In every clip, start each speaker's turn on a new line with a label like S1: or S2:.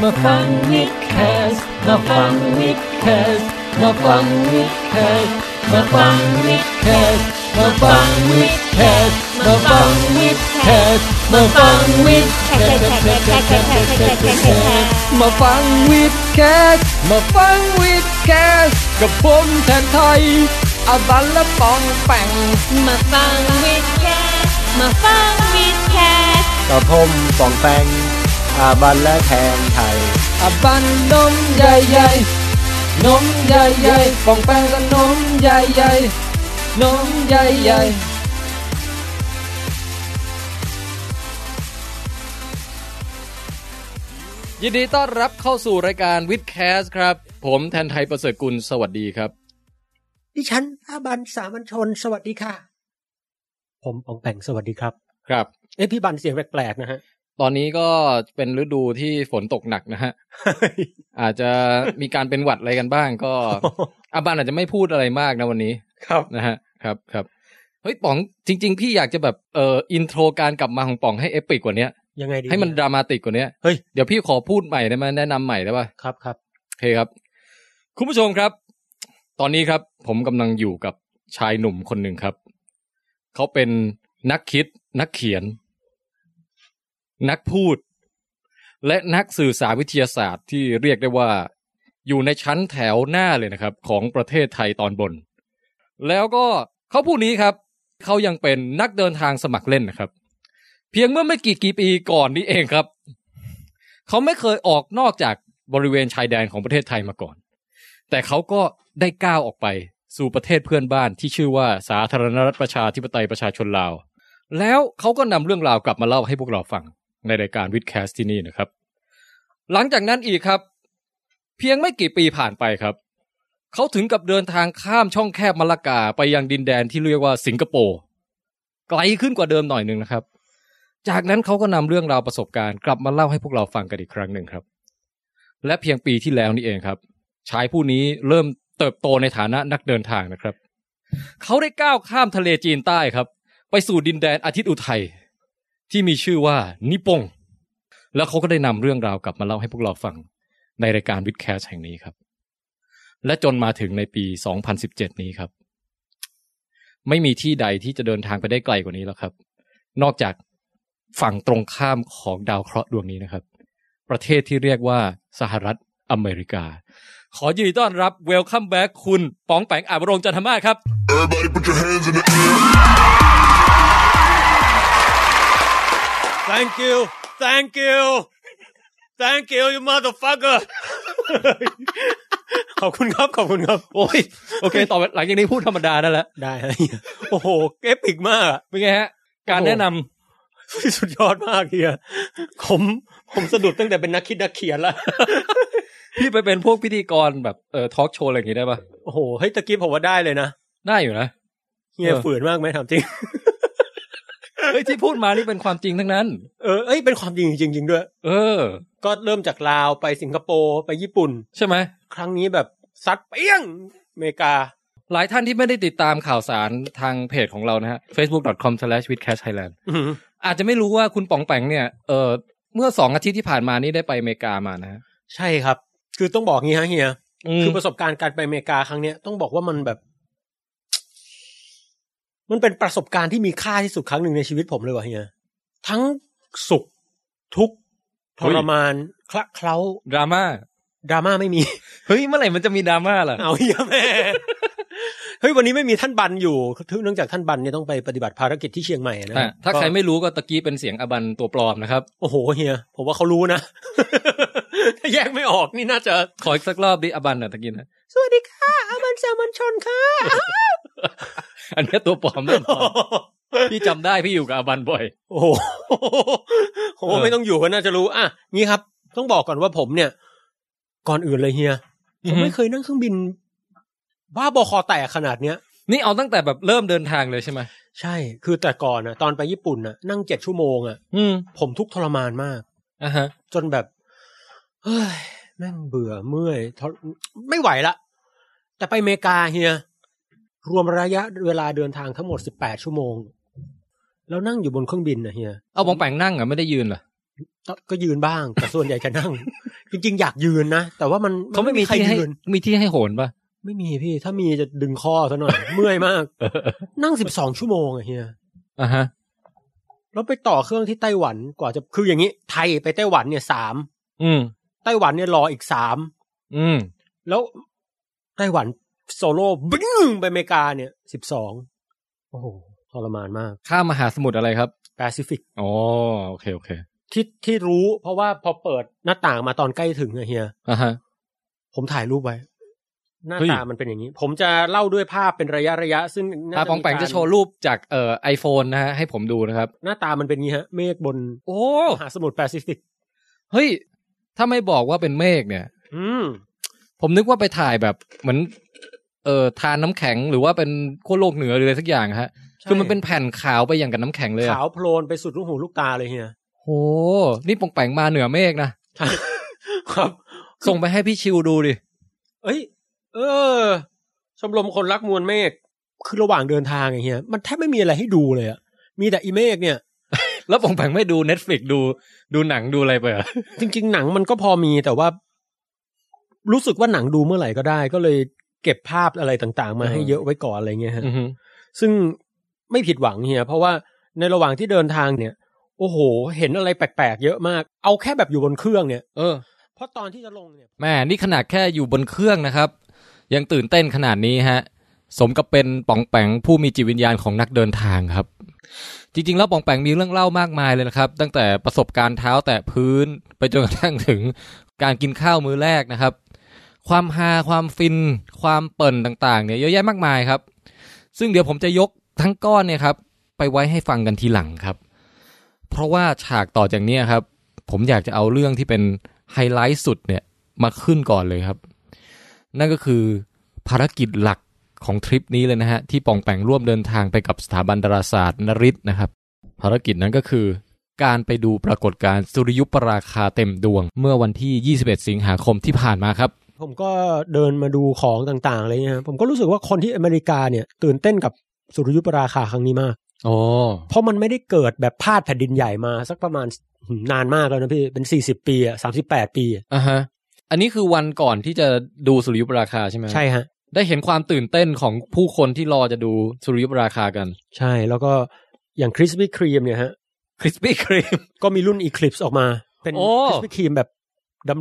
S1: มาฟังวิดแคสมาฟังวิดแคสมาฟังวิดแคสมาฟังวิดแคสมาฟังวิดแคสมาฟังวิดแคสมาฟังวิดแคสมาฟังวิดแคสมาฟังวิดแคสกับผมแทนไทยอาบันและปองแป่ง
S2: มาฟังวิดแคสมาฟังวิดแคส
S3: ต่อพมสองแปงอาบันและแทงไทย
S1: อาบันนมใหญ่ๆนมใหญ่ๆปองแป้งก็นมใหญ่ๆนมใหญ่ๆ
S4: ยินดีต้อนรับเข้าสู่รายการวิดแคสครับ ผมแทนไทยประเสริฐกุลสวัสดีครับ
S5: ดิฉันอาบันสามัญชน สวัสดีค่ะ ผมปองแป่งสวัสดีครับ
S4: ครับ
S5: เอ๊ะพี่บันเสียงแปลกๆนะฮะ
S4: ตอนนี้ก็เป็นฤดูที่ฝนตกหนักนะฮะ อาจจะมีการเป็นหวัดอะไรกันบ้างก็อาบันอาจจะไม่พูดอะไรมากนะวันนี้
S5: ครับ
S4: นะฮะครับครับเฮ้ยป๋องจริง ๆ พี่อยากจะแบบเอ่ออินโทรการกลับมาของป๋องให้เอปิกกว่าเนี้ย
S5: ยังไงดี
S4: ให้มันดรามาติกกว่าเนี้ย
S5: เฮ้ย
S4: เดี๋ยวพี่ขอพูดใหม่ได้ไหมแนะนำใหม่ได้ปะ
S5: ครับครับ
S4: โอเคครับ คุณผู้ชมครับ ตอนนี้ครับ ผมกำลังอยู่กับชายหนุ่มคนหนึ่งครับ เขาเป็นนักคิด นักเขียน นักพูด และนักสื่อสารวิทยาศาสตร์ที่เรียกได้ว่า อยู่ในชั้นแถวหน้าเลยนะครับ ของประเทศไทยตอนบน แล้วก็เขาผู้นี้ครับ เขายังเป็นนักเดินทางสมัครเล่นนะครับ เพียงเมื่อไม่กี่กี่ปีก่อนนี้เองครับ เขาไม่เคยออกนอกจากบริเวณชายแดนของประเทศไทยมาก่อน แต่เขาก็ได้ก้าวออกไปสู่ประเทศเพื่อนบ้านที่ชื่อว่าสาธารณรัฐประชาธิปไตยประชาชนลาว แล้วเขาก็นำเรื่องราวกลับมาเล่าให้พวกเราฟังในรายการวิดแคสที่นี่นะครับ หลังจากนั้นอีกครับ เพียงไม่กี่ปีผ่านไปครับ เขาถึงกับเดินทางข้ามช่องแคบมาลากาไปยังดินแดนที่เรียกว่าสิงคโปร์ไกลขึ้นกว่าเดิมหน่อยหนึ่งนะครับ จากนั้นเขาก็นำเรื่องราวประสบการณ์กลับมาเล่าให้พวกเราฟังกันอีกครั้งหนึ่งครับ และเพียงปีที่แล้วนี่เองครับ ชายผู้นี้เริ่มเติบโตในฐานะนักเดินทางนะครับ เขาได้ก้าวข้ามทะเลจีนใต้ครับ ไปสู่ดินแดนอาทิตย์อุทัยที่มีชื่อว่านิปง แล้วเขาก็ได้นำเรื่องราวกลับมาเล่าให้พวกเราฟังในรายการวิดแคสแห่งนี้ครับ และจนมาถึงในปี 2017 นี้ครับ ไม่มีที่ใดที่จะเดินทางไปได้ไกลกว่านี้แล้วครับ นอกจากฝั่งตรงข้ามของดาวเคราะห์ดวงนี้นะครับ ประเทศที่เรียกว่าสหรัฐอเมริกา ขอยินดีต้อนรับเวลคัมแบ็กคุณป๋องแปงอาบรงจันทมาศครับ
S6: Everybody put your hands in the air.
S7: Thank you. Thank you. Thank you, you motherfucker.
S5: ขอบคุณครับ ขอบคุณครับ
S4: โอ้ยโอเค ต่อไปหลังจากนี้พูดธรรมดานั่นแหละ
S5: ได้ฮะโอ้โห เอปิกมากอะ
S4: เป็นไงฮะ การแนะนำ
S5: สุดยอดมากเฮียผมผมสะดุดตั้งแต่เป็นนักคิดนักเขียนละ
S4: พี่ไปเป็นพวกพิธีกรแบบเอ่อทอล์กโชว์อะไรอย่างงี้ได้ปะ
S5: โอ้โหเฮ้ยตะกี้ผมว่าได้เลยนะ
S4: ได้อยู่นะ
S5: เฮีย
S4: เออ
S5: ฝืนมากไหมถามจริง
S4: เฮ้ยที่พูดมานี่เป็นความจริงทั้งนั้น
S5: เออเอ้ยเป็นความจริงจริงๆด้วย
S4: เออ
S5: ก็เริ่มจากลาวไปสิงคโปร์ไปญี่ปุ่น
S4: ใช่ไหม
S5: ครั้งนี้แบบซัดเปี้ยงอเมริกา
S4: หลายท่านที่ไม่ได้ติดตามข่าวสารทางเพจของเรานะฮะ facebook.com/withcashthailand
S5: อื้อหือ
S4: อาจจะไม่รู้ว่าคุณป๋องแปงเนี่ยเออเมื่อสองอาทิตย์ที่ผ่านมานี่ได้ไปอเมริกามานะฮะ
S5: ใช่ครับ คือต้องบอกงี้ฮะเฮีย
S4: ม
S5: คือประสบการณ์การไปอเมริกาครั้งเนี้ยต้องบอกว่ามันแบบ มันเป็นประสบการณ์ที่มีค่าที่สุดครั้งหนึ่งในชีวิตผมเลยว่ะเฮียทั้งสุขทุกข์ท
S4: เฮ้ย
S5: รมานคละเคล้า
S4: ดราม่า
S5: ดราม่าไม่มี
S4: เฮ้ย เมื่อไหร่มันจะมีดราม่าล่ะ
S5: เอาเฮียแม่ เฮ้ยวันนี้ไม่มีท่านบันอยู่เนื่องจากท่านบันเนี่ยต้องไปปฏิบัติภารกิจที่เชียงใหม่นะ
S4: อ่ะถ้าใคร
S5: ก็
S4: ไม่รู้ก็ตะกี้เป็นเสียงอบันตัวปลอมนะครับ
S5: โอ้โหเฮียผมว่าเขารู้นะ ถ้าแยกไม่ออกนี่น่าจะ
S4: ขออีกสักรอบดิอบันอ่ะตะกี้นะ
S5: สวัสดีค่ะอาบันแซลมอนชน ค่ะ
S4: อันเนี้ยตัวปลอมแน่นอนพี่จำได้พี่อยู่กับอบันบ่อย
S5: โอ้โหโอ้โห
S4: เออ
S5: ไม่ต้องอยู่ก็น่าจะรู้ อ่ะ นี่ครับ ต้องบอกก่อนว่าผมเนี่ย ก่อนอื่นเลยเฮีย ผมไม่เคยนั่งเครื่องบิน บ้าบอคอแตกขนาดเนี้ย
S4: นี่เอาตั้งแต่แบบเริ่มเดินทางเลยใช่ไหม
S5: ใช่ คือแต่ก่อนอ่ะ ตอนไปญี่ปุ่นอ่ะ นั่งเจ็ดชั่วโมงอ่ะ
S4: อืม
S5: ผมทุกข์ทรมานมาก
S4: อ่ะฮะ
S5: จนแบบ เฮ้ย แม่งเบื่อเมื่อยทรไม่ไหวละ แต่ไปอเมริกาเฮีย รวมระยะเวลาเดินทางทั้งหมดสิบแปดชั่วโมง แล้วนั่งอยู่บนเครื่องบินนะเฮีย
S4: เอาบองแปงนั่งเหรอ่ะไม่ได้ยืนเหรอ
S5: ก็ยืนบ้าง แต่ส่วนใหญ่จะนั่ง จริง ๆ อยากยืนนะ แต่ว่ามันน
S4: เขาไม่มี
S5: ใคร
S4: ที่ให้
S5: ยืน
S4: มีที่ให้โหนปะ
S5: ไม่มีพี่ ถ้ามีจะดึงคอซะหน่อย เมื่อยมาก นั่งสิบสองชั่วโมงอะเฮีย
S4: อ่ะฮะ
S5: แล้วไปต่อเครื่องที่ไต้หวันกว่าจะคืออย่างนี้ ไทยไปไต้หวันเนี่ยสาม
S4: อืม
S5: ไต้หวันเนี่ยรออีกสาม
S4: อืม
S5: แล้วไต้หวันโซโล่บึ้งไปอเมริกาเนี่ยสิบสองโอ้โหทรมานมาก
S4: ข้ามมหาสมุทรอะไรครับ
S5: แปซิฟิก
S4: อ๋อ โอเค โอเค
S5: ที่ที่รู้เพราะว่าพอเปิดหน้าต่างมาตอนใกล้ถึงอะเฮีย
S4: อ่ะฮะ
S5: ผมถ่ายรูปไว้ หน้า
S4: เฮ้ย
S5: ตามันเป็นอย่างนี้ ผมจะเล่าด้วยภาพเป็นระยะระยะ ซึ่งน่
S4: อ่ะ
S5: มี
S4: ปองแปงจะโชว์รูปจากเอ่อไอโฟนนะฮะ ให้ผมดูนะครับ
S5: หน้าตามันเป็นอย่างนี้ฮะ เมฆบน
S4: โอ้
S5: มหาสมุทรแปซิฟิก
S4: เฮ้ย ถ้าไม่บอกว่าเป็นเมฆเนี่ย
S5: อืม
S4: ผมนึกว่าไปถ่ายแบบเหมือน เอ่อทานน้ำแข็งหรือว่าเป็นขั้วโลกเหนือหรืออะไรสักอย่างฮะ
S5: ใช่
S4: คือมันเป็นแผ่นขาวไปอย่างกับน้ำแข็งเลยอะ
S5: ขาวโพลนไปสุดลูกหูลูกตาเลยเฮีย
S4: โห นี่ปองแปงมาเหนือเมฆนะ
S5: ครับ
S4: ส่งไปให้พี่ชิวดูดิ
S5: เอ้ย เออ ชมรมคนรักมวลเมฆ คือระหว่างเดินทางอย่างเงี้ย มันแทบไม่มีอะไรให้ดูเลยอะมีแต่อีเมฆเนี่ย
S4: แล้วปองแปงไม่ดู Netflix ดู ดูหนังดูอะไรไปเหร อ
S5: จริง ๆ หนังมันก็พอมีแต่ว่า รู้สึกว่าหนังดูเมื่อไหร่ก็ได้ ก็เลยเก็บภาพอะไรต่างๆ มา
S4: เออ
S5: ให้เยอะไว้ก่อนอะไรเงี้ยฮะ
S4: อือฮึ
S5: ซึ่งไม่ผิดหวังเฮียเพราะว่าในระหว่างที่เดินทางเนี่ย โอ้โห เห็นอะไรแปลกๆ เยอะมาก เอาแค่แบบอยู่บนเครื่องเนี่ย
S4: เออ
S5: เพราะตอนที่จะลงเนี่ย
S4: แม่นี่ขนาดแค่อยู่บนเครื่องนะครับ ยังตื่นเต้นขนาดนี้ฮะ สมกับเป็นป่องแปงผู้มีจิตวิญญาณของนักเดินทางครับ จริงๆ แล้วป่องแปงมีเรื่องเล่ามากมายเลยนะครับ ตั้งแต่ประสบการณ์เท้าแตะพื้น ไปจนกระทั่งถึงการกินข้าวมื้อแรกนะครับ ความฮาความฟิน ความเปิ่นต่างๆเนี่ยเยอะแยะมากมายครับ ซึ่งเดี๋ยวผมจะยกทั้งก้อนเนี่ยครับ ไปไว้ให้ฟังกันทีหลังครับ เพราะว่าฉากต่อจากเนี้ยครับ ผมอยากจะเอาเรื่องที่เป็นไฮไลท์สุดเนี่ย มาขึ้นก่อนเลยครับ นั่นก็คือภารกิจหลักของทริปนี้เลยนะฮะ ที่ปองแปงร่วมเดินทางไปกับสถาบันดาราศาสตร์นริศนะครับ ภารกิจนั้นก็คือ การไปดูปรากฏการณ์สุริยุปราคาเต็มดวง เมื่อวันที่ 21 สิงหาคมที่ผ่านมาครับ
S5: ผมก็เดินมาดูของต่างๆอะไรเงี้ยฮะผมก็รู้สึกว่าคนที่อเมริกาเนี่ยตื่นเต้นกับสุริยุปราคาครั้งนี้มาก
S4: อ๋อ
S5: เพราะมันไม่ได้เกิดแบบพาดแผ่นดินใหญ่มาสักประมาณหืมนานมากแล้วนะพี่เป็นสี่สิบปีอะสามสิบแปดปีอะ
S4: อ่ะฮะ อันนี้คือวันก่อนที่จะดูสุริยุปราคาใช่ไหม
S5: ใช่ฮะ
S4: ได้เห็นความตื่นเต้นของผู้คนที่รอจะดูสุริยุปราคากัน
S5: ใช่แล้วก็อย่างคริสปี้ครีมเนี่ยฮะ
S4: คริสปี้ครีม
S5: ก็มีรุ่น Eclipse ออกมา เป็น
S4: โอ้
S5: คริสปี้ครีมแบบ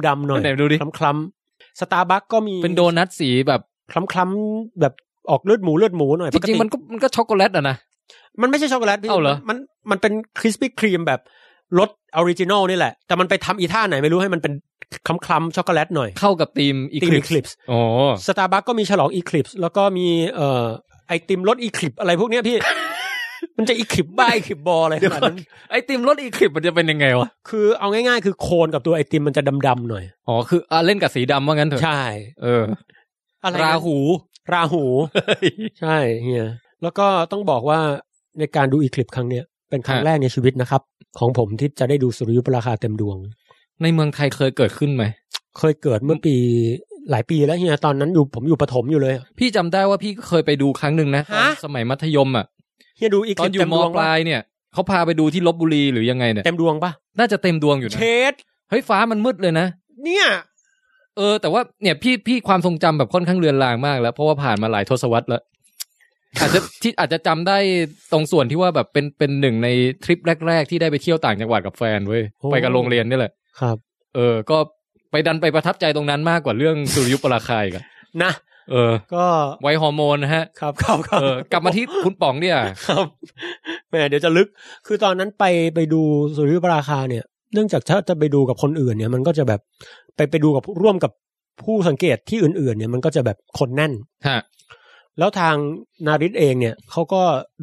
S5: ดำๆหน่อย
S4: ไหนดูดิ
S5: คล้ำๆสตาร์บัคก็มี
S4: เป็นโดนัทสีแบบ
S5: คล้ำๆแบบออกเลือดหมูเลือดหมูหน่อย
S4: จริงๆ มัน
S5: ปกติ
S4: ก็มันก็ช็อกโกแลตอะนะ
S5: มันไม่ใช่ช็อกโกแลตพี่
S4: เอาเหรอ
S5: มันมันเป็นคริสปี้ครีมแบบรสออริจินอลนี่แหละ แต่มันไปทำอีท่าไหนไม่รู้ให้มันเป็นคล้ำๆช็อกโกแลตหน่อย
S4: เข้ากับธีมอี
S5: ตีม
S4: คลิป
S5: Eclipse
S4: อ๋อ
S5: สตาร์บัคก็มีฉลอง Eclipse แล้วก็มีเอ่อไอติมรส Eclipse อะไรพวก เนี้ยพี่ มันจะ Eclipse บ้า Eclipse บออะไรขนาดนั้น
S4: ไอติมรสอีคลิปมันจะเป็นยังไงวะ
S5: คือเอาง่ายๆ คือโคนกับตัวไอติมมันจะดำๆหน่อย
S4: อ๋อ คืออ่ะเล่นกับสีดำว่างั้นเถอะ
S5: ใช่
S4: เออ
S5: อะไร
S4: รา
S5: นะ
S4: หู
S5: ราหู ใช่เฮียแล้วก็ต้องบอกว่าในการดูอีคลิปครั้งเนี้ยเป็นครั้ง
S4: ฮะ
S5: แรกในชีวิตนะครับ ของผมที่จะได้ดูสุริยุปราคาเต็มดวง
S4: ในเมืองไทยเคยเกิดขึ้นไหม
S5: เคยเกิดเมื่อปีหลายปีแล้วเฮียตอนนั้นอยู่ผมอยู่ประถมอยู่เลยอะ
S4: พี่จำได้ว่าพี่เคยไปดูครั้งหนึ่งนะ
S5: ฮะ
S4: ตอนสมัยมัธยมอ่ะ
S5: เฮียดูอีค
S4: ตอ
S5: ลิ
S4: น
S5: ป
S4: อยู่
S5: เต็ม
S4: ม
S5: ดวง
S4: ป
S5: ปะ
S4: ลายเนี่ย เขาพาไปดูที่ลบบุรีหรือยังไงเนี่ย
S5: เต็มดวงปะ
S4: น่าจะเต็มดวงอยู่นะ
S5: ด
S4: เฮ้ยฟ้ามันมืดเลยนะ
S5: เนี่ย
S4: เออ แต่ว่าเนี่ยพี่พี่ความทรงจำแบบค่อนข้างเลือนลางมากแล้ว เพราะว่าผ่านมาหลายทศวรรษแล้ว อาจจะที่อาจจะจำได้ตรงส่วนที่ว่าแบบเป็นเป็นหนึ่งในทริปแรก ๆ ที่ได้ไปเที่ยวต่างจังหวัดกับแฟนเว้ย ไปกับโรงเรียนนี่แหละ
S5: ครับ
S4: เออ ก็ไปดันไปประทับใจตรงนั้นมากกว่าเรื่องสุริยุปราคาอีกอะ
S5: นะ
S4: เออ
S5: ก็
S4: ไวฮอร์โมนนะฮะ
S5: ครับ ครับครับ
S4: เออ กลับมาที่คุณป๋องเนี่ย
S5: ครับแหมเดี๋ยวจะลึก คือตอนนั้นไปไปดูสุริยุปราคาเนี่ย เนื่องจากถ้าจะไปดูกับคนอื่นเนี่ย มันก็จะแบบไปไปดูกับร่วมกับผู้สังเกตที่อื่นๆ เนี่ยมันก็จะแบบคนแน่น
S4: ฮะ
S5: แล้วทางนาริตเองเนี่ยเขาก็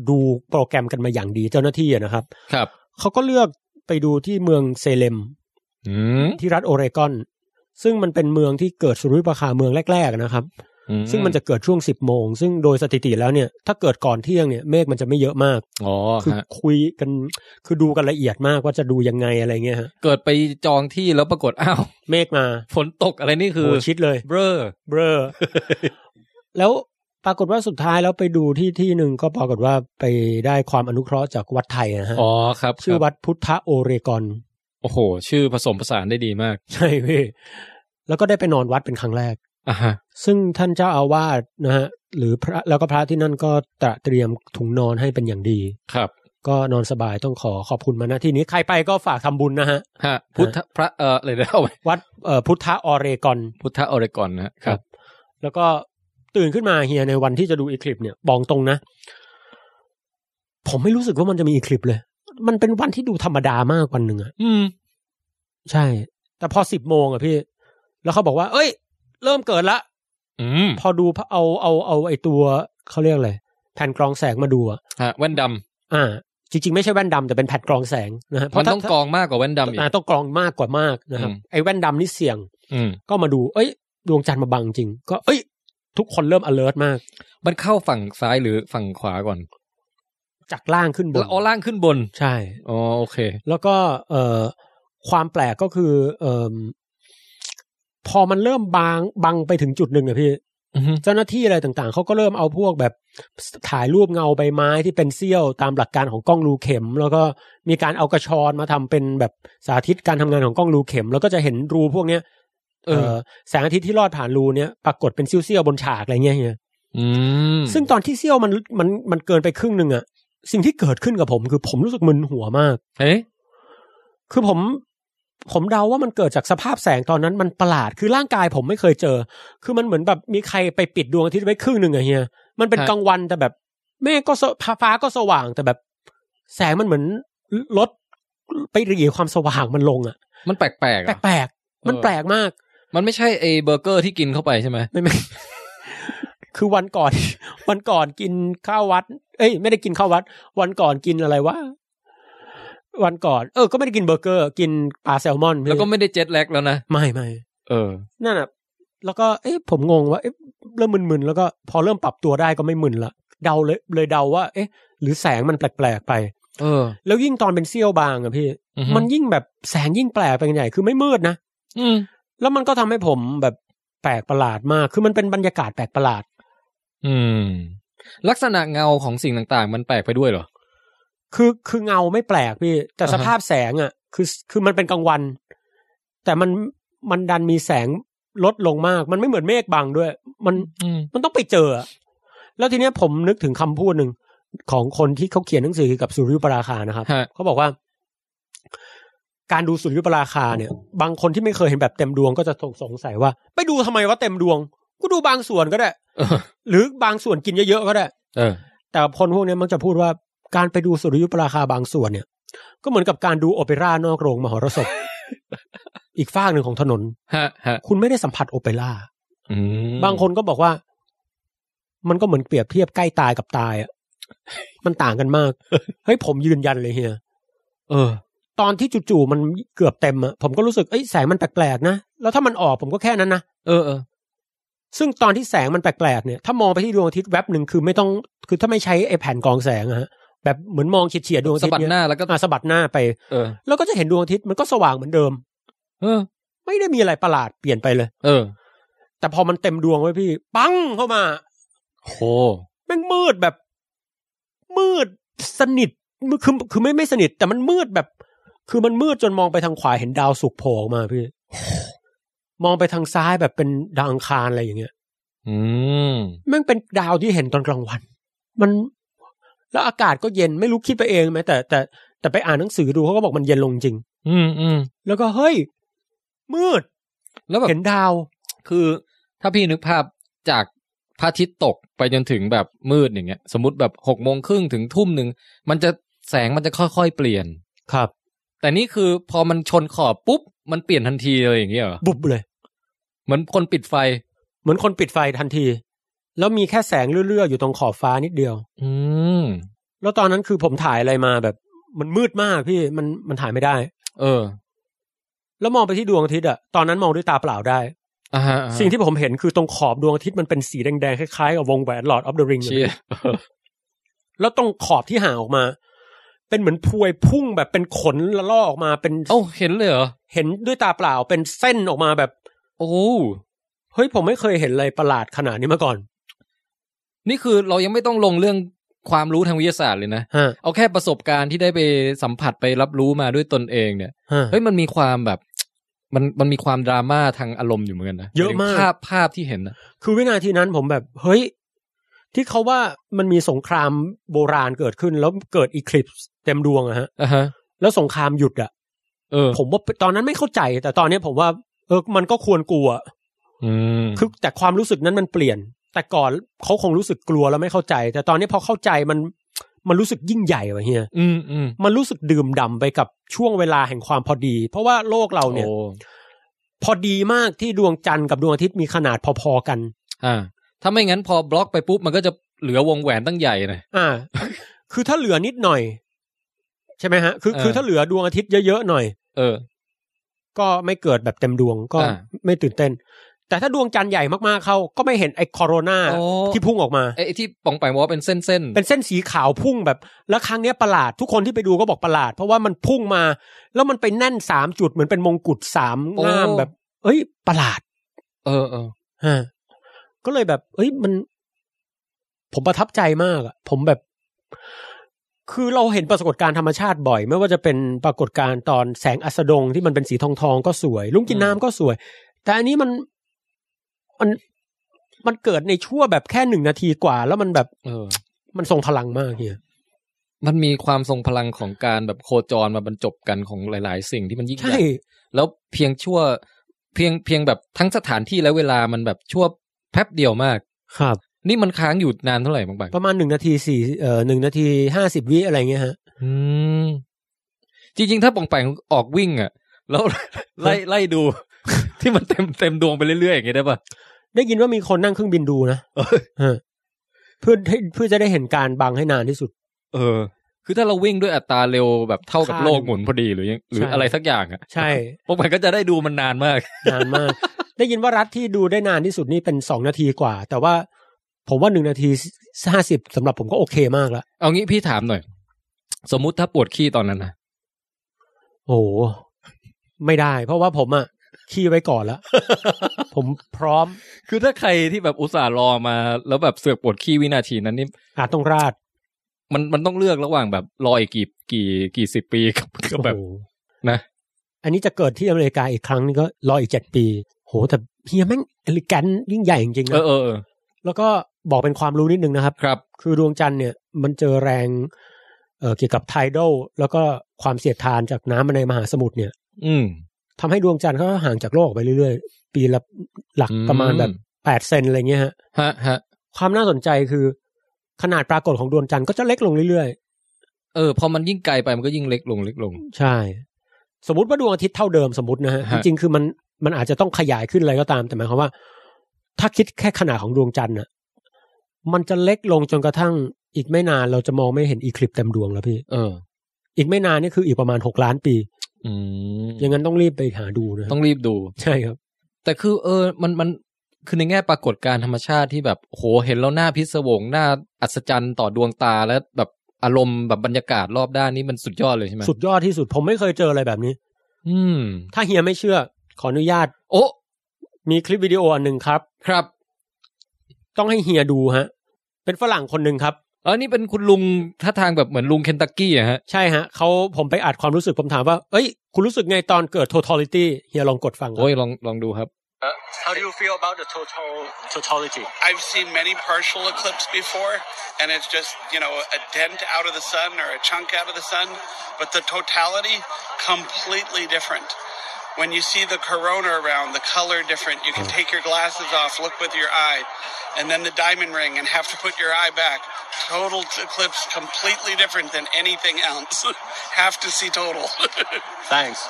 S5: ดูโปรแกรมกันมาอย่างดีเจ้าหน้าที่อะนะครับ
S4: ครับ
S5: เขาก็เลือกไปดูที่เมืองเซเลม
S4: อืม
S5: ที่รัฐโอเรกอน ซึ่งมันเป็นเมืองที่เกิดสุริยุปราคาเมืองแรกๆนะครับ ซึ่งมันจะเกิดช่วง 10บโมง ซึ่งโดยสถิติแล้วเนี่ยถ้าเกิดก่อนเที่ยงเนี่ยเมฆมันจะไม่เยอะมาก
S4: อ๋อ
S5: คือ
S4: ฮะ
S5: คุยกันคือดูกันละเอียดมากว่าจะดูยังไงอะไรเงี้ยฮะ
S4: เกิดไปจองที่แล้วปรากฏ อ้าว
S5: เมฆมา
S4: ฝนตกอะไรนี่คือ
S5: โหชิดเลย
S4: เบลอ
S5: เบลอ แล้วปรากฏว่าสุดท้ายแล้วไปดูที่ที่หนึ่งก็ปรากฏว่าไปได้ความอนุเคราะห์จากวัดไทยนะฮะ
S4: อ๋อครับ
S5: ชื่อวัดพุทธโอเรกอน
S4: โอ้โห ชื่อผสมผสานได้ดีมาก
S5: ใช่พี่แล้วก็ได้ไปนอนวัดเป็นครั้งแรก
S4: อ่ะฮะ
S5: ซึ่งท่านเจ้าอาวาสนะฮะหรือพระแล้วก็พระที่นั่นก็ตระเตรียมถุงนอนให้เป็นอย่างดี
S4: ครับ
S5: ก็นอนสบายต้องขอขอบคุณมาณที่นี้ใครไปก็ฝากทำบุญนะฮะ
S4: ฮะ พุทธพระเอ่ออะไรนะเอาไว้
S5: วัดเอ่อพุทธออเรกอน
S4: พุทธออริกอนนะค
S5: ครั
S4: รับ
S5: บ แล้วก็ตื่นขึ้นมาเฮียในวันที่จะดูอีคลิปเนี่ยบอกตรงนะ ผมไม่รู้สึกว่ามันจะมีอีคลิปเลย มันเป็นวันที่ดูธรรมดามากวันหนึ่งอะ
S4: อืม
S5: ใช่ แต่พอสิบโมงอะพี่ แล้วเขาบอกว่า เอ้ย เริ่มเกิดละ
S4: อืม
S5: พอดูพอเอาเอาเอาไอตัวเขาเรียกอะไรแผ่นกรองแสงมาดูอะ
S4: ฮะแว่นดำ
S5: อ่า จริง ๆ ไม่ใช่แว่นดำแต่เป็นแผ่นกรองแสงนะฮะเพ
S4: มัน
S5: ราะถ้า
S4: ต้องกรองมากกว่าแว่นดำอีก
S5: อ่าต้องกรองมากกว่ามากนะครับ
S4: อืม
S5: ไอแว่นดำนี่เสี่ยง
S4: อืม
S5: ก็มาดู เอ้ย ดวงจันทร์มาบังจริง ก็เอ้ย ทุกคนเริ่ม alert มาก
S4: มันเข้าฝั่งซ้ายหรือฝั่งขวาก่อน
S5: จากล่างขึ้นบน
S4: อ๋อล่างขึ้นบน
S5: ใช่
S4: อ๋อโอเค
S5: แล้วก็เอ่อความแปลกก็คือเอ่มพอมันเริ่มบางบังไปถึงจุดหนึ่งอะพี่
S4: อือฮึ
S5: เจ้าหน้าที่อะไรต่างๆ เขาก็เริ่มเอาพวกแบบถ่ายรูปเงาใบไม้ที่เป็นเซี่ยวตามหลักการของกล้องรูเข็ม แล้วก็มีการเอากระชอนมาทำเป็นแบบสาธิตการทำงานของกล้องรูเข็ม แล้วก็จะเห็นรูพวกเนี้ยเออแสงอาทิตย์ที่ลอดผ่านรูเนี้ยปรากฏเป็นเซี่ยวๆบนฉากอะไรเงี้ยเฮีย
S4: อืม
S5: ซึ่งตอนที่เซี่ยวมันมันมันเกินไปครึ่งหนึ่งอะสิ่งที่เกิดขึ้นกับผมคือผมรู้สึกมึนหัวมาก
S4: เอ๊ะ
S5: คือผม ผมเดาว่ามันเกิดจากสภาพแสงตอนนั้นมันประหลาดคือร่างกายผมไม่เคยเจอ คือมันเหมือนแบบมีใครไปปิดดวงอาทิตย์ไว้ครึ่งหนึ่งอะเฮียมันเป็นกลางวันแต่แบบเมฆก็สฟ้าฟ้าก็สว่างแต่แบบ แสงมันเหมือนลดไปหรีความสว่างมันลงอะ
S4: มันแปลกๆ
S5: แปล
S4: อ่ะ
S5: กแปลกๆมัน
S4: เออ
S5: แปลกมาก
S4: มันไม่ใช่ไอเบอร์เกอร์ที่กินเข้าไปใช่ไหม
S5: ไม่ไม่ คือวันก่อน วันก่อนกินข้าววัด เอ้ย ไม่ได้กินข้าววัด วันก่อนกินอะไรวะ วันก่อน เออ ก็ไม่ได้กินเบอร์เกอร์ กินปลาแซลมอนพี่
S4: แล้วก็ไม่ได้เจ็ตแลกแล้วนะ
S5: ไม่ไม่
S4: เออ
S5: นั่นน่ะ แล้วก็ เอ๊ะ ผมงงว่า เอ๊ะ เริ่มมึนๆ แล้วก็พอเริ่มปรับตัวได้ก็ไม่มึนละ เดาเลย เลยเดาว่า เอ๊ะ หรือแสงมันแปลกๆไป
S4: เออ
S5: แล้วยิ่งตอนเป็นเซี่ยวบางอะพี่
S4: อือฮึ
S5: มันยิ่งแบบแสงยิ่งแปลกไปกันใหญ่ คือไม่มืดนะ
S4: อืม
S5: แล้วมันก็ทำให้ผมแบบแปลกประหลาดมาก คือมันเป็นบรรยากาศแปลกประหลาด
S4: อืม ลักษณะเงาของสิ่งต่างๆ มันแปลกไปด้วยเหรอ
S5: คือคือเงาไม่แปลกพี่ แต่
S4: อ่าฮะ
S5: สภาพแสงอ่ะ คือคือมันเป็นกลางวัน แต่มันมันดันมีแสงลดลงมาก มันไม่เหมือนเมฆบังด้วย มัน
S4: อืม
S5: มันต้องไปเจออะแล้วทีเนี้ยผมนึกถึงคำพูดหนึ่งของคนที่เขาเขียนหนังสือเกี่ยวกับสุริยุปราคานะครับ
S4: ฮะ
S5: เขาบอกว่า การดูสุริยุปราคาเนี่ย บางคนที่ไม่เคยเห็นแบบเต็มดวงก็จะสงสัยว่า ไปดูทำไมว่าเต็มดวงกูดูบางส่วนก็ได้
S4: เออ
S5: หรือบางส่วนกินเยอะๆก็ได้
S4: เออ
S5: แต่คนพวกเนี้ยมักจะพูดว่าการไปดูสุริยุปราคาบางส่วนเนี่ย ก็เหมือนกับการดูโอเปร่านอกโรงมหรสพ อีกฝากหนึ่งของถนน
S4: ฮะฮะ
S5: คุณไม่ได้สัมผัสโอเปร่า
S4: อืม
S5: บางคนก็บอกว่า มันก็เหมือนเปรียบเทียบใกล้ตายกับตายอ่ะ มันต่างกัน มาก เฮ้ยผมยืนยันเลยเฮีย
S4: เออ
S5: ตอนที่จู่ๆมันเกือบเต็มอ่ะผมก็รู้สึกเอ้ยแสงมันแปลกๆนะแล้วถ้ามันออกผมก็แค่นั้นนะ
S4: เออเออ
S5: ซึ่งตอนที่แสงมันแปลกๆเนี่ยถ้ามองไปที่ดวงอาทิตย์แวบหนึ่งคือไม่ต้องคือถ้าไม่ใช้ไอ้แผ่นกรองแสงอะฮะแบบเหมือนมองเฉียดๆดวงอา
S4: สะ
S5: ทิตย์
S4: บัด
S5: เนี่ย
S4: หน้าแล้วก็
S5: อ่ะสะบัดหน้าไป
S4: เออ
S5: แล้วก็จะเห็นดวงอาทิตย์มันก็สว่างเหมือนเดิม
S4: เออ
S5: ไม่ได้มีอะไรประหลาดเปลี่ยนไปเลย
S4: เออ
S5: แต่พอมันเต็มดวงไว้พี่ ปังเข้ามา
S4: โห
S5: แม่งมืดแบบ มืดสนิทคือคือคือไม่ไม่สนิท แต่มันมืดแบบ คือมันมืดจนมองไปทางขวาเห็นดาวสุกโผล่ออกมาพี่ มองไปทางซ้ายแบบเป็นดาวอังคารอะไรอย่างเงี้ย
S4: อืม
S5: แม่งเป็นดาวที่เห็นตอนกลางวัน มันแล้วอากาศก็เย็นไม่รู้คิดไปเองไหมแต่แต่แต่ไปอ่านหนังสือดูเขาก็บอกมันเย็นลงจริง
S4: อืมอืม
S5: แล้วก็เฮ้ย มืด
S4: แล้วแบบ
S5: เห็นดาว
S4: คือถ้าพี่นึกภาพจากพระอาทิตย์ตกไปจนถึงแบบมืดอย่างเงี้ย สมมติแบบหกโมงครึ่งถึงทุ่มหนึ่งมันจะแสงมันจะค่อยๆเปลี่ยน
S5: ครับ
S4: แต่นี่คือพอมันชนขอบปุ๊บ มันเปลี่ยนทันทีเลยอย่างเงี้ยเหรอ
S5: บุบเลย
S4: เหมือนคนปิดไฟ
S5: เหมือนคนปิดไฟทันที แล้วมีแค่แสงเลื่อยๆอยู่ตรงขอบฟ้านิดเดียว
S4: อืม
S5: แล้วตอนนั้นคือผมถ่ายอะไรมาแบบ มันมืดมากพี่มันมันถ่ายไม่ได้
S4: เออ
S5: แล้วมองไปที่ดวงอาทิตย์อะตอนนั้นมองด้วยตาเปล่าได้
S4: อ่าฮะอ่าฮะ
S5: สิ่งที่ผมเห็นคือตรงขอบดวงอาทิตย์มันเป็นสีแดงๆคล้ายๆกับวงแหวนหลอดออฟเดอะริง
S4: เชี่ย
S5: แล้วตรงขอบที่ห่างออกมา เป็นเหมือนพวยพุ่งแบบเป็นขนละลอกออกมาเป็น
S4: เอ้าเห็นเลยเหรอ
S5: เห็นด้วยตาเปล่า เป็นเส้นออกมาแบบ
S4: โอ้
S5: เฮ้ยผมไม่เคยเห็นอะไรประหลาดขนาดนี้มาก่อน
S4: นี่คือเรายังไม่ต้องลงเรื่อง ความรู้ทางวิทยาศาสตร์เลยนะ
S5: ฮะ
S4: เอาแค่ประสบการณ์ที่ได้ไปสัมผัสไปรับรู้มาด้วยตนเองเนี่ย
S5: ฮะ
S4: เฮ้ยมันมีความแบบ มันมันมีความดราม่าทางอารมณ์อยู่เหมือนกันนะ
S5: เยอะมาก
S4: ภาพภาพที่เห็นนะ
S5: คือวินาทีนั้นผมแบบเฮ้ย ที่เขาว่ามันมีสงครามโบราณเกิดขึ้น แล้วเกิดอีคลิปส์เต็มดวงอะฮะ
S4: อ่ะฮะ
S5: แล้วสงครามหยุดอะ
S4: เออ
S5: ผมว่าตอนนั้นไม่เข้าใจ แต่ตอนเนี้ยผมว่า เออมันก็ควรกลัว
S4: อืม
S5: คือแต่ความรู้สึกนั้นมันเปลี่ยน แต่ก่อนเขาคงรู้สึกกลัวแล้วไม่เข้าใจ แต่ตอนนี้พอเข้าใจมันมันรู้สึกยิ่งใหญ่ว่ะเฮีย
S4: อืมอืม
S5: มันรู้สึกดื่มด่ำไปกับช่วงเวลาแห่งความพอดี เพราะว่าโลกเราเนี่ย
S4: โอ้
S5: พอดีมากที่ดวงจันทร์กับดวงอาทิตย์มีขนาดพอๆกัน
S4: อ่า ถ้าไม่งั้นพอบล็อกไปปุ๊บมันก็จะเหลือวงแหวนตั้งใหญ่นะ
S5: อ่า คือถ้าเหลือนิดหน่อย ใช่ไหมฮะ คือ
S4: เออ
S5: คือถ้าเหลือดวงอาทิตย์เยอะๆหน่อย
S4: เออ
S5: ก็ไม่เกิดแบบเต็มดวงก็
S4: อ่า
S5: ไม่ตื่นเต้น แต่ถ้าดวงจันทร์ใหญ่มากๆเข้า ก็ไม่เห็นไอ้โคโรนา
S4: โอ้
S5: ที่พุ่งออกมา
S4: ไอ้ที่ปองไปบอกว่าเป็นเส้นเส้นๆ
S5: เป็นเส้นสีขาวพุ่งแบบ แล้วครั้งเนี้ยประหลาดทุกคนที่ไปดูก็บอกประหลาด เพราะว่ามันพุ่งมา แล้วมันไปแน่นสามจุดเหมือนเป็นมงกุฎสามง่ามแบบ เอ้ย ประหลาด
S4: เออเออ
S5: ฮะก็เลยแบบ เอ้ยมัน ผมประทับใจมากอะผมแบบ คือเราเห็นปรากฏการณ์ธรรมชาติบ่อย ไม่ว่าจะเป็นปรากฏการณ์ตอนแสงอัสดงที่มันเป็นสีทองทองๆก็สวย ลุงกินน้ำก็สวย แต่อันนี้มันมันมันเกิดในชั่วแบบแค่หนึ่งนาทีกว่า แล้วมันแบบ
S4: เออ
S5: มันทรงพลังมากเฮีย
S4: มันมีความทรงพลังของการแบบโคจรมาบรรจบกันของหลาย ๆ สิ่งที่มันยิ่งให
S5: ใช่
S4: ญ่แล้วเพียงชั่ว เพียงเพียงแบบทั้งสถานที่และเวลามันแบบชั่วแป๊บเดียวมาก
S5: ครับ
S4: นี่มันค้างอยู่นานเท่าไหร่บางบาง
S5: ประมาณหนึ่งนาทีสี่เอ่อหนึ่งนาทีห้าสิบวิอะไรเงี้ยฮะ
S4: อืมจริง ๆ ถ้าปองแปงออกวิ่งอ่ะ แล้ว ไล่ไล่ดู ที่มันเต็มเต็มดวงไปเรื่อย ๆ อย่างเงี้ยได้ปะ
S5: ได้ยินว่ามีคนนั่งเครื่องบินดูนะฮะเพื่อให้เพื่อจะได้เห็นการบังให้นานที่สุด
S4: เออ คือถ้าเราวิ่งด้วยอัตราเร็วแบบเท่ากับ
S5: ค่ะ
S4: โลกหมุนพอดีหรือยังหรือ
S5: ใช่
S4: อะไรสักอย่างอ่ะ
S5: ใช่
S4: ปองแปงก็จะได้ดูมันนานมาก
S5: นานมาก ได้ยินว่ารัฐที่ดูได้นานที่สุดนี่เป็นสองนาทีกว่า แต่ว่าผมว่าหนึ่งนาทีห้าสิบสำหรับผมก็โอเคมากละ
S4: เอางี้พี่ถามหน่อย สมมุติถ้าปวดขี้ตอนนั้นนะ
S5: โอ้โหไม่ได้ เพราะว่าผมอะขี้ไว้ก่อนละ ผมพร้อม
S4: คือถ้าใครที่แบบอุตส่าห์รอมา แล้วแบบเสือกปวดขี้วินาทีนั้นนี่
S5: อาจต้องราด
S4: มันมันต้องเลือกระหว่างแบบรออีกกี่กี่กี่สิบปีกับกับแบบ
S5: โอ้โห
S4: นะ
S5: อันนี้จะเกิดที่อเมริกาอีกครั้งนี่ก็รออีกเจ็ดปี โหแต่เฮียแม่งเอลิแกนยิ่งใหญ่จริงๆ
S4: เอ
S5: นะ
S4: อเออเออ
S5: แล้วก็บอกเป็นความรู้นิดนึงนะครับ
S4: ครับ
S5: คือดวงจันทร์เนี่ยมันเจอแรงเอ่อเกี่ยวกับไทด a ลแล้วก็ความเสียดทานจากน้ำในมหาสมุทรเนี่ย
S4: อืม
S5: ทำให้ดวงจันทร์เขาห่างจากโลกออกไปเรื่อยๆ ปีละหลัก
S4: อืม
S5: ประมาณแบบแปดเซนอะไรเงี้ยฮะ
S4: ฮะฮะ
S5: ความน่าสนใจคือขนาดปรากฏของดวงจันทร์ก็จะเล็กลงเรื่อย
S4: เออพอมันยิ่งไกลไปมันก็ยิ่งเล็กลงเล็กลง
S5: ๆ ใช่ สมมติว่าดวงอาทิตย์เท่าเดิมสมมตินะฮะจ
S4: ฮะ
S5: ริงๆคือมันมันอาจจะต้องขยายขึ้นอะไรก็ตาม แต่หมายความว่า ถ้าคิดแค่ขนาดของดวงจันทร์น่ะมันจะเล็กลงจนกระทั่งอีกไม่นานเราจะมองไม่เห็นอีคลิปเต็มดวงแล้วพี่
S4: เออ
S5: อีกไม่นานนี่คืออีกประมาณหกล้านปี
S4: อืม
S5: อย่างนั้นต้องรีบไปหาดูนะ
S4: ต้องรีบดู
S5: ใช่ครับ
S4: แต่คือ เออ มันมันคือในแง่ปรากฏการณ์ธรรมชาติที่แบบโหเห็นแล้วหน้าพิศวงหน้าอัศจรรย์ต่อดวงตาและแบบอารมณ์แบบบรรยากาศรอบด้านนี้มันสุดยอดเลยใช่ไหม
S5: สุดยอดที่สุดผมไม่เคยเจออะไรแบบนี้
S4: อืม
S5: ถ้าเฮียไม่เชื่อ ขออนุญาต
S4: โอ้
S5: มีคลิปวิดีโออันหนึ่งครับ
S4: ครับ
S5: ต้องให้เฮียดูฮะ เป็นฝรั่งคนหนึ่งครับ
S4: เออนี่เป็นคุณลุงท่าทางแบบเหมือนลุงเคนตักกี้อะฮะ
S5: ใช่ฮะเขาผมไปอัดความรู้สึกผมถามว่า เอ้ย คุณรู้สึกไงตอนเกิด totality เฮียลองกดฟังครับ
S4: โอ้ยลองลองดูครับ
S3: Uh, How do you feel about the total totality?
S8: I've seen many partial eclipse before, and it's just, you know, a dent out of the sun or a chunk out of the sun, but the totality, completely different. When you see the corona around, the color different. You can
S3: Hmm.
S8: take your glasses off, look with your eye, and then the diamond ring and have to put your eye back. Total eclipse, completely different than anything else. have to see total.
S3: Thanks.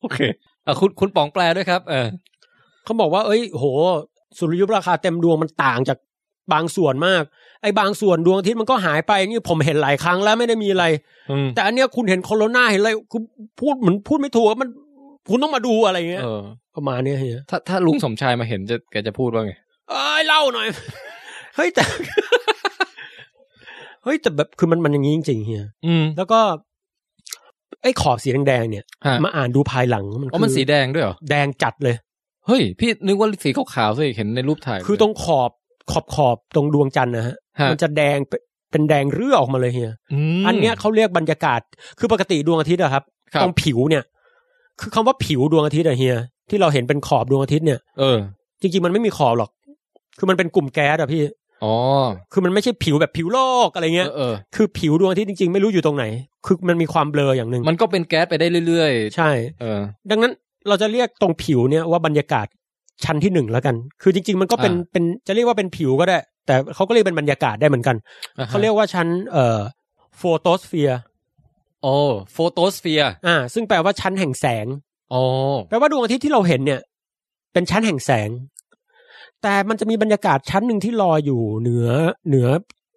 S4: โอเคอ่ะคุณคุณป๋องแปลด้วยครับ เออ
S5: เขาบอกว่า เอ้ยโห สุริยุปราคาเต็มดวงมันต่างจากบางส่วนมาก ไอ้บางส่วนดวงอาทิตย์มันก็หายไปนี่ผมเห็นหลายครั้งแล้วไม่ได้มีอะไร
S4: อืม
S5: แต่อันเนี้ยคุณเห็นโคโรนาเห็นอะไรคุณพูดเหมือนพูดไม่ถูกว่ามันคุณต้องมาดูอะไรเงี้ย
S4: เออ
S5: ประมาณเนี้ยเฮีย
S4: ถ้าถ้าลุงส มชายมาเห็นจะแกจะพูดว่าไง
S5: เอ้ยเล่าหน่อย เฮ้ยแต่ เฮ้ยแต่แบบคือมันมันอย่างนี้จริงๆเฮีย
S4: อืม
S5: แล้วก็ ไอ้ขอบสีแดงๆเนี่ย
S4: ฮะ
S5: มาอ่านดูภายหลังมัน
S4: อ๋อมัน
S5: คือ
S4: สีแดงด้วยเหรอ
S5: แดงจัดเลย
S4: เฮ้ย พี่นึกว่าสีขาวๆซะอีกเห็นในรูปถ่าย
S5: คือตรงขอบขอบขอบตรงดวงจันทร์นะฮะ
S4: ฮะ
S5: มันจะแดงเป็นเป็นแดงเรื่อออกมาเลยเฮี
S4: ม
S5: ยอันเนี้ยเขาเรียกบรรยากาศ คือปกติดวงอาทิตย์อะครับ
S4: ครับ
S5: ตรงผิวเนี่ย คือคำว่าผิวดวงอาทิตย์อะเฮีย ที่เราเห็นเป็นขอบดวงอาทิตย์เนี่ย
S4: เออ
S5: จริงๆมันไม่มีขอบหรอก คือมันเป็นกลุ่มแก๊สอะพี่
S4: อ๋อ
S5: คือมันไม่ใช่ผิวแบบผิวโลกอะไร
S4: เอ
S5: เงี้ย
S4: อเออ
S5: คือผิวดวงอาทิตย์จริงๆไม่รู้อยู่ตรงไหน คือมันมีความเบลออย่างหนึ่ง
S4: มันก็เป็นแก๊สไปได้เรื่อย
S5: ใช่
S4: ๆ เออ
S5: ดังนั้นเราจะเรียกตรงผิวเนี่ยว่าบรรยากาศชั้นที่หนึ่งแล้วกัน คือจริง ๆ มันก็เป็น
S4: อ่า
S5: เป็นจะเรียกว่าเป็นผิวก็ได้ แต่เขาก็เรียกเป็นบรรยากาศได้เหมือนกัน เขาเรียกว่าชั้นเอ่อโฟโตสเฟีย
S4: โอ้โฟโตสเฟียร์
S5: อ่า ซึ่งแปลว่าชั้นแห่งแสง
S4: อ๋อ
S5: แปลว่าดวงอาทิตย์ที่เราเห็นเนี่ย เป็นชั้นแห่งแสง แต่มันจะมีบรรยากาศชั้นหนึ่งที่ลอยอยู่เหนือเหนือ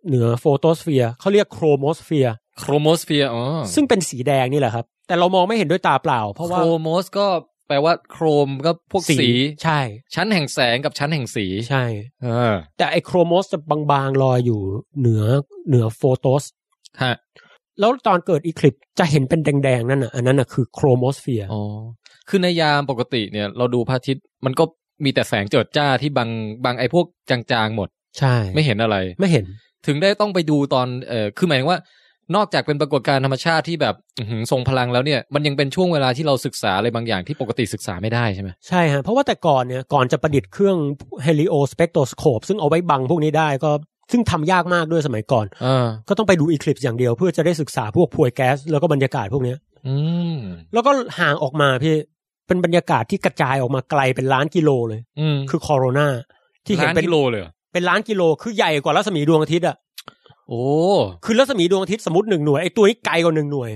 S5: เหนือโฟโตสเฟียร์เขาเรียกโครโมสเฟียร์
S4: โครโมสเฟียร์อ๋อ
S5: ซึ่งเป็นสีแดงนี่แหละครับ แต่เรามองไม่เห็นด้วยตาเปล่า เพราะ
S4: โค
S5: ว่าร
S4: โมสก็แปลว่าโครมก็พวกสี
S5: ใช่
S4: ชั้นแห่งแสงกับชั้นแห่งสี
S5: ใช่
S4: เออ
S5: แต่ไอโครโมสจะบางๆลอยอยู่เหนือเหนือโฟโตส
S4: ฮะ
S5: แล้วตอนเกิดอีคลิปจะเห็นเป็นแดงๆนั่นน่ะอันนั้นน่ะคือโครโมสเฟียร์
S4: อ๋อ คือในยามปกติเนี่ย เราดูพระอาทิตย์มันก็มีแต่แสงเจิดจ้าที่บางบางไอ้พวกจางๆหมด
S5: ใช่
S4: ไม่เห็นอะไร
S5: ไม่เห็น
S4: ถึงได้ต้องไปดูตอน เออคือหมายถึงว่า นอกจากเป็นปรากฏการณ์ธรรมชาติที่แบบอื้อหือทรงพลังแล้วเนี่ย มันยังเป็นช่วงเวลาที่เราศึกษาอะไรบางอย่างที่ปกติศึกษาไม่ได้ใช่ไหม
S5: ใช่ฮะเพราะว่าแต่ก่อนเนี่ยก่อนจะประดิษฐ์เครื่องเฮลิโอสเปกโ o สโคปซึ่งเอาไว้บังพวกนี้ได้ก็ซึ่งทำยากมากด้วยสมัยก่อน
S4: เออ
S5: ก็ต้องไปดูอีคลิปอย่างเดียวเพื่อจะได้ศึกษาพวกพวยแก๊สแล้วก็บรรยากาศพวกเนี้ย
S4: อืม
S5: แล้วก็ห่างออกมาพี่เป็นบรรยากาศที่กระจายออกมาไกลเป็นล้านกิโลเลย
S4: อืม
S5: คือโคโรนาที่เห็น
S4: ล้าน
S5: เป็น
S4: กิโลเลยเหรอ
S5: เป็นล้านกิโลคือใหญ่กว่ารัศมีดวงอาทิตย์อ่ะ
S4: โอ้
S5: คือรัศมีดวงอาทิตย์สมมติหนึ่งหน่วยไอ้ตัวนี้ไกลกว่าหนึ่งหน่วย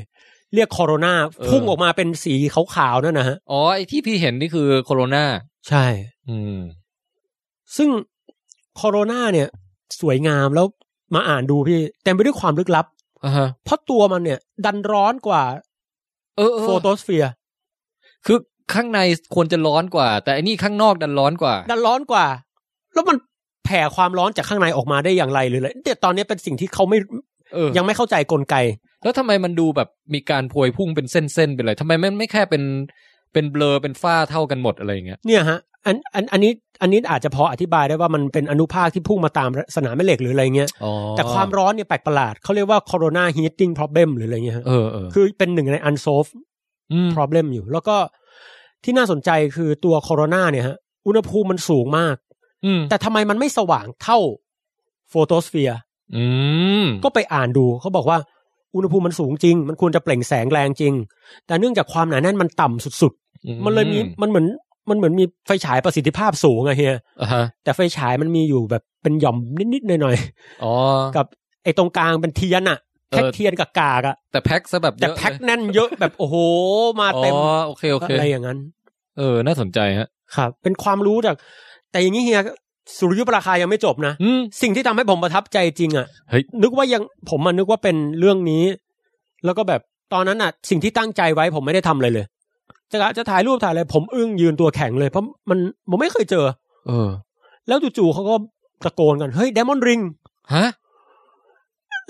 S5: เรียกโคโรนา
S4: เออ
S5: พุ่งออกมาเป็นสีขาวๆนั่นนะฮะ
S4: อ๋อไอ้ที่พี่เห็นนี่คือโคโรนา
S5: ใช่
S4: อืม
S5: ซึ่งโคโรนาเนี่ย สวยงามแล้วมาอ่านดูพี่เต็มไปด้วยความลึกลับ
S4: อ่าฮะ
S5: เพราะตัวมันเนี่ย ดันร้อนกว่า
S4: เออเออ
S5: โฟโตสเฟียร์
S4: คือข้างในควรจะร้อนกว่า แต่อันนี้ข้างนอกดันร้อนกว่า
S5: ดันร้อนกว่า แล้วมันแผ่ความร้อนจากข้างในออกมาได้อย่างไรหรืออะไรแต่ตอนนี้เป็นสิ่งที่เขาไม่
S4: เออ
S5: ยังไม่เข้าใจกลไก
S4: แล้วทำไมมันดูแบบมีการพวยพุ่งเป็นเส้นๆเป็นอะไรทำไมมันไม่แค่เป็นเป็นเบลอเป็นฝ้าเท่ากันหมดอะไรอย่างเงี้ย
S5: เนี่ยฮะอันอันอันนี้อันนี้อาจจะพออธิบายได้ว่ามันเป็นอนุภาคที่พุ่งมาตามสนามแม่เหล็กหรืออะไรเงี้ย
S4: อ๋อ
S5: แต่ความร้อนเนี่ยแปลกประหลาดเขาเรียกว่า corona heating problem หรืออะไรเงี้ยฮะ
S4: เออเออ
S5: คือเป็นหนึ่งใน unsolved
S4: ม
S5: problem อยู่ แล้วก็ที่น่าสนใจคือตัวโคโรนาเนี่ยฮะ อุณหภูมิมันสูงมาก
S4: อืม
S5: แต่ทำไมมันไม่สว่างเท่าโฟโตสเฟียร์
S4: อืม
S5: ก็ไปอ่านดู เขาบอกว่าอุณหภูมิมันสูงจริง มันควรจะเปล่งแสงแรงจริง แต่เนื่องจากความหนาแน่นมันต่ำสุดๆ มันเลยมีมันเหมือนมันเหมือนมีไฟฉายประสิทธิภาพสูงอะเฮีย
S4: อ่าฮะ
S5: แต่ไฟฉายมันมีอยู่แบบเป็นหย่อมนิดๆหน่อย
S4: อ๋อ
S5: ๆ กับไอ้ตรงกลางเป็นเทียนอะ
S4: เออ
S5: แพ็คเทียนกับกากอะ
S4: แต่แพ็คซะแบบ
S5: แต่
S4: เยอะ
S5: แพ็ค
S4: เลย
S5: แน่นเยอะแบบโอ้โหมา
S4: อ๋อ
S5: เต็ม
S4: โอเคโอเค
S5: อะไรอย่างนั้น
S4: เออ น่าสนใจฮะ
S5: ครับเป็นความรู้จาก แต่อย่างนี้เฮียสุริยุปราคายังไม่จบนะ
S4: อืม
S5: สิ่งที่ทำให้ผมประทับใจจริงอะ่ะ
S4: เฮ้ย
S5: นึกว่ายังผมมันนึกว่าเป็นเรื่องนี้ แล้วก็แบบตอนนั้นอ่ะ สิ่งที่ตั้งใจไว้ผมไม่ได้ทำอะไรเลย จะจะถ่ายรูปถ่ายอะไรผมอึ้งยืนตัวแข็งเลยเพราะมันผมไม่เคยเจอ
S4: เออ
S5: แล้วจู่ๆเขาก็ตะโกนกันเฮ้ยเดมอนริง
S4: ฮะ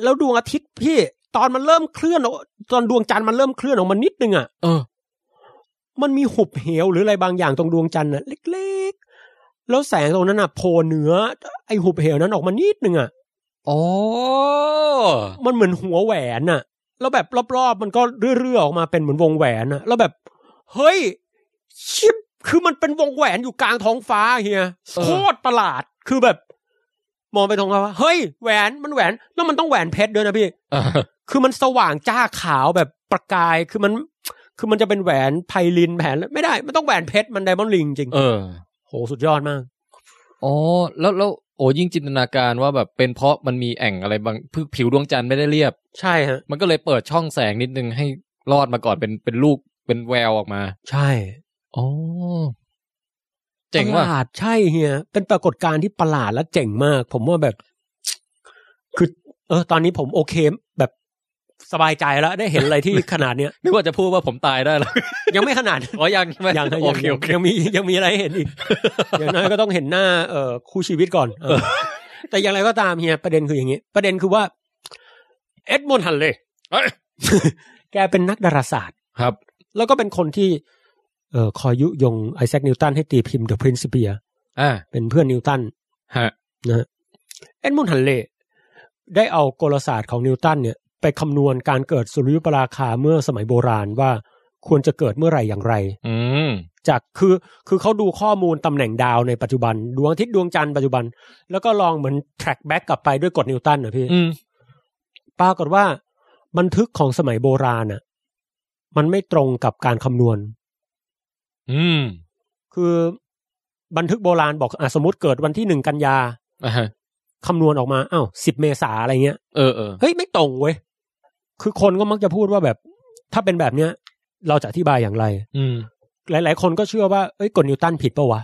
S5: แล้วดวงอาทิตย์พี่ ตอนมันเริ่มเคลื่อนออกตอนดวงจันทร์มันเริ่มเคลื่อนออกมานิดนึงอ่ะ
S4: เออ
S5: มันมีหุบเหวหรืออะไรบางอย่างตรงดวงจันทร์น่ะเล็กๆ แล้วแสงตรงนั้นน่ะโผล่เหนือ ไอหุบเหวนั้นออกมานิดนึงอ่ะ
S4: อ๋อ
S5: มันเหมือนหัวแหวนน่ะ แล้วแบบรอบๆ มันก็เรื่อยๆออกมาเป็นเหมือนวงแหวนน่ะ แล้วแบบ เฮ้ยชิบคือมันเป็นวงแหวนอยู่กลางท้องฟ้าเฮีย
S4: เออ
S5: โคตรประหลาด คือแบบ มองไปท้องฟ้าว่าเฮ้ยแหวนมันแหวนแล้วมันต้องแหวนเพชรด้วยนะพี่
S4: อ่า
S5: คือมันสว่างจ้าขาวแบบประกาย คือมัน คือมันจะเป็นแหวนไพลินแผนไม่ได้ มันต้องแหวนเพชรมันไดมอนด์ลิงจริง
S4: เออ
S5: โหสุดยอดมาก
S4: อ๋อแล้วแล้วโอ้ยิ่งจินตนาการว่าแบบเป็นเพราะมันมีแอ่งอะไรบางพืผิวดวงจันทร์ไม่ได้เรียบ
S5: ใช่ฮะ
S4: มันก็เลยเปิดช่องแสงนิดนึงให้รอดมาก่อนเป็นเป็นลูกเป็นแววออกมา
S5: ใช่
S4: อ๋อเจ๋ง
S5: ป
S4: ว่ะ
S5: ระหลาดใช่เฮียเป็นปรากฏการณ์ที่ประหลาดและเจ๋งมาก ผมว่าแบบ คือ เออ ตอนนี้ผมโอเค แบบสบายใจแล้ว ได้เห็นอะไรที่ ขนาดเนี้ย
S4: นึกว่าจะพูดว่าผมตายได้แล้ว
S5: ยังไม่ขนาด
S4: อ๋อยังใช่ไหม
S5: ยังฮะ
S4: โอ
S5: ยัง
S4: เค
S5: ยั
S4: โอง เค
S5: ยังมี ยังมีอะไรให้เห็ นอีก อย่างน้อยก็ต้องเห็นหน้าเอ่อคู่ชีวิตก่อนเออแต่อย่างไรก็ตามเฮียประเด็นคืออย่างนี้ ประเด็นคือว่า เอ็ดมอนด์ฮันเล่
S4: เอ้ย
S5: แกเป็นนักดาราศาสตร์
S4: ครับ
S5: แล้วก็เป็นคนที่เอ่อคอยยุยงไอแซคนิวตันให้ตีพิมพ์ The Principia
S4: อ่า
S5: เป็นเพื่อนนิวตัน
S4: ฮะ
S5: นะฮะเอ็ดมุนด์ฮันเล่ ได้เอากลศาสตร์ของนิวตันเนี่ยไปคำนวณการเกิดสุริยุปราคาเมื่อสมัยโบราณว่าควรจะเกิดเมื่อไหร่อย่างไร
S4: อืม
S5: จากคือคือเขาดูข้อมูลตำแหน่งดาวในปัจจุบัน ดวงอาทิตย์ดวงจันทร์ปัจจุบัน แล้วก็ลองเหมือน track back กลับไปด้วยกฎนิวตันนะพี่
S4: อืม
S5: ปรากฏว่า บันทึกของสมัยโบราณน่ะ มันไม่ตรงกับการคำนวณ
S4: อืม
S5: คือบันทึกโบราณบอกอ่ะสมมติเกิดวันที่หนึ่งกันยา
S4: อ่าฮะ
S5: คำนวณออกมาอ้าวสิบเมษาอะไรเงี้ย
S4: เออเออ
S5: เฮ้ยไม่ตรงเว้ย คือคนก็มักจะพูดว่าแบบ ถ้าเป็นแบบเนี้ย เราจะอธิบายอย่างไร
S4: อืม
S5: หลาย ๆ คนก็เชื่อว่าเอ้ยกฎนิวตันผิดปะวะ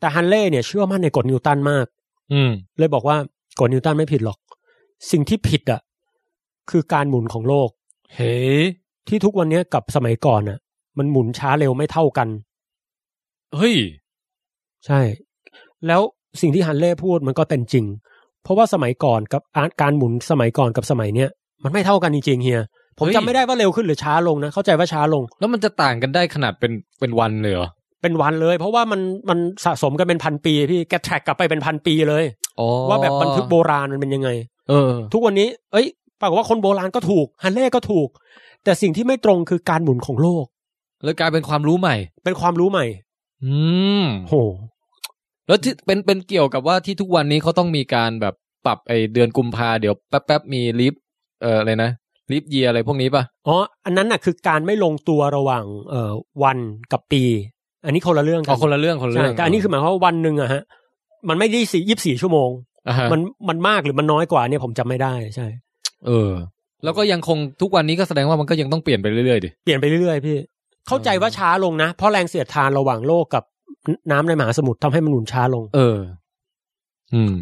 S5: แต่ฮันเล่เนี่ยเชื่อมั่นในกฎนิวตันมาก
S4: อืม
S5: เลยบอกว่ากฎนิวตันไม่ผิดหรอก สิ่งที่ผิดอ่ะคือการหมุนของโลก
S4: เฮ้ย
S5: ที่ทุกวันเนี้ยกับสมัยก่อนอ่ะ มันหมุนช้าเร็วไม่เท่ากัน
S4: เฮ้ย
S5: ใช่ แล้วสิ่งที่ฮันเล่พูดมันก็เป็นจริง เพราะว่าสมัยก่อนกับอาการหมุนสมัยก่อนกับสมัยเนี้ยมันไม่เท่ากันจริงๆเฮียผม
S4: เฮ้ย
S5: จำไม่ได้ว่าเร็วขึ้นหรือช้าลงนะเข้าใจว่าช้าลง
S4: แล้วมันจะต่างกันได้ขนาดเป็นเป็นวันเลยเหรอ
S5: เป็นวันเลย เพราะว่ามันมันสะสมกันเป็นพันปีพี่แกแทร็กกลับไปเป็นพันปีเลย
S4: อ๋อ
S5: ว่าแบบบันทึกโบราณมันเป็นยังไง
S4: เออ
S5: ทุกวันนี้ เอ้ยปรากฏว่าคนโบราณก็ถูกฮันเล่ก็ถูก แต่สิ่งที่ไม่ตรงคือการหมุนของโลก
S4: แล้วกลายเป็นความรู้ใหม่
S5: เป็นความรู้ใหม่
S4: อืม
S5: โห
S4: แล้วที่เป็นเป็นเกี่ยวกับว่าที่ทุกวันนี้เขาต้องมีการแบบปรับไอเดือนกุมภาเดี๋ยวแป๊บแป๊บๆมีลิฟเอ่ออะไรนะลิฟเยียอะไรพวกนี้ป่ะ
S5: อ๋อ อันนั้นน่ะคือการไม่ลงตัวระหว่างเอ่อวันกับปี อันนี้คนละเรื่องกั
S4: เอาคนละเรื่องคนละ
S5: ใช่
S4: เรื่อง
S5: แต่อันนี้คือหมายความว่าวันหนึ่งอะฮะ มันไม่ได้สี่ยี่สี่ชั่วโมง
S4: อ่าฮะ
S5: มันมันมากหรือมันน้อยกว่าเนี่ยผมจำไม่ได้ใช่
S4: เออ แล้วก็ยังคงทุกวันนี้ก็แสดงว่ามันก็ยังต้องเปลี่ยนไปเรื่อยๆดิ
S5: เปลี่ยนไปเรื่อยๆพี่ เข้าใจว่าช้าลงนะ เพราะแรงเสียดทานระหว่างโลกกับนน้ำในมหาสมุทรทำให้มันหมุนช้าลง
S4: เออ อืม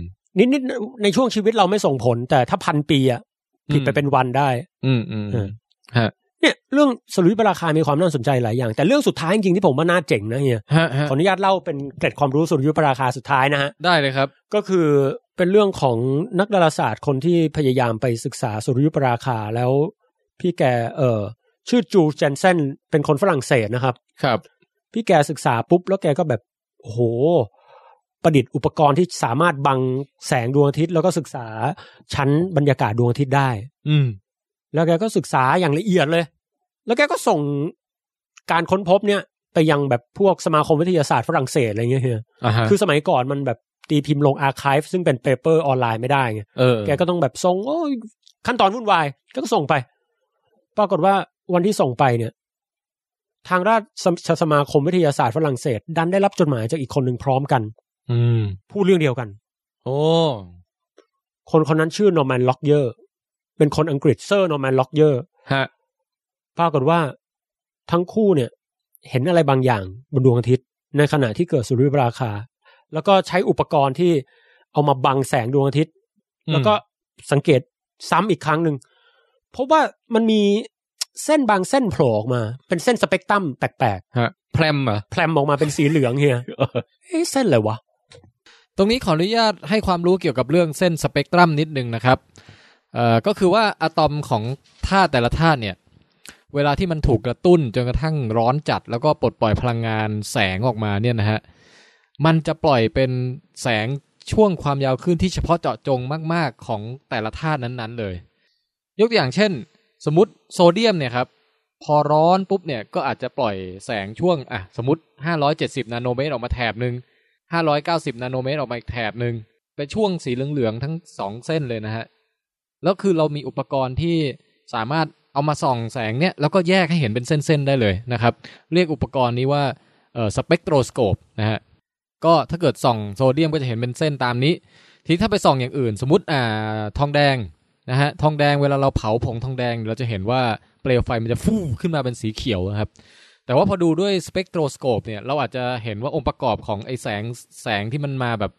S5: นิดๆในช่วงชีวิตเราไม่ส่งผล แต่ถ้าพันปีอะผิดไป
S4: อืม
S5: เป็นวันได้
S4: อืมอืม
S5: เออ
S4: ฮะ
S5: เนี่ยเรื่องสรุปราคามีความน่าสนใจหลายอย่าง แต่เรื่องสุดท้ายจริงๆที่ผมว่าน่าเจ๋งนะเฮีย
S4: ฮะฮะ
S5: ขออนุญาตเล่าเป็นเกร็ดความรู้สรุปราคาสุดท้ายนะฮะ
S4: ได้เลยครับ
S5: ก็คือเป็นเรื่องของนักดาราศาสตร์คนที่พยายามไปศึกษาสุริยุปราคาแล้วพี่แกเออชื่อจูเจนเซนเป็นคนฝรั่งเศสนะครับ
S4: ครับ
S5: พี่แกศึกษาปุ๊บ แล้วแกก็แบบโอ้โห ประดิษฐ์อุปกรณ์ที่สามารถบังแสงดวงอาทิตย์ แล้วก็ศึกษาชั้นบรรยากาศดวงอาทิตย์ได้
S4: อืม
S5: แล้วแกก็ศึกษาอย่างละเอียดเลย แล้วแกก็ส่งการค้นพบเนี่ย ไปยังแบบพวกสมาคมวิทยาศาสตร์ฝรั่งเศสอะไรเงี้ยเฮีย
S4: อ่าฮะ
S5: คือสมัยก่อนมันแบบตีพิมพ์ลงอาร์ค v e ซึ่งเป็นเปเปอร์ออนไลน์ไม่ได้ไง
S4: เออ
S5: แกก็ต้องแบบส่งโอ้ยขั้นตอนวุ่นวายก็ส่งไป ปรากฏว่าวันที่ส่งไปเนี่ย ทางราชสมสมาคมวิทยาศาสตร์ฝรั่งเศส ดันได้รับจดหมายจากอีกคนหนึ่งพร้อมกัน
S4: อืม
S5: พูดเรื่องเดียวกัน
S4: โอ้
S5: คนคนนั้นชื่อนอร์แมนล็อกเยอร์เป็นคนอังกฤษเซอร์นอร์แมนล็อกเยอร์
S4: ฮะ
S5: ปรากฏว่าทั้งคู่เนี่ย เห็นอะไรบางอย่างบนดวงอาทิตย์ ในขณะที่เกิดสุริยุปราคา แล้วก็ใช้อุปกรณ์ที่เอามาบังแสงดวงอาทิตย์
S4: อืม
S5: แล้วก็สังเกตซ้ำอีกครั้งหนึ่งเพราะว่ามันมีเส้นบางเส้นโผล่ออกมา เป็นเส้นสเปกตรัมแปลก
S4: ฮะ แพรมเหรอ
S5: ๆแพลมออกมาเป็นสีเหลืองเฮียเอ๊ะเส้นอะไรวะ
S4: ตรงนี้ขออนุญาตให้ความรู้เกี่ยวกับเรื่องเส้นสเปกตรัมนิดนึงนะครับ เอ่อ ก็คือว่าอะตอมของธาตุแต่ละธาตุเนี่ย เวลาที่มันถูกกระตุ้นจนกระทั่งร้อนจัด แล้วก็ปลดปล่อยพลังงานแสงออกมาเนี่ยนะฮะ มันจะปล่อยเป็นแสงช่วงความยาวคลื่นที่เฉพาะเจาะจงมาก ๆ ของแต่ละธาตุนั้นๆเลย ยกตัวอย่างเช่น สมมติโซเดียมเนี่ยครับ พอร้อนปุ๊บเนี่ยก็อาจจะปล่อยแสงช่วงอ่ะสมมติ 570 นาโนเมตรออกมาแถบหนึ่ง ห้าร้อยเก้าสิบนาโนเมตรออกมาอีกแถบหนึ่งเป็นช่วงสีเหลือง ๆ ทั้งสองเส้นเลยนะฮะ แล้วคือเรามีอุปกรณ์ที่สามารถเอามาส่องแสงเนี่ย แล้วก็แยกให้เห็นเป็นเส้น ๆ ได้เลยนะครับ เรียกอุปกรณ์นี้ว่าเอ่อสเปกโทรสโคปนะฮะ ก็ถ้าเกิดส่องโซเดียมก็จะเห็นเป็นเส้นตามนี้ ทีนี้ถ้าไปส่องอย่างอื่น สมมติอ่าทองแดงนะฮะทองแดงเวลาเราเผาผงทองแดง เราจะเห็นว่าเปลวไฟมันจะฟูขึ้นมาเป็นสีเขียวนะครับ แต่ว่าพอดูด้วยสเปกโทรสโคปเนี่ยเราอาจจะเห็นว่าองค์ประกอบของไอแสงแสงที่มันมาแบบ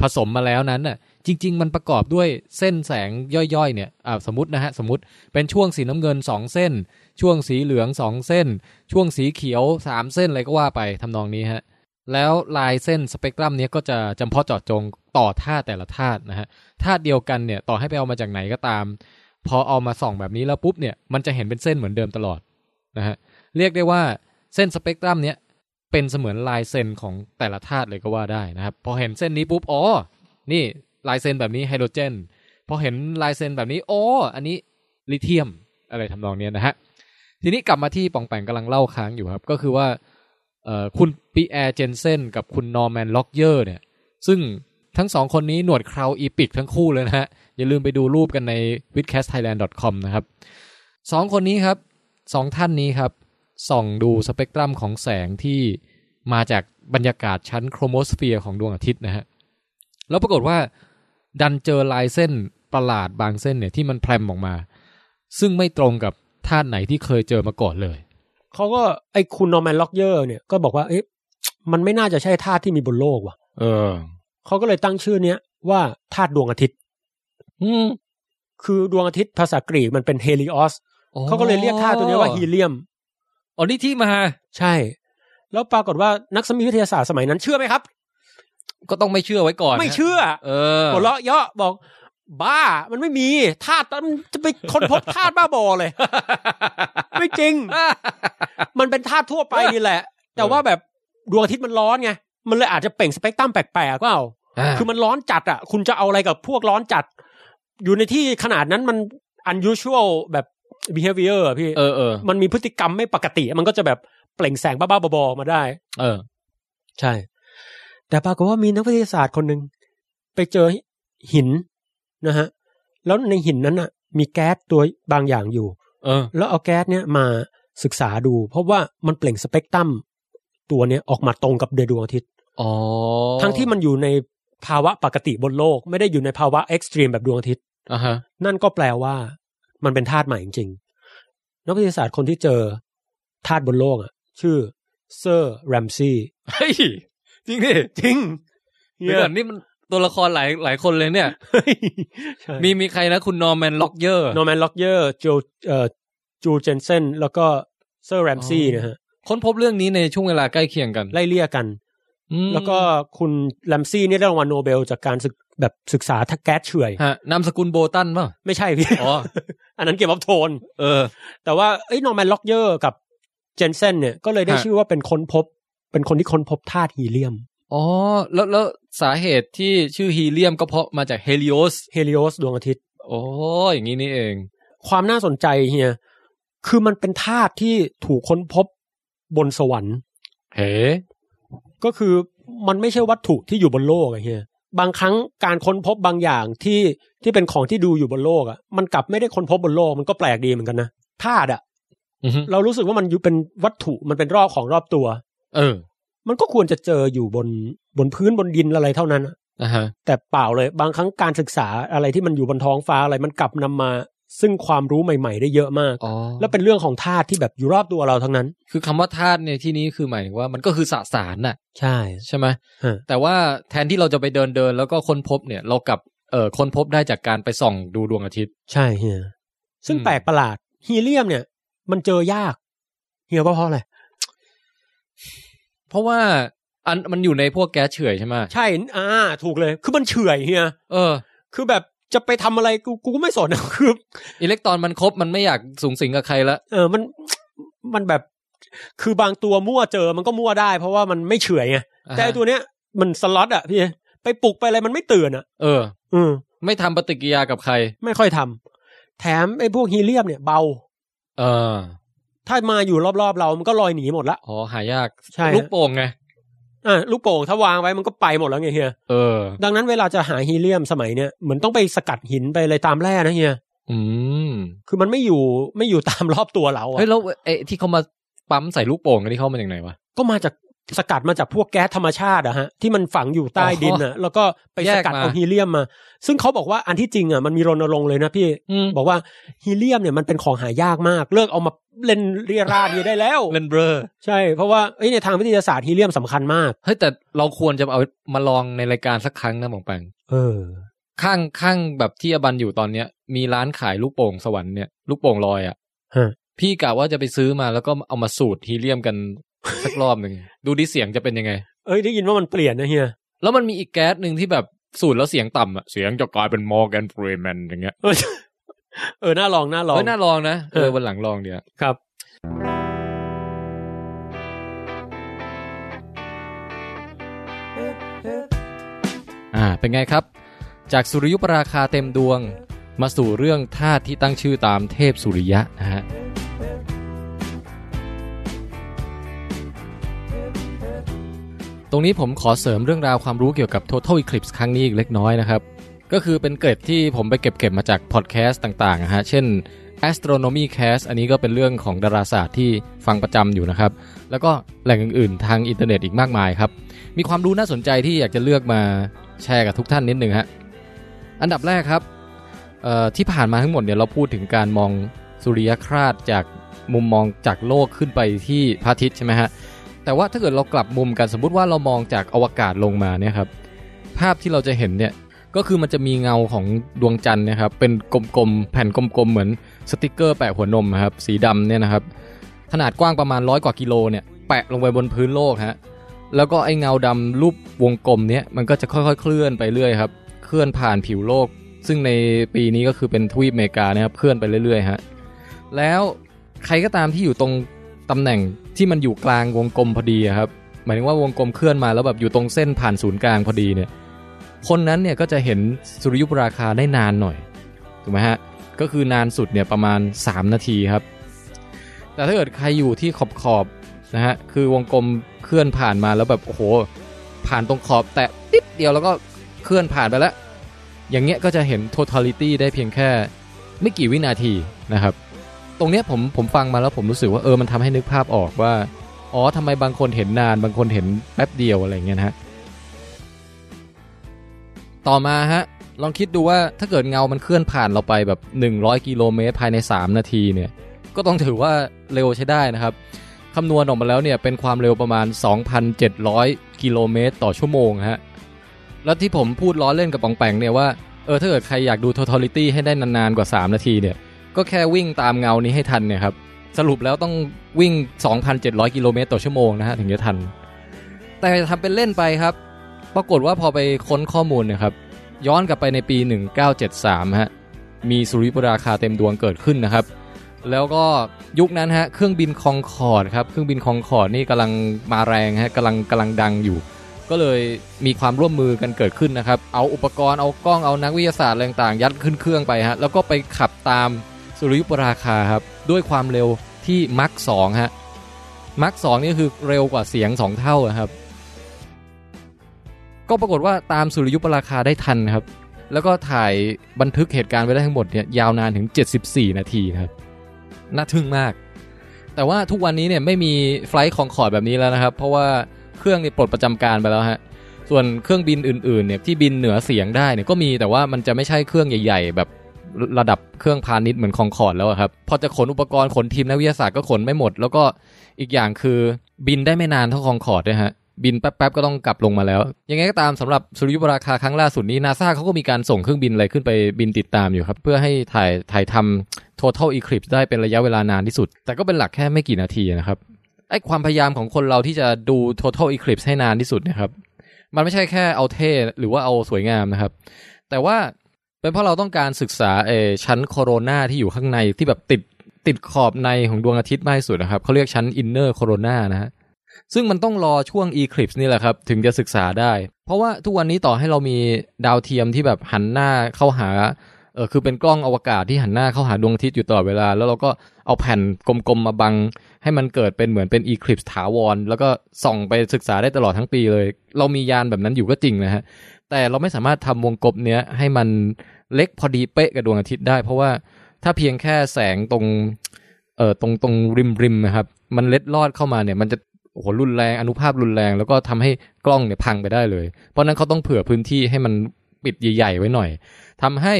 S4: ผสมมาแล้วนั้นน่ะจริง ๆ มันประกอบด้วยเส้นแสงย่อยๆเนี่ยอ่าสมมตินะฮะสมมติเป็นช่วงสีน้ำเงิน 2 เส้น ช่วงสีเหลือง 2 เส้น ช่วงสีเขียว 3 เส้นอะไรก็ว่าไปทำนองนี้ฮะแล้วลายเส้นสเปกตรัมเนี้ยก็จะจำเพาะเจาะจงต่อธาตุแต่ละธาตุนะฮะธาตุเดียวกันเนี่ยต่อให้ไปเอามาจากไหนก็ตาม พอเอามาส่องแบบนี้แล้วปุ๊บเนี่ยมันจะเห็นเป็นเส้นเหมือนเดิมตลอดนะฮะเรียกได้ว่า เส้นสเปกตรัมเนี้ยเป็นเสมือนลายเซ็นของแต่ละธาตุเลยก็ว่าได้นะครับ พอเห็นเส้นนี้ปุ๊บอ๋อนี่ลายเซ็นแบบนี้ไฮโดรเจน
S9: พอเห็นลายเซ็นแบบนี้ โอ้อันนี้ลิเทียมอะไรทำนองเนี้ยนะฮะ ทีนี้กลับมาที่ปองแปงกำลังเล่าค้างอยู่ครับ ก็คือว่าเอ่อคุณปีแอร์เจนเซนกับคุณนอร์แมนล็อกเยอร์เนี่ย ซึ่งทั้งสองคนนี้หนวดเคราอีปิกทั้งคู่เลยนะฮะ อย่าลืมไปดูรูปกันใน w i t c a s t t h a i l a n d c o m นะครับสองคนนี้ครับสองท่านนี้ครับ ส่องดูสเปกตรัมของแสงที่มาจากบรรยากาศชั้นโครโมสเฟียร์ของดวงอาทิตย์นะฮะ แล้วปรากฏว่า ดันเจอลายเส้นประหลาดบางเส้นเนี่ยที่มันแพรมออกมา ซึ่งไม่ตรงกับธาตุไหนที่เคยเจอมาก่อนเลย
S5: เขาก็ไอ้คุณนอร์แมนล็อกเยอร์เนี่ยก็บอกว่าเอ๊ะมันไม่น่าจะใช่ธาตุที่มีบนโลกว่ะ
S4: เออ
S5: เขาก็เลยตั้งชื่อเนี้ยว่าธาตุดวงอาทิตย์
S4: อืม
S5: คือดวงอาทิตย์ภาษากรีกมันเป็นเฮลิออสเขาก็เลยเรียกธาตุตัวเนี้ยว่าฮีเลียม
S9: อ๋อนี่ที่มา
S5: ใช่ แล้วปรากฏว่านักสมิติวิทยาศาสตร์สมัยนั้นเชื่อไหมครับ
S9: ก็ต้องไม่เชื่อไว้ก่อนนะ
S5: ไม่เชื่อ
S9: เออ
S5: หัวเราะเยาะบอก บ้ามันไม่มีธาตุมันจะไปค้นพบธาตุบ้าบอเลย ไม่จริง มันเป็นธาตุทั่วไปนี่แหละ แต่ว่าแบบดวงอาทิตย์มันร้อนไง มันเลยอาจจะเปล่งสเปกตรัมแปลกๆก็เอา
S9: า
S5: คือมันร้อนจัดอ่ะ คุณจะเอาอะไรกับพวกร้อนจัด อยู่ในที่ขนาดนั้นมัน unusual แบบ behavior อะพี่
S4: เออเออ
S5: มันมีพฤติกรรมไม่ปกติ มันก็จะแบบเปล่งแสงบ้าๆบอๆมาได้
S4: เออ
S5: ใช่ แต่ปรากฏว่ามีนักวิทยาศาสตร์คนหนึ่งไปเจอหินนะฮะ แล้วในหินนั้นอ่ะ มีแก๊สตัวบางอย่างอยู่
S4: เออ
S5: แล้วเอาแก๊สเนี้ยมาศึกษาดู เพราะว่ามันเปล่งสเปกตรัมตัวเนี้ยออกมาตรงกับเดือนดวงอาทิตย์
S4: อ๋อ
S5: ทั้งที่มันอยู่ในภาวะปกติบนโลก ไม่ได้อยู่ในภาวะเอ็กซ์ตรีมแบบดวงอาทิตย์
S4: อ่ะฮะ
S5: นั่นก็แปลว่ามันเป็นธาตุใหม่จริงๆนักวิทยาศาสตร์คนที่เจอธาตุบนโลกอ่ะ ชื่อเซอร์แรมซี
S4: เฮ้ย จริงดิ
S5: จริง
S4: เดี๋ยวก่อนนี่มันตัวละครหลายหลายคนเลยเนี่ย มี
S5: มี
S4: มีใครนะคุณนอร์แมนล็อกเยอร์
S5: โนแมนล็อกเยอร์โจเอ่อจูเจนเซนแล้วก็เซอร์แรมซี
S4: อ๋อ
S5: นะฮะ
S4: ค้นพบเรื่องนี้ในช่วงเวลาใกล้เคียงกัน
S5: ไล่เลี่ยกัน
S4: อืม
S5: แล้วก็คุณแรมซี่เนี่ยได้รางวัลโนเบล จากการศึกแบบศึกษาทักแก๊สเฉื่อย
S4: ฮะนามสกุลโบตันป่ะ
S5: ไม่ใช่พี่
S4: อ๋อ
S5: อันนั้นเก็บอัพโทน
S4: เออ
S5: แต่ว่าไอ้นอร์แมนล็อกเยอร์กับเจนเซนเนี่ยก็เลยได้
S4: ฮะ
S5: ชื่อว่าเป็นค้นพบ เป็นคนที่ค้นพบธาตุฮีเลียม
S4: อ๋อ แล้วแล้วสาเหตุที่ชื่อฮีเลียมก็เพราะมาจากเฮลิโอส
S5: เฮลิโอสดวงอาทิตย์
S4: โอ้อย่างนี้นี่เอง
S5: ความน่าสนใจเฮียคือมันเป็นธาตุที่ถูกค้นพบบนสวรรค์
S4: เฮ้
S5: ก็คือมันไม่ใช่วัตถุที่อยู่บนโลกอะเฮียบางครั้งการค้นพบบางอย่างที่ที่เป็นของที่ดูอยู่บนโลกอะมันกลับไม่ได้ค้นพบบนโลกมันก็แปลกดีเหมือนกันนะธาตุอะ
S4: อือฮึ
S5: เรารู้สึกว่ามันอยู่เป็นวัตถุมันเป็นรอบของรอบตัว
S4: เออ
S5: มันก็ควรจะเจออยู่บนบนพื้นบนดินอะไรเท่านั้นอะ
S4: อ่ะฮะ
S5: แต่เปล่าเลยบางครั้งการศึกษาอะไรที่มันอยู่บนท้องฟ้าอะไรมันกลับนำมา ซึ่งความรู้ใหม่ ๆ ได้เยอะมาก
S4: อ๋อ
S5: แล้วเป็นเรื่องของธาตุที่แบบอยู่รอบตัวเราทั้งนั้น
S4: คือคำว่าธาตุในที่นี้คือหมายถึงว่ามันก็คือสสารน่ะ
S5: ใช่
S4: ใช่ไหม
S5: ฮะ
S4: แต่ว่าแทนที่เราจะไปเดินเดินแล้วก็ค้นพบเนี่ย เรากลับเอ่อค้นพบได้จากการไปส่องดูดวงอาทิตย์
S5: ใช่เฮียซึ่ง
S4: อืม
S5: แปลกประหลาดฮีเลียมเนี่ย มันเจอยากเฮียว่าเพราะอะไร
S4: เพราะว่าอันมันอยู่ในพวกแก๊สเฉื่อยใช่ไหม
S5: ใช่อ่าถูกเลย คือมันเฉื่อยเฮีย
S4: เออ
S5: คือแบบจะไปทำอะไรกูกูก็ไม่สนนะ คือ
S4: อิเล็กตรอนมันครบมันไม่อยากสูงสิงกับใครละ
S5: เออมันมันแบบ คือบางตัวมั่วเจอมันก็มั่วได้ เพราะว่ามันไม่เฉื่อยไงแต่ไอ้ตัวเนี้ยมันสล็อตอ่ะพี่ไปปลุกไปอะไรมันไม่ตื่นอ่ะ
S4: เออ
S5: อืม
S4: ไม่ทำปฏิกิริยากับใคร
S5: ไม่ค่อยทำแถมไอ้พวกฮีเลียมเนี่ยเบา
S4: เออ
S5: ถ้ามาอยู่รอบๆเรามันก็ลอยหนีหมดละ
S4: อ๋อหายาก
S5: ใช่ฮะ
S4: ลูกโป่งไง
S5: อ่าลูกโป่งถ้าวางไว้มันก็ไปหมดแล้วไงเฮีย
S4: เออ
S5: ดังนั้นเวลาจะหาฮีเลียมสมัยเนี่ยเหมือนต้องไปสกัดหินไปอะไรตามแร่นะเฮีย
S4: อืม
S5: คือมันไม่อยู่ไม่อยู่ตามรอบตัวเราอะ
S4: เฮ้ยแล้วไอ้ที่เขามาปั๊มใส่ลูกโป่งกันนี่เข้ามาจากไหนวะ
S5: ก็มาจากสกัดมาจากพวกแก๊สธรรมชาติอะฮะที่มันฝังอยู่ใต้ดินอะแล้วก็ไปสกัด
S4: แยกมา
S5: เอาฮีเลียมมา ซึ่งเขาบอกว่าอันที่จริงอะมันมีรณรงค์เลยนะพี่
S4: อืม
S5: บอกว่าฮีเลียมเนี่ยมันเป็นของหายากมาก เลิกเอามาเล่นเรียราดอยู่ได้แล้ว
S4: เลนเบอร์
S5: ใช่เพราะว่าเอ้ยในทางวิทยาศาสตร์ฮีเลียมสำคัญมาก
S4: เฮ้ยแต่เราควรจะเอามาลองในรายการสักครั้งนะหมองแปง
S5: เออ
S4: ข้างข้างแบบที่อบันอยู่ตอนเนี้ย มีร้านขายลูกโป่งสวรรค์เนี่ยลูกโป่งลอยอะ
S5: ฮะ
S4: พี่กะว่าจะไปซื้อมาแล้วก็เอามาสูตรฮีเลียมกัน สักรอบหนึ่งดูดิเสียงจะเป็นยังไง
S5: เอ้ยได้ยินว่ามันเปลี่ยนนะเฮีย
S4: แล้วมันมีอีกแก๊สหนึ่งที่แบบสูตรแล้วเสียงต่ำอะเสียงจะกลายเป็นมอร์แกนฟรีแมนอย่างเงี้ย
S5: เออเออน่าลองน่าลอง
S4: เฮ้ยน่าลองนะเออ
S5: เออ
S4: วันหลังลองเดี๋ยว
S5: ครับ
S4: อ่า เป็นไงครับ จากสุริยุปราคาเต็มดวง มาสู่เรื่องธาตุที่ตั้งชื่อตามเทพสุริยะนะฮะ ตรงนี้ผมขอเสริมเรื่องราวความรู้เกี่ยวกับ Total Eclipse ครั้งนี้อีกเล็กน้อยนะครับ ก็คือเป็นเกร็ดที่ผมไปเก็บเก็บมาจากพอดแคสต์ต่างๆนะฮะ เช่น Astronomy Cast อันนี้ก็เป็นเรื่องของดาราศาสตร์ที่ฟังประจำอยู่นะครับ แล้วก็แหล่งอื่นๆ ทางอินเทอร์เน็ตอีกมากมายครับ มีความรู้น่าสนใจที่อยากจะเลือกมาแชร์กับทุกท่านนิดหนึ่งฮะ อันดับแรกครับเอ่อที่ผ่านมาทั้งหมดเนี่ยเราพูดถึงการมองสุริยคราสจากมุมมองจากโลกขึ้นไปที่พระอาทิตย์ใช่ไหมฮะ แต่ว่าถ้าเกิดเรากลับมุมกันสมมุติว่าเรามองจากอวกาศลงมาเนี่ยครับ ภาพที่เราจะเห็นเนี่ยก็คือมันจะมีเงาของดวงจันทร์เนะครับ เป็นกลมๆแผ่นกลมๆเหมือนสติกเกอร์แปะหัวนมครับ สีดำเนี่ยนะครับ ขนาดกว้างประมาณร้อยกว่ากิโลเนี่ยแปะลงไปบนพื้นโลกฮะ แล้วก็ไอ้เงาดำรูปวงกลมเนี้ยมันก็จะค่อยๆ เคลื่อนไปเรื่อยครับ เคลื่อนผ่านผิวโลก ซึ่งในปีนี้ก็คือเป็นทวีปอเมริกานะครับ เคลื่อนไปเรื่อยๆฮะ แล้วใครก็ตามที่อยู่ตรงตำแหน่งที่มันอยู่กลางวงกลมพอดีอะครับ หมายถึงว่าวงกลมเคลื่อนมาแล้วแบบอยู่ตรงเส้นผ่านศูนย์กลางพอดีเนี่ย คนนั้นเนี่ยก็จะเห็นสุริยุปราคาได้นานหน่อยถูกไหมฮะ ก็คือนานสุดเนี่ยประมาณ 3 นาทีครับ แต่ถ้าเกิดใครอยู่ที่ขอบขอบๆนะฮะ คือวงกลมเคลื่อนผ่านมาแล้วแบบโอ้โห ผ่านตรงขอบแตะนิดเดียวแล้วก็เคลื่อนผ่านไปแล้ว อย่างเงี้ยก็จะเห็น totality ได้เพียงแค่ไม่กี่วินาทีนะครับ ตรงเนี้ยผมผมฟังมาแล้วผมรู้สึกว่าเออมันทำให้นึกภาพออกว่า อ๋อทำไมบางคนเห็นนานบางคนเห็นแป๊บเดียวอะไรอย่างเงี้ยนะฮะ ต่อมาฮะ ลองคิดดูว่าถ้าเกิดเงามันเคลื่อนผ่านเราไปแบบ 100 กิโลเมตรภายใน 3 นาทีเนี่ย ก็ต้องถือว่าเร็วใช้ได้นะครับ คำนวณออกมาแล้วเนี่ย เป็นความเร็วประมาณ 2,700 กิโลเมตรต่อชั่วโมงฮะ แล้วที่ผมพูดล้อเล่นกับปองแปงเนี่ยว่า เออถ้าเกิดใครอยากดู totality ให้ได้นานๆกว่า 3 นาทีเนี่ย ก็แค่วิ่งตามเงานี้ให้ทันเนี่ยครับ สรุปแล้วต้องวิ่ง 2,700 กิโลเมตรต่อชั่วโมงนะฮะถึงจะทัน แต่ทำเป็นเล่นไปครับ ปรากฏว่าพอไปค้นข้อมูลเนะครับ ย้อนกลับไปในปี 1973 ฮะ มีสุริยุปราคาเต็มดวงเกิดขึ้นนะครับ แล้วก็ยุคนั้นฮะ เครื่องบินคองคอร์ดครับ เครื่องบินคองคอร์ดนี่กำลังมาแรงฮะกำลังกำลังดังอยู่ ก็เลยมีความร่วมมือกันเกิดขึ้นนะครับ เอาอุปกรณ์ เอากล้อง เอานักวิทยาศาสตร์อะไรต่างๆ ยัดขึ้นเครื่องไปฮะ แล้วก็ไปขับตามสุริยุปราคาครับ ด้วยความเร็วที่มักสองฮะ มักสองนี่คือเร็วกว่าเสียงสองเท่าอะครับ ก็ปรากฏว่าตามสุริยุปราคาได้ทันครับ แล้วก็ถ่ายบันทึกเหตุการณ์ไว้ได้ทั้งหมดเนี่ยยาวนานถึง 74 นาทีครับ น่าทึ่งมาก แต่ว่าทุกวันนี้เนี่ยไม่มีไฟลท์ของคอร์ดแบบนี้แล้วนะครับ เพราะว่าเครื่องเนี่ยปลดประจำการไปแล้วฮะ ส่วนเครื่องบินอื่นๆเนี่ยที่บินเหนือเสียงได้เนี่ยก็มีแต่ว่ามันจะไม่ใช่เครื่องใหญ่ ๆ แบบระดับเครื่องพาณิชย์เหมือนของคอร์ดแล้วอะครับ พอจะขนอุปกรณ์ขนทีมนักวิทยาศาสตร์ก็ขนไม่หมด แล้วก็อีกอย่างคือบินได้ไม่นานเท่าคองคอร์ดด้วยฮะ บินแป๊บๆก็ต้องกลับลงมาแล้ว ยังไงก็ตามสำหรับสุริยุปราคาครั้งล่าสุดนี้นาซาเขาก็มีการส่งเครื่องบินอะไรขึ้นไปบินติดตามอยู่ครับ เพื่อให้ถ่ายถ่ายทำ total eclipse ได้เป็นระยะเวลานานที่สุด แต่ก็เป็นหลักแค่ไม่กี่นาทีนะครับไอ้ความพยายามของคนเราที่จะดู total eclipse ให้นานที่สุดเนะครับ มันไม่ใช่แค่เอาเท่หรือว่าเอาสวยงามนะครับ แต่ว่าเป็นเพราะเราต้องการศึกษาเออชั้นโคโรนาที่อยู่ข้างในที่แบบติดติดขอบในของดวงอาทิตย์มากที่สุดนะครับเขาเรียกชั้นอินเนอร์โคโรนานะฮะ ซึ่งมันต้องรอช่วง Eclipse นี่แหละครับ ถึงจะศึกษาได้ เพราะว่าทุกวันนี้ต่อให้เรามีดาวเทียมที่แบบหันหน้าเข้าหาเออคือเป็นกล้องอวกาศที่หันหน้าเข้าหาดวงอาทิตย์อยู่ตลอดเวลา แล้วเราก็เอาแผ่นกลมๆมาบัง ให้มันเกิดเป็นเหมือนเป็น Eclipse ถาวร แล้วก็ส่องไปศึกษาได้ตลอดทั้งปีเลย เรามียานแบบนั้นอยู่ก็จริงนะฮะแต่เราไม่สามารถทำวงกลมเนี้ยให้มันเล็กพอดีเป๊ะกับดวงอาทิตย์ได้ เพราะว่าถ้าเพียงแค่แสงตรงเออตรงตรงริมริมๆนะครับมันเล็ดลอดเข้ามาเนี่ยมันจะ โอ้โหรุนแรงอนุภาพรุนแรงแล้วก็ทำให้กล้องเนี่ยพังไปได้เลย เพราะฉะนั้นเขาต้องเผื่อพื้นที่ให้มันปิดใหญ่ ๆ ไว้หน่อยทำให้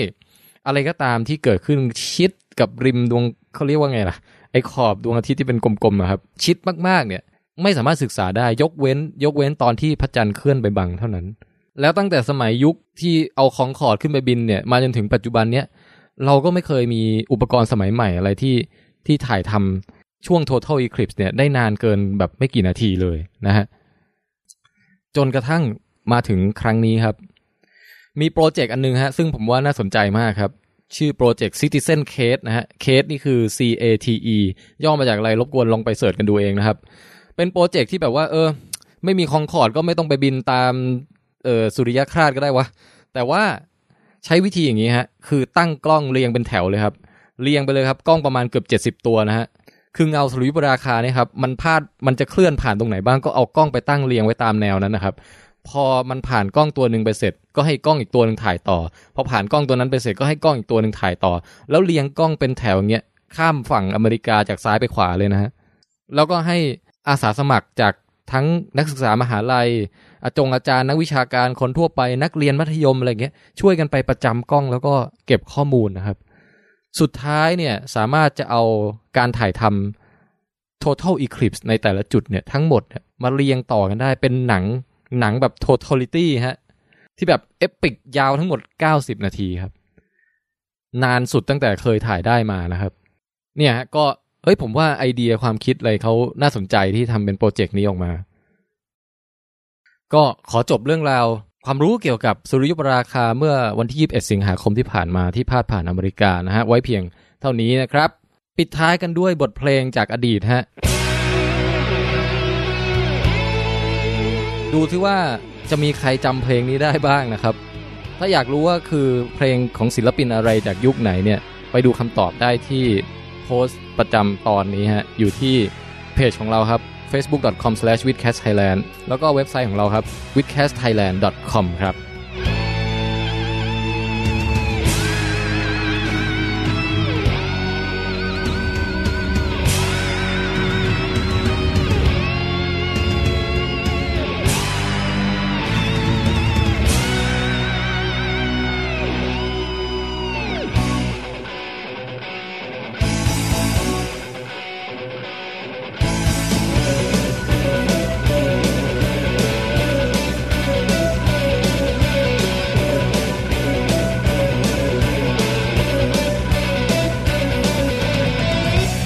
S4: อะไรก็ตามที่เกิดขึ้นชิดกับริมดวงเขาเรียกว่าไงล่ะไอ้ขอบดวงอาทิตย์ที่เป็นกลมๆอะครับ ชิดมากๆเนี่ย ไม่สามารถศึกษาได้ยกเว้น ยกเว้นตอนที่พระจันทร์เคลื่อนไปบังเท่านั้น แล้วตั้งแต่สมัยยุคที่เอาของขอดขึ้นไปบินเนี่ยมาจนถึงปัจจุบันเนี่ยเราก็ไม่เคยมีอุปกรณ์สมัยใหม่อะไรที่ที่ถ่ายทำ ช่วง Total Eclipse เนี่ยได้นานเกินแบบไม่กี่นาทีเลยนะฮะ จนกระทั่งมาถึงครั้งนี้ครับ มีโปรเจกต์อันหนึงฮะ ซึ่งผมว่าน่าสนใจมากครับ ชื่อโปรเจกต์ Citizen Cate นะฮะ Cate นี่คือ C A T E ย่อมาจากอะไรรบกวนลองไปเสิร์ชกันดูเองนะครับ เป็นโปรเจกต์ที่แบบว่า เออ ไม่มีคองคอร์ดก็ไม่ต้องไปบินตามเออสุริยคราสก็ได้วะ แต่ว่า ใช้วิธีอย่างนี้ฮะ คือตั้งกล้องเรียงเป็นแถวเลยครับ เรียงไปเลยครับ กล้องประมาณเกือบ 70 ตัวนะฮะ คือเงาสุริยุปราคาเนี่ยครับ มันพาด มันจะเคลื่อนผ่านตรงไหนบ้างก็เอากล้องไปตั้งเรียงไว้ตามแนวนั้นนะครับ พอมันผ่านกล้องตัวหนึ่งไปเสร็จ ก็ให้กล้องอีกตัวหนึ่งถ่ายต่อ พอผ่านกล้องตัวนั้นไปเสร็จก็ให้กล้องอีกตัวหนึ่งถ่ายต่อ แล้วเรียงกล้องเป็นแถวอย่างเงี้ย ข้ามฝั่งอเมริกาจากซ้ายไปขวาเลยนะฮะ แล้วก็ให้อาสาสมัครจากทั้งนักศึกษามหาลัย อาจงอาจารย์นักวิชาการคนทั่วไปนักเรียนมัธยมอะไรเงี้ยช่วยกันไปประจำกล้องแล้วก็เก็บข้อมูลนะครับ สุดท้ายเนี่ยสามารถจะเอาการถ่ายทำ total eclipse ในแต่ละจุดเนี่ยทั้งหมดเนี่ยมาเรียงต่อกันได้เป็นหนังหนังแบบ totality ฮะ ที่แบบเอปิกยาวทั้งหมด 90 นาทีครับ นานสุดตั้งแต่เคยถ่ายได้มานะครับ เนี่ยฮะก็เอ้ยผมว่าไอเดียความคิดอะไรเขาน่าสนใจที่ทำเป็นโปรเจกต์นี้ออกมา ก็ขอจบเรื่องราว ความรู้เกี่ยวกับสุริยุปราคาเมื่อวันที่ 21 สิงหาคมที่ผ่านมาที่พาดผ่านอเมริกานะฮะ ไว้เพียงเท่านี้นะครับ ปิดท้ายกันด้วยบทเพลงจากอดีตฮะ ดูที่ว่าจะมีใครจำเพลงนี้ได้บ้างนะครับ ถ้าอยากรู้ว่าคือเพลงของศิลปินอะไรจากยุคไหนเนี่ย ไปดูคำตอบได้ที่โพสต์ประจำตอนนี้ฮะ อยู่ที่เพจของเราครับ facebook.com/withcastthailand แล้วก็เว็บไซต์ของเราครับ withcastthailand.com ครับ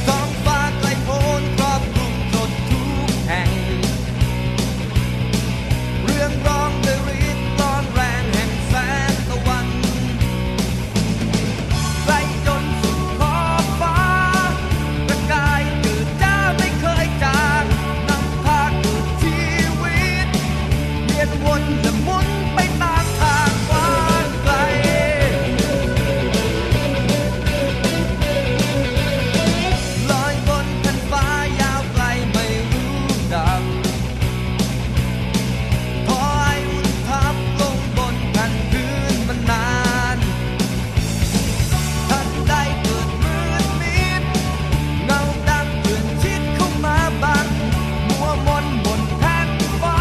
S10: ท้องฟ้าไกลโพ้นครอบคลุมจนทุกแห่ง เรื่องร้องด้วยฤทธิ์ร้อนแรงแห่งแสงตะวัน ไกลจนสุดขอบฟ้า ประกายตื่นจ้าไม่เคยจางนำพาคือชีวิต เวียนวนและหมุนไปตามทางกว้างไกล ลอยบนแผ่นฟ้ายาวไกลไม่รู้ดับพอไออุ่นทับลงบนแผ่นพื้นมันนาน ทันใดเกิดมืดมิดเงาดำเกื่อนชิดเข้ามาบัง มัวมนบนแผ่นฟ้า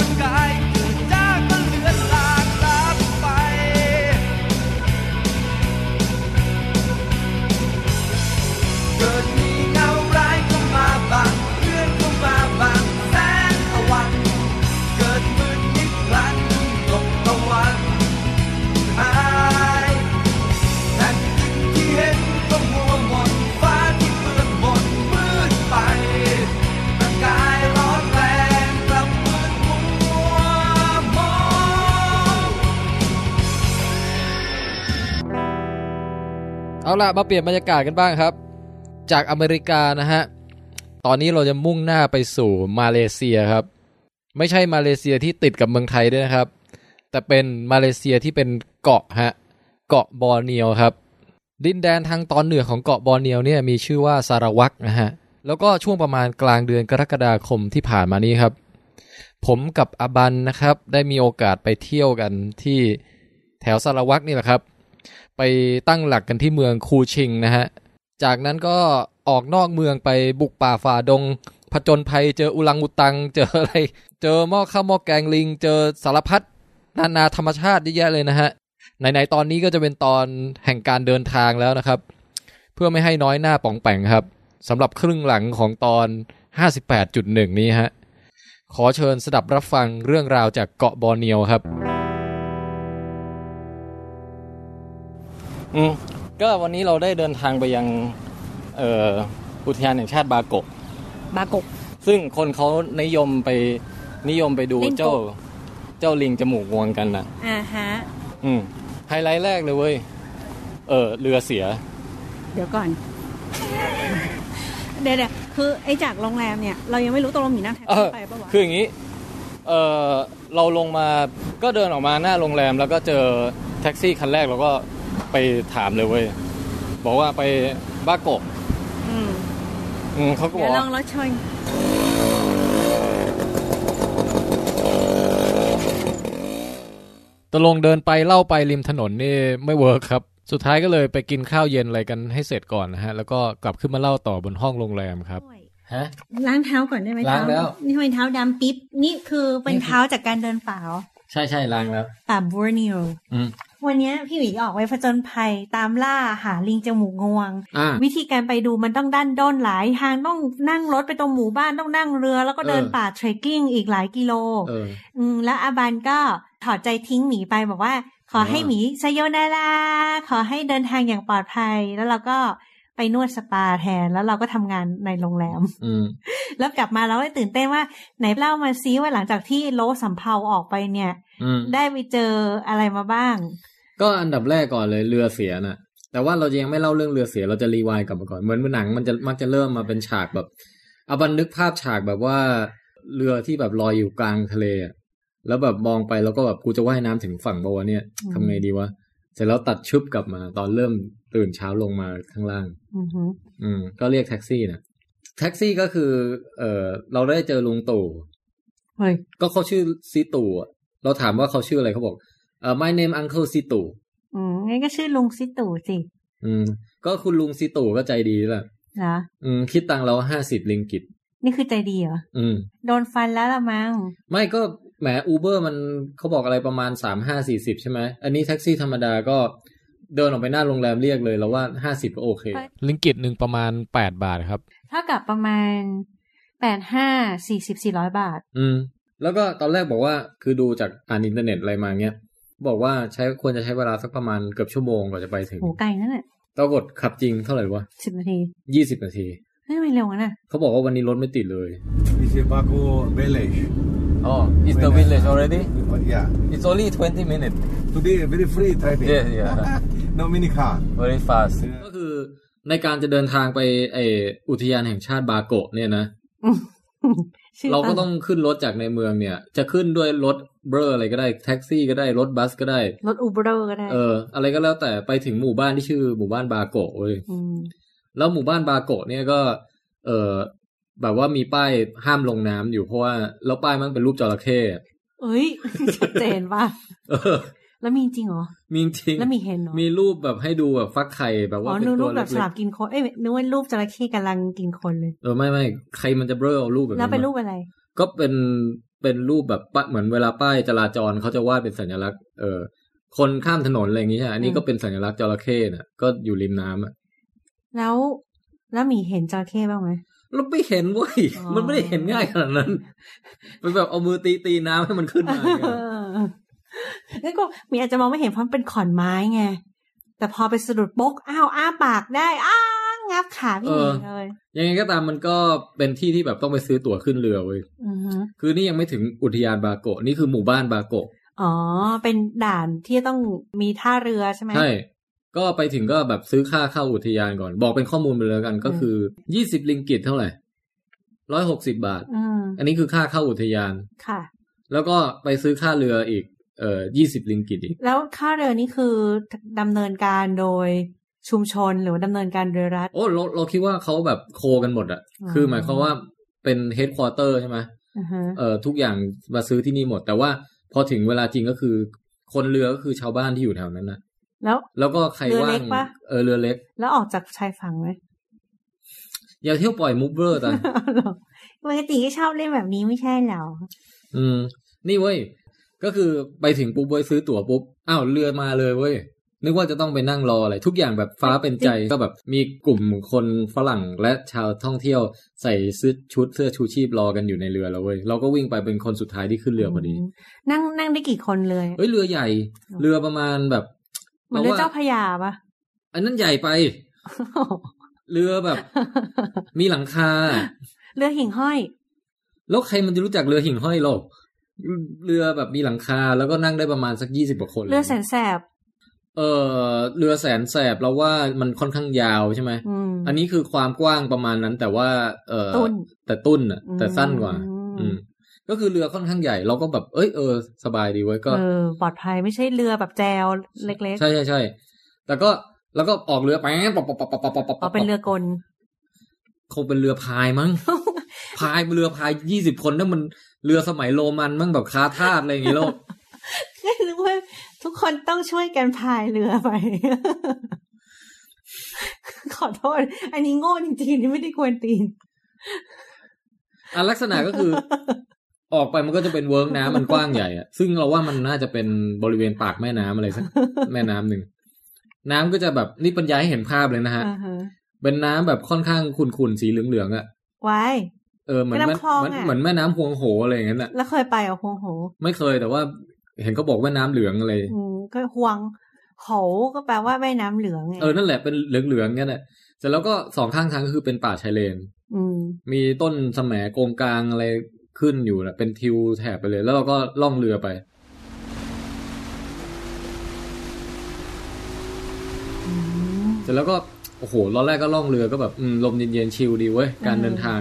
S10: ร่างกายคือจ้าก็เลือนลางลับไป เกิดมีเงาร้ายเข้ามาบังเพื่อนเข้ามาบังแสงตะวัน เกิดมืดมิดพลันตกตะวันหายแผ่นดินที่เห็นก็มัวหมนฟ้าที่เปื้อนมนมืดไปร่างกายร้อนแรงกลับมืดมัวมน
S4: เอาล่ะ มาเปลี่ยนบรรยากาศกันบ้างครับ จากอเมริกานะฮะ ตอนนี้เราจะมุ่งหน้าไปสู่มาเลเซียครับ ไม่ใช่มาเลเซียที่ติดกับเมืองไทยด้วยนะครับ แต่เป็นมาเลเซียที่เป็นเกาะฮะ เกาะบอร์เนียวครับ ดินแดนทางตอนเหนือของเกาะบอร์เนียวเนี่ยมีชื่อว่าสารวักนะฮะ แล้วก็ช่วงประมาณกลางเดือนกรกฎาคมที่ผ่านมานี้ครับ ผมกับอาบันนะครับ ได้มีโอกาสไปเที่ยวกันที่แถวสารวักนี่แหละครับ ไปตั้งหลักกันที่เมืองคูชิงนะฮะ จากนั้นก็ออกนอกเมืองไปบุกป่าฝ่าดง ผจญภัยเจออุลังอุตัง เจออะไร เจอหม้อข้าวหม้อแกงลิง เจอสารพัดนานาธรรมชาติเยอะแยะเลยนะฮะ ไหนๆตอนนี้ก็จะเป็นตอนแห่งการเดินทางแล้วนะครับ เพื่อไม่ให้น้อยหน้าป่องแปงครับสำหรับครึ่งหลังของตอน 58.1 นี้ฮะ ขอเชิญสดับรับฟังเรื่องราวจากเกาะบอร์เนียวครับ อืมก็วันนี้เราได้เดินทางไปยังเอ่ออุทยานแห่งชาติบาโกะ
S2: บากก
S4: ซึ่งคนเขานิยมไปนิยมไปดู
S2: ลิงโกะ
S4: เจ้าเจ้าลิงจมูกงวงกันนะ
S2: อ่าฮะ
S4: อืมไฮไลท์แรกเลยเว้ย เออเรือเสีย
S2: เดี๋ยวก่อน เดี๋ยวเดี๋ยวคือไอ้จากโรงแรมเนี่ย เรายังไม่รู้ตกลงมีนั่งแท็ก
S4: เอ
S2: ซี่
S4: อ
S2: ไปปะวะ
S4: คืออย่างนี้ เออเราลงมาก็เดินออกมาหน้าโรงแรมแล้วก็เจอ
S11: แท็กซี่คันแรกเราก็ไปถามเลยเว้ย บอกว่าไปบ้ากก
S2: อืม
S11: อืมเขาก็บ
S2: เดี๋
S11: อยก
S2: วล
S11: ว่า
S2: องรถชน
S12: ตกลงเดินไปเล่าไปริมถนนนี่ไม่เวิร์คครับ สุดท้ายก็เลยไปกินข้าวเย็นอะไรกันให้เสร็จก่อนนะฮะ แล้วก็กลับขึ้นมาเล่าต่อบนห้องโรงแรมครับ
S4: ฮะ
S2: ล้างเท้าก่อนได้ไหม
S4: ล้างแล้ว
S2: เท้นี่ทำไมเท้าดำปิ๊บ นี่คือเป็นเท้าจากการเดินป่าเหรอ
S4: ใช่ใช่ล้างแล้ว
S2: ป่าบัวเนียว
S4: อืม
S2: วันเนี้ยพี่หวีออกไปผจญภัยตามล่าหาลิงจมูกงวง
S4: อ่า
S2: วิธีการไปดูมันต้องด้านด้นหลายทางต้องนั่งรถไปตรงหมู่บ้านต้องนั่งเรือ แล้วก็เดิน
S4: เออ
S2: ป่าเทรคกิ้งอีกหลายกิโล
S4: เออ
S2: อืมแล้วอาบันก็ถอดใจทิ้งหมีไปบอกว่า ขอให้
S4: อ่า
S2: หมีไซโยนาราขอให้เดินทางอย่างปลอดภัย แล้วเราก็ไปนวดสปาแทน แล้วเราก็ทำงานในโรงแรม
S4: อืม
S2: แล้วกลับมาเราได้ตื่นเต้นว่า ไหนเล่ามาซิว่าหลังจากที่โลสัมเพาออกไปเนี่ย
S4: อืม
S2: ได้ไปเจออะไรมาบ้าง
S4: ก็อันดับแรกก่อนเลยเรือเสียน่ะ แต่ว่าเราจะยังไม่เล่าเรื่องเรือเสียเราจะรีวายกลับมาก่อนเหมือนหนังมันจะมักจะเริ่มมาเป็นฉากแบบเอาบันนึกภาพฉากแบบว่าเรือที่แบบลอยอยู่กลางทะเลอะแล้วแบบมองไปแล้วก็แบบกูจะว่ายน้ำถึงฝั่งบวะเนี่ย
S2: อืม
S4: ทำไงดีวะเสร็จแล้วตัดชึบกลับมา ตอนเริ่มตื่นเช้าลงมาข้างล่าง
S2: อือหือ
S4: อืมก็เรียกแท็กซี่นะแท็กซี่ก็คือ เออเราได้เจอลุงตู่
S2: เฮ้ย
S4: ก็เขาชื่อซีตู่อะเราถามว่าเขาชื่ออะไรเขาบอกเออ my name uncle ซีตู่
S2: อืมงั้นก็ชื่อลุงซิตู่สิ
S4: อืมก็คุณลุงซีตู่ก็ใจดีแหละ
S2: เหรอ
S4: อืม คิดตังค์เราห้าสิบลิงกิต
S2: นี่คือใจดีเหรอ
S4: อืม
S2: โดนฟันแล้วละมั้ง
S4: ไม่ก็แหมอูเบอร์มันเขาบอกอะไรประมาณสามห้าสี่สิบใช่ไหม อันนี้แท็กซี่ธรรมดาก็เดินออกไปหน้าโรงแรมเรียกเลย แล้วว่าห้าสิบก็โอเค
S12: ลิงกิตหนึ่งประมาณ 8 บาทครับ
S2: เท่ากับประมาณแปดห้าสี่สิบสี่ร้อยบาท
S4: อืม แล้วก็ตอนแรกบอกว่าคือดูจากอ่านอินเทอร์เน็ตอะไรมาเงี้ย บอกว่าใช้ควรจะใช้เวลาสักประมาณเกือบชั่วโมงกว่าจะไปถึง
S2: โหไกลนั่นแหละ
S4: ปรากฏขับจริงเท่าไหร่วะ
S2: สิบนาที
S4: ยี่สิบนาที
S2: เฮ้ยทำไมเร็วงั้นน่ะ
S4: เขาบอกว่าวันนี้รถไม่ติดเลย
S6: It's Baku village.
S13: Oh, is the
S6: When,
S13: village already?
S6: Yeah.
S13: It's only 20 minutes.
S6: Today very free traffic.
S13: Yeah, yeah.
S6: no mini car.
S13: Very fast.
S4: ก็คือในการจะเดินทางไปไออุทยานแห่งชาติบาโกะเนี่ยนะ เราก็ต้องขึ้นรถจากในเมืองเนี่ย จะขึ้นด้วยรถเบอร์อะไรก็ได้แท็กซี่ก็ได้รถบัสก็ได้
S2: รถอูเบอร์ก็ได้
S4: เออ อะไรก็แล้วแต่ไปถึงหมู่บ้านที่ชื่อหมู่บ้านบาโกะเว้ย
S2: ม
S4: แล้วหมู่บ้านบาโกะเนี่ยก็ เออแบบว่ามีป้ายห้ามลงน้ำอยู่เพราะว่าแล้วป้ายมันเป็นรูปจระเข้อะ
S2: เอ้ย ชัดเจนป่ะ
S4: เออ
S2: แล้วมีจริงเหรอ
S4: มีจริง
S2: แล้วมีเห็นเหรอ
S4: มีรูปแบบให้ดูแบบฟักไข่แบบ
S2: อ๋
S4: ว่า
S2: อ
S4: เป็น
S2: นึก
S4: ตั
S2: รู
S4: ว
S2: ปแบ
S4: เล็
S2: บสลั
S4: ก
S2: บกินคนเอ้ยนึกว่ารูปจระเข้กำลังกินคนเลย
S4: ๆเออไม่ไม่ใครมันจะเบลอเอารูปแบบนั้น
S2: แล้วเป็น
S4: มา
S2: รูปอะไร
S4: ก็เป็นเป็นรูปแบบป้าเหมือนเวลาป้ายจราจรเขาจะวาดเป็นสัญลักษณ์เออคนข้ามถนนอะไรอย่างงี้ใช่ไหมอันนี้
S2: อืม
S4: ก็เป็นสัญลักษณ์จระเข้น่ะ ก็อยู่ริมน้ำอ่ะ
S2: แล้ว แล้วมีเห็นจระเข้บ้างไหม
S4: เราไม่เห็นเว้ย
S2: อ๋อ
S4: มันไม่ได้เห็นง่ายขนาด นั้นมันแบบเอามือตีตีน้ำให้มันขึ้นมาอย่างเงี้ย
S2: แล้วก็มีอาจจะมองไม่เห็นเพราะมันเป็นขอนไม้ไง แต่พอไปสะดุดโป๊กอ้าวอ้าปากได้ อ้างับขาพี่หมีเลย
S4: ยังไงก็ตามมันก็เป็นที่ที่แบบต้องไปซื้อตั๋วขึ้นเรือเว้ย
S2: อือฮึ
S4: คือนี่ยังไม่ถึงอุทยานบาโกะนี่คือหมู่บ้านบาโกะ
S2: อ๋อ เป็นด่านที่ต้องมีท่าเรือใช่ไหม
S4: ใช่ ก็ไปถึงก็แบบซื้อค่าเข้าอุทยานก่อน บอกเป็นข้อมูลไปเลยแล้วกัน ก็คือยี่สิบลิงกิตเท่าไหร่ร้อยหกสิบาท
S2: อืม
S4: อันนี้คือค่าเข้าอุทยาน
S2: ค่ะ
S4: แล้วก็ไปซื้อค่าเรืออีก เอ่อยี่สิบลิงกิตอีก
S2: แล้วค่าเรือนี่คือดำเนินการโดยชุมชนหรือว่าดำเนินการโดยรัฐ
S4: โอ้เราเราคิดว่าเขาแบบโคกันหมดอะ
S2: อ๋อ
S4: คือหมายความว่าเป็นเฮดควอเตอร์ใช่ไหม
S2: อือฮะ
S4: เอ่อทุกอย่างมาซื้อที่นี่หมด แต่ว่าพอถึงเวลาจริงก็คือ คนเรือก็คือชาวบ้านที่อยู่แถวนั้นนะ
S2: แล้ว
S4: แล้วก็ใครว่า
S2: เรือเล็
S4: ง
S2: กปะ
S4: เออเรือเล็ก
S2: แล้วออกจากชายฝั่งไหม
S4: อย่าเที่ยวปล่อยมุกเบอร์ตัน
S2: ปกติก็ชอบเล่นแบบนี้ไม่ใช่เหรอ
S4: อืม นี่เว้ย ก็คือไปถึงปุ๊บเว้ยซื้อตั๋วปุ๊บ อ้าวเรือมาเลยเว้ย นึกว่าจะต้องไปนั่งรออะไร ทุกอย่างแบบฟ้าเป็น ใจก็แบบมีกลุ่มคนฝรั่งและชาวท่องเที่ยวใส่เสื้อชุดเสื้อชูชีพรอกันอยู่ในเรือแล้วเว้ย เราก็วิ่งไปเป็นคนสุดท้ายที่ขึ้นเรือพอดี
S2: นั่งนั่งได้กี่คนเลย
S4: เอ้ยเรือใหญ่ เรือประมาณแบบ
S2: เหมือนเรือ
S4: ว่
S2: เจ้าพระยา ปะ
S4: อันนั้นใหญ่ไป เรือแบบ มีหลังคา
S2: เรือหิ่งห้อย
S4: แล้วใครมันจะรู้จักเรือหิ่งห้อยหรอก เรือแบบมีหลังคาแล้วก็นั่งได้ประมาณสักยี่สิบกว่าคน
S2: เรือแสนแสบ
S4: เออเรือแสนแสบเราว่ามันค่อนข้างยาวใช่ไหม
S2: อืม
S4: อันนี้คือความกว้างประมาณนั้น แต่ว่า เออ
S2: ตุ้น
S4: แต่ตุ้นอ่ะ
S2: อืม
S4: แต่สั้นกว่า อืม ก็คือเรือค่อนข้างใหญ่เราก็แบบเอ้ยเออสบายดีเว้ยก็
S2: เออปลอดภัยไม่ใช่เรือแบบแจวเล็กๆ
S4: ใช่ใช่ใช่แต่ก็แล้วก็ออกเรือไปปะปะปะปะปะปะปะ
S2: อ๋อเป็นเรือกล
S4: คงเป็นเรือพายมั้ง พายเรือพายยี่สิบคนนั่นมันเรือสมัยโรมันมั้งแบบคาทาสอะไรอย่างงี้แล้ว
S2: นึกว่าทุกคนต้องช่วยกันพายเรือไป ขอโทษ อันนี้โง่จริงๆนี่ไม่ได้ควรตีน
S4: อ่ะลักษณะก็คือ ออกไปมันก็จะเป็นเวิร์กน้ำมันกว้างใหญ่อะซึ่งเราว่ามันน่าจะเป็นบริเวณปากแม่น้ำ อะไรสัก แม่น้ำหนึ่งน้ำก็จะแบบนี่ปัญญายให้เห็นภาพเลยนะฮะ
S2: อ่าฮะ
S4: เป็นน้ำแบบค่อนข้างขุ่นๆสีเหลืองๆอะ
S2: ไว้
S4: เออเหมือน
S2: แม่
S4: แม่
S2: น้ำคลอง
S4: เหมือน
S2: อะ
S4: เหมือนแม่น้ำพวงโหอะไรอย่างนั้นอะ
S2: แล้วเคยไปเหรอ่ะฮวงโห
S4: ไม่เคยแต่ว่า เห็นเขาบอกว่าน้ำเหลืองอะไร
S2: อืมก็ฮวงโหก็แปลว่าแม่น้ำเหลืองไง
S4: เออนั่นแหละเป็นเหลืองๆงั้นแหละเสร็จแล้วก็สองข้างทางก็คือเป็นป่าชายเลน
S2: อืม
S4: มีต้นสมโกงกลางอะไรขึ้นอยู่แหละเป็นทิวแถบไปเลย แล้วเราก็ล่องเรือไป เสร็จแล้วก็ โอ้โหตอนแรกก็ล่องเรือก็แบบอืมลมเย็นๆชิลดีเว้ย การ
S2: อืม
S4: เดินทาง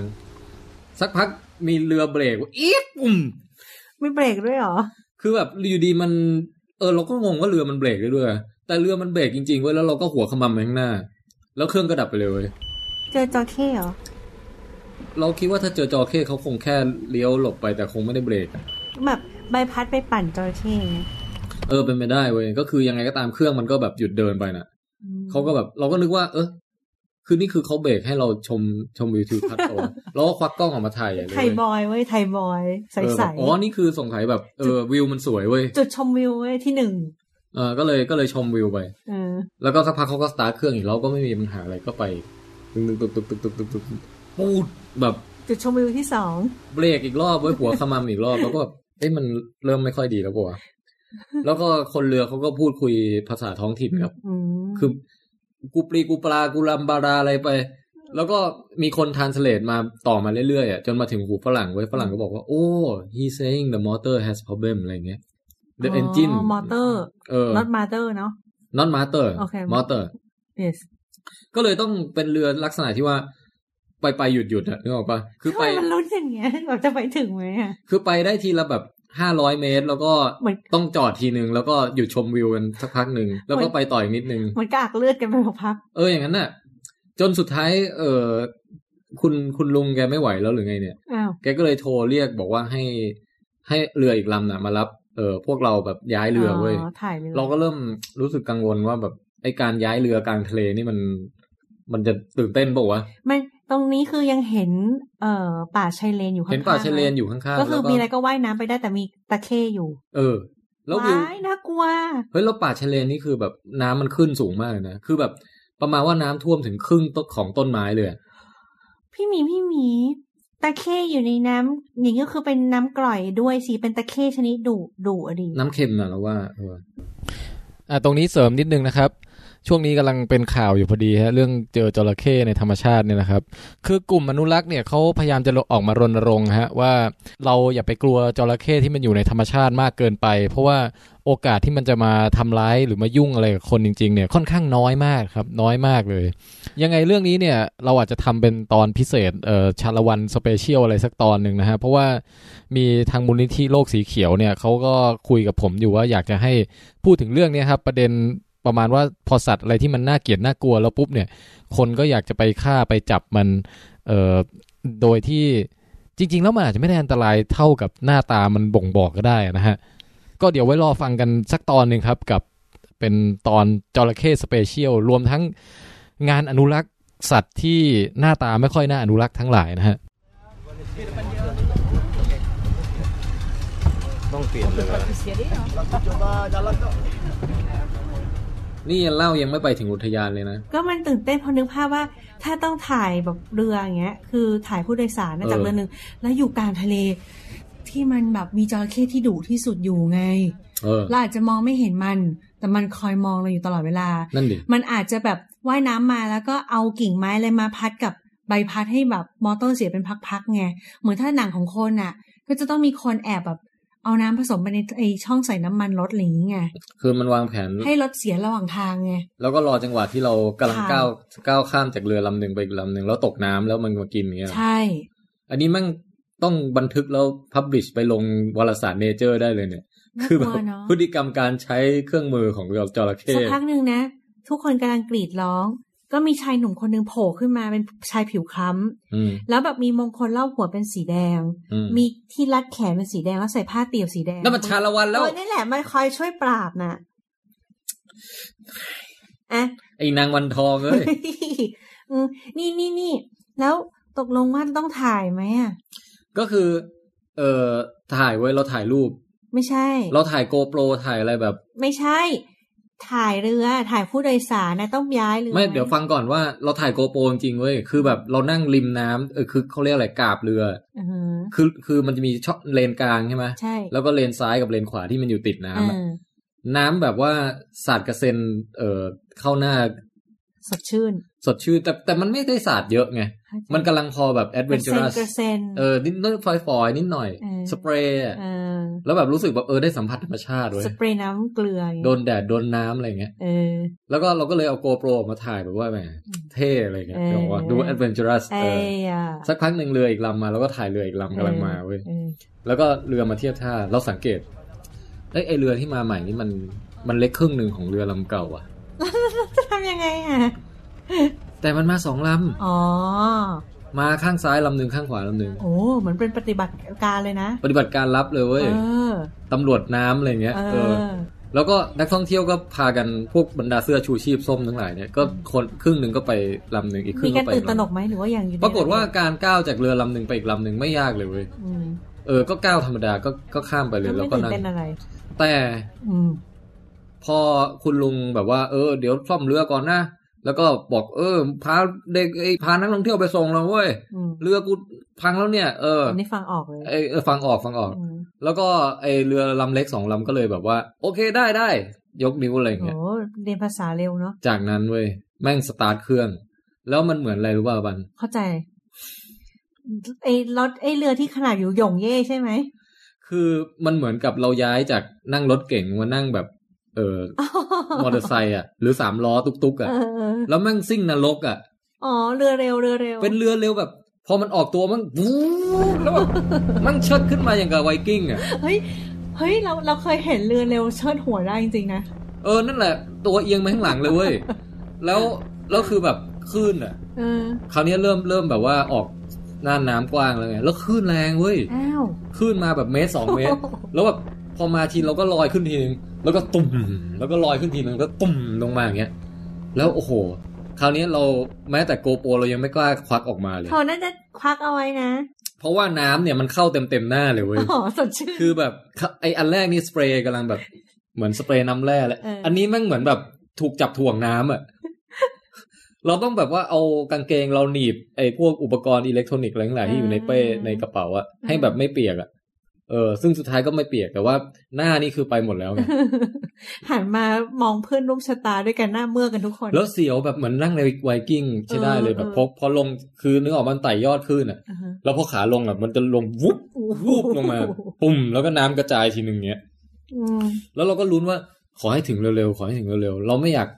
S4: สักพักมีเรือเบรกอี๊ดปุ่ม
S2: ไม่เบรกด้วยเหรอ
S4: คือแบบอยู่ดีมัน เออ เราก็งงว่าเรือมันเบรกได้ด้วย แต่เรือมันเบรกจริงๆเว้ยแล้วเราก็หัวขมำไปข้างหน้า แล้วเครื่องก็ดับไปเลยเว้ย
S2: เจอจอเข้เหรอ
S4: เราคิดว่าถ้าเจอจอเข้เขาคงแค่เลี้ยวหลบไปแต่คงไม่ได้เบรกอะ
S2: แบบใบพัดไปปั่นจอเข้ไง
S4: เออเป็นไปได้เว้ยก็คือยังไงก็ตามเครื่องมันก็แบบหยุดเดินไปน่ะเขาก็แบบ เราก็นึกว่า เออคือนี่คือเขาเบรกให้เราชมชมวิวทิวทัศน์ตัว เราก็ควักกล้องออกมาถ่ายใหญ่เล
S2: ไท
S4: ย
S2: ย
S4: เว้ย
S2: บอยเว้ยไทยบอยใ
S4: เออ
S2: ส
S4: แบบอ๋อนี่คือสงสัยแบบเออวิวมันสวยเว้ย
S2: ๆจุดชมวิวเว้ยที่หนึ่ง
S4: เออก็เลยก็เลยชมวิวไป
S2: เออ
S4: แล้วก็สักพักเขาก็สตาร์ทเครื่องอีกเราก็ไม่มีปัญหาอะไรก็ไปตึกตึกตึกตึกตึกตึกตึกตึกปูดแบบ
S2: จุดชมวิวที่สอง
S4: เบรกอีกรอบไว้ยหัวขมำอีกรอบ แล้วก็แบบเอ้ยมันเริ่มไม่ค่อยดีแล้วปะวะแล้วก็คนเรือเขาก็พูดคุยภาษาท้องถิ่นครับ
S2: อืม
S4: คือกูปรีกูปลากูลัมบาราอะไรไป แล้วก็มีคนทานสเลตมาต่อมาเรื่อยๆอ่ะจนมาถึงหูฝรั่งไว้ยฝรั่งก็บอกว่า โอ้ he saying the motor has problem อะไรอย่างเงี้ย the
S2: อ๋อ
S4: engine
S2: มอเตอร์
S4: เออ
S2: รถมอเตอร์เนาะ
S4: not motor
S2: โอเค
S4: motor
S2: yes
S4: ก็เลยต้องเป็นเรือลักษณะที่ว่าไปไปๆหยุดหยุดๆอะนึกออกปะคือ
S2: ทำ
S4: ไป
S2: ไมมันลุ้นอย่างเงี้ยแบบจะไปถึงไหมอะ
S4: คือไปได้ทีละแบบห้าร้อยเมตร แล้วก็ต้องจอดทีนึง แล้วก็หยุดชมวิวกันสักพักหนึ่ง แล้วก็ไปต่ออีกนิดนึง
S2: เหมือนกากเลือดกันไปพัก
S4: เอออย่างนั้นน่ะ จนสุดท้าย เออคุณคุณลุงแกไม่ไหวแล้วหรือไงเนี่ย
S2: ๆอ้าว
S4: แกก็เลยโทรเรียกบอกว่าให้ให้เรืออีกลำน่ะมารับ เออพวกเราแบบย้ายเรือเว้ย
S2: ถ่ายเรือ
S4: เราก็เริ่มรู้สึกกังวลว่าแบบไอการย้ายเรือกลางทะเลนี่มัน มันจะตื่นเต้นเปล่าวะ
S2: มันตรงนี้คือยังเห็น เอ่อป่าชายเลนอยู่ข้างๆ
S4: เห็นป่าชายเลนอยู่ข้างๆ
S2: ก็คือ
S4: แล้วก็
S2: มีอะไรก็ว่ายน้ำไปได้แต่มีตะเข้อยู่
S4: เออ แล้ววิว
S2: ว้ายน่ากลัว
S4: เฮ้ยแล้วป่าชายเลนนี่คือแบบน้ำมันขึ้นสูงมากเลยนะ คือแบบประมาณว่าน้ำท่วมถึงครึ่งต้นของต้นไม้เลยอะ
S2: พี่หมีพี่หมีตะเข้อยู่ในน้ำอย่างนี้ก็คือเป็นน้ำกร่อยด้วยสิเป็นตะเข้ชนิดดุดุอะดิ
S4: น้ำเค็มนะเราว่าเออ
S14: อ่ะตรงนี้เสริมนิดนึงนะครับ ช่วงนี้กำลังเป็นข่าวอยู่พอดีฮะเรื่องเจอจระเข้ในธรรมชาติเนี่ยนะครับ คือกลุ่มอนุรักษ์เนี่ยเขาพยายามจะออกมารณรงค์ฮะว่าเราอย่าไปกลัวจระเข้ที่มันอยู่ในธรรมชาติมากเกินไป เพราะว่าโอกาสที่มันจะมาทำร้ายหรือมายุ่งอะไรกับคนจริง ๆ เนี่ยค่อนข้างน้อยมากครับ น้อยมากเลย ยังไงเรื่องนี้เนี่ยเราอาจจะทำเป็นตอนพิเศษเอ่อชาละวันสเปเชียลอะไรสักตอนหนึ่งนะฮะเพราะว่ามีทางมูลนิธิโลกสีเขียวเนี่ยเขาก็คุยกับผมอยู่ว่าอยากจะให้พูดถึงเรื่องเนี้ครับ ประเด็นประมาณว่าพอสัตว์อะไรที่มันน่าเกลียดน่ากลัวแล้วปุ๊บเนี่ย คนก็อยากจะไปฆ่าไปจับมันเอ่อโดยที่จริง ๆ แล้วมันอาจจะไม่ได้อันตรายเท่ากับหน้าตามันบ่งบอกก็ได้นะฮะ ก็เดี๋ยวไว้รอฟังกันสักตอนหนึ่งครับกับเป็นตอนจระเข้สเปเชียลรวมทั้งงานอนุรักษ์สัตว์ที่หน้าตาไม่ค่อยน่าอนุรักษ์ทั้งหลายนะฮะ
S15: ต้องเปลี่ยนเลย
S4: นี่ยังเล่ายังไม่ไปถึงอุทยานเลยนะ
S2: ก็มันตื่นเต้นเพราะนึกภาพว่า ถ้าต้องถ่ายแบบเรืออย่างเงี้ย คือถ่ายผู้โดยสารนะ
S4: เออ
S2: จากเรือหนึ่งแล้วอยู่กลางทะเล ที่มันแบบมีจระเข้ที่ดุที่สุดอยู่ไง
S4: เออ
S2: เราอาจจะมองไม่เห็นมัน แต่มันคอยมองเราอยู่ตลอดเวลา
S4: นั่นดิ
S2: มันอาจจะแบบว่ายน้ำมาแล้วก็เอากิ่งไม้อะไรมาพัดกับใบพัดให้แบบมอเตอร์เสียเป็นพักๆไงเหมือนถ้าหนังของคนอ่ะ ก็จะต้องมีคนแอบแบบเอาน้ำผสมไปในไอช่องใส่น้ำมันรถหรือย่างงี้ไง
S4: คือมันวางแผน
S2: ให้รถเสียระหว่างทางไง
S4: แล้วก็รอจังหวะที่เรากำลัง
S2: ค่ะ
S4: ก้าวก้าวข้ามจากเรือลำหนึ่งไปอีกลำหนึ่งแล้วตกน้ำแล้วมันมากินอย่างเงี้ย
S2: ใช่
S4: อันนี้แมัน ต้องบันทึกแล้วพับบิชไปลงวารสารเนเจอร์ได้เลยเนี่ย คือแบบ
S2: น่ากลัวเนอะ
S4: พฤติกรรมการใช้เครื่องมือของจระเข้
S2: สักพักหนึ่งนะ ทุกคนกำลังกรีดร้อง ก็มีชายหนุ่มคนหนึงโผล่ขึ้นมาเป็นชายผิวคล้
S4: อืม
S2: ำแล้วแบบมีมงคลรอบหัวเป็นสีแดง
S4: อืม
S2: มีที่รัดแขนเป็นสีแดงแล้วใส่ผ้าเตี่ยวสีแดง
S4: นั่นมันชาละวันแล้ว
S2: เออนี่แหละมันคอยช่วยปราบน่ะอ่ะ
S4: ไอ้นางวันทอง เอ้ย
S2: อืมนี่นี่นี่แล้วตกลงว่าต้องถ่ายไหมอ่ะ
S4: ก็คือ เอ่อถ่ายไว้เราถ่ายรูป
S2: ไม่ใช่
S4: เราถ่ายโกโปรถ่ายอะไรแบบ
S2: ไม่ใช่ ถ่ายเรือถ่ายผู้โดยสารนะต้องย้ายเรือ
S4: ไม่
S2: ห
S4: เดี๋ยวฟังก่อนว่าเราถ่ายโกโปรจริงๆเว้ยคือแบบเรานั่งริมน้ำเออคือเขาเรียกอะไรกาบเรือ
S2: อือฮึ
S4: คือคือมันจะมีช่องเลนกลางใช่ไหม
S2: ใช่
S4: แล้วก็เลนซ้ายกับเลนขวาที่มันอยู่ติดน้ำอะ
S2: อ่า
S4: น้ำแบบว่าสาดกระเซ็นเอ่อเข้าหน้า
S2: สดชื่น
S4: สดชื่นแต่แต่มันไม่ได้สาดเยอะไง มันกำลังพอแบบแอดเวนเจอรัส
S2: กระเซ็นกระเซ็น
S4: เออนิดน้อยฟอยฟอยๆนิดหน่อย
S2: เออ
S4: สเปรย์อะ
S2: เออ
S4: แล้วแบบรู้สึกแบบเออได้สัมผัสธรรมชาติเว้ย
S2: สเปรย์น้ำเกลืออย่าง
S4: โด
S2: เงี้ย
S4: นแดดโดนน้ำอะไรอย่างเงี้ย
S2: เออ
S4: แล้วก็เราก็เลยเอาโกโปรมาถ่ายแบบว่าแหมเท่อะไรเงี้ย
S2: เออ
S4: เดี๋ยวบอกว่าดูแอดเวนเจอรัส
S2: ไอ้
S4: เออ
S2: อ่ะ
S4: สักพักหนึ่งเรืออีกลำมาแล้วก็ถ่ายเรืออีกลำกำลังมาเว้ย
S2: เออ
S4: แล้วก็เรือมาเทียบท่าเราสังเกตเอ้ยไอเรือที่มาใหม่นี่มันมันเล็กครึ่งหนึ่งของเรือลำเก่าอะ
S2: จะทำยังไงอ่ะ
S4: แต่มันมาสองล
S2: อ๋อ
S4: ำมาข้างซ้ายลำหนึ่งข้างขวาลำหนึ่ง
S2: โอ้เหมือนเป็นปฏิบัติการเลยนะ
S4: ปฏิบัติการลับเลยเว้ย
S2: เออ
S4: ตำรวจน้ำอะไรเงี้ย
S2: เออ
S4: เออ แล้วก็นักท่องเที่ยวก็พากันพวกบรรดาเสื้อชูชีพส้มทั้งหลายเนี่ยก็คนครึ่งหนึ่งก็ไปลำหนึ่งอีกครึ่
S2: มี
S4: ง
S2: การ
S4: ก็ไป
S2: ตื่นตระหนก
S4: ลำ
S2: ไหมหรือว่าอย่างอยู่ใน
S4: ปรากฏว่าการก้าวจากเรือลำหนึ่งไปอีกลำหนึ่งไม่ยากเลยเว้ย
S2: อืม
S4: เออก็ก้าวธรรมดาก็ก็ข้ามไปเลย
S2: ก็
S4: แล้ว
S2: ไม่ตื่น
S4: ก็นั่ง
S2: เต้นอะไร
S4: แต่
S2: อืม
S4: พอคุณลุงแบบว่า เออเดี๋ยวซ่อมเรือก่อนนะ แล้วก็บอกเออพาเด็กไอ้ยพานักท่องเที่ยวไปส่งเราเว้ย
S2: อืม
S4: เรือกูพังแล้วเนี่ย เออ
S2: อันนี้ฟังออกเลย
S4: ไอ้เออฟังออกฟังออก
S2: อืม
S4: แล้วก็ไอเรือลำเล็กสองลำก็เลยแบบว่า โอเคได้ได้ยกนิ้วอะไรอย่าง
S2: โอ้
S4: เงี้ย
S2: เรียนภาษาเร็วเนาะ
S4: จากนั้นเว้ยแม่งสตาร์ทเครื่อง แล้วมันเหมือนอะไรรู้ป่าวบัน
S2: เข้าใจไอ้รถไอ้เรือที่ขนาดอยู่หย่งเย่ใช่ไหม
S4: คือมันเหมือนกับเราย้ายจากนั่งรถเก่งมานั่งแบบ เออมอเตอร์ไซค์อ่ะหรือสามล้อตุกๆอ่ะ
S2: เออ
S4: แล้วแม่งซิ่งนรกอ่ะ
S2: อ๋อเรือเร็วเรือเร็ว
S4: เป็นเรือเร็วแบบ พอมันออกตัวมันวูบแล้วแบบมันเชิดขึ้นมาอย่างกับไวกิ้งอ่ะ
S2: เฮ้ยเฮ้ยเราเราเคยเห็นเรือเร็วเชิดหัวได้จริงๆนะ
S4: เออนั่นแหละ ตัวเอียงไปข้างหลังเลยเว้ยแล้วแล้วคือแบบคลื่นอ่ะ
S2: เออ
S4: คราวนี้เริ่มเริ่มแบบว่าออกหน้าน้ำกว้างแล้วไงแล้วคลื่นแรงเว้ย
S2: อ้าว
S4: คลื่นมาแบบเมตรสองเมตร แล้วแบบพอมาทีเราก็ลอยขึ้นทีนึงแล้วก็ตุ่มแล้วก็ลอยขึ้นทีนึงแล้วก็ตุ่มลงมาอย่างเงี้ยแล้วโอ้โห คราวนี้เราแม้แต่โกโปรเรายังไม่กล้าควักออกมาเลย
S2: โถน่าจะควักเอาไว้นะ
S4: เพราะว่าน้ำเนี่ยมันเข้าเต็มเต็มๆหน้าเลยเว้ย
S2: อ๋อสดชื่น
S4: คือแบบไออันแรกนี่สเปรย์กำลังแบบ เหมือนสเปรย์น้ำแร่แหละ
S2: เอออั
S4: อันนี้แม่งเหมือนแบบถูกจับถ่วงน้ำอ่ะ เราต้องแบบว่าเอากางเกงเราหนีบไอพวกอุปกรณ์อิเล็กทรอนิกส์อะไรทั้งหลายที่อยู่ในเป้ในกระเป๋าอะให้แบบไม่เปียกอะเออ ซึ่งสุดท้ายก็ไม่เปียกแต่ว่าหน้านี่คือไปหมดแล้วไง
S2: หันมามองเพื่อนร่วมชะตาด้วยกันหน้าเมื่อกันทุกคน
S4: แล้วเสียวแบบเหมือนนั่งในไวกิ้งใช่ได้เลยแบบ
S2: เออ
S4: พอพอลงคือนึกออกมันไต่ยอดขึ้นอ่ะ
S2: อ่าฮะ
S4: แล้วพอขาลงอ่ะมันจะลงวุบวุบลงมาปุ่มแล้วก็น้ำกระจายทีนึงเนี้ย
S2: อืม
S4: แล้วเราก็ลุ้นว่าขอให้ถึงเร็วๆ ขอให้ถึงเร็วๆ เราไม่อยาก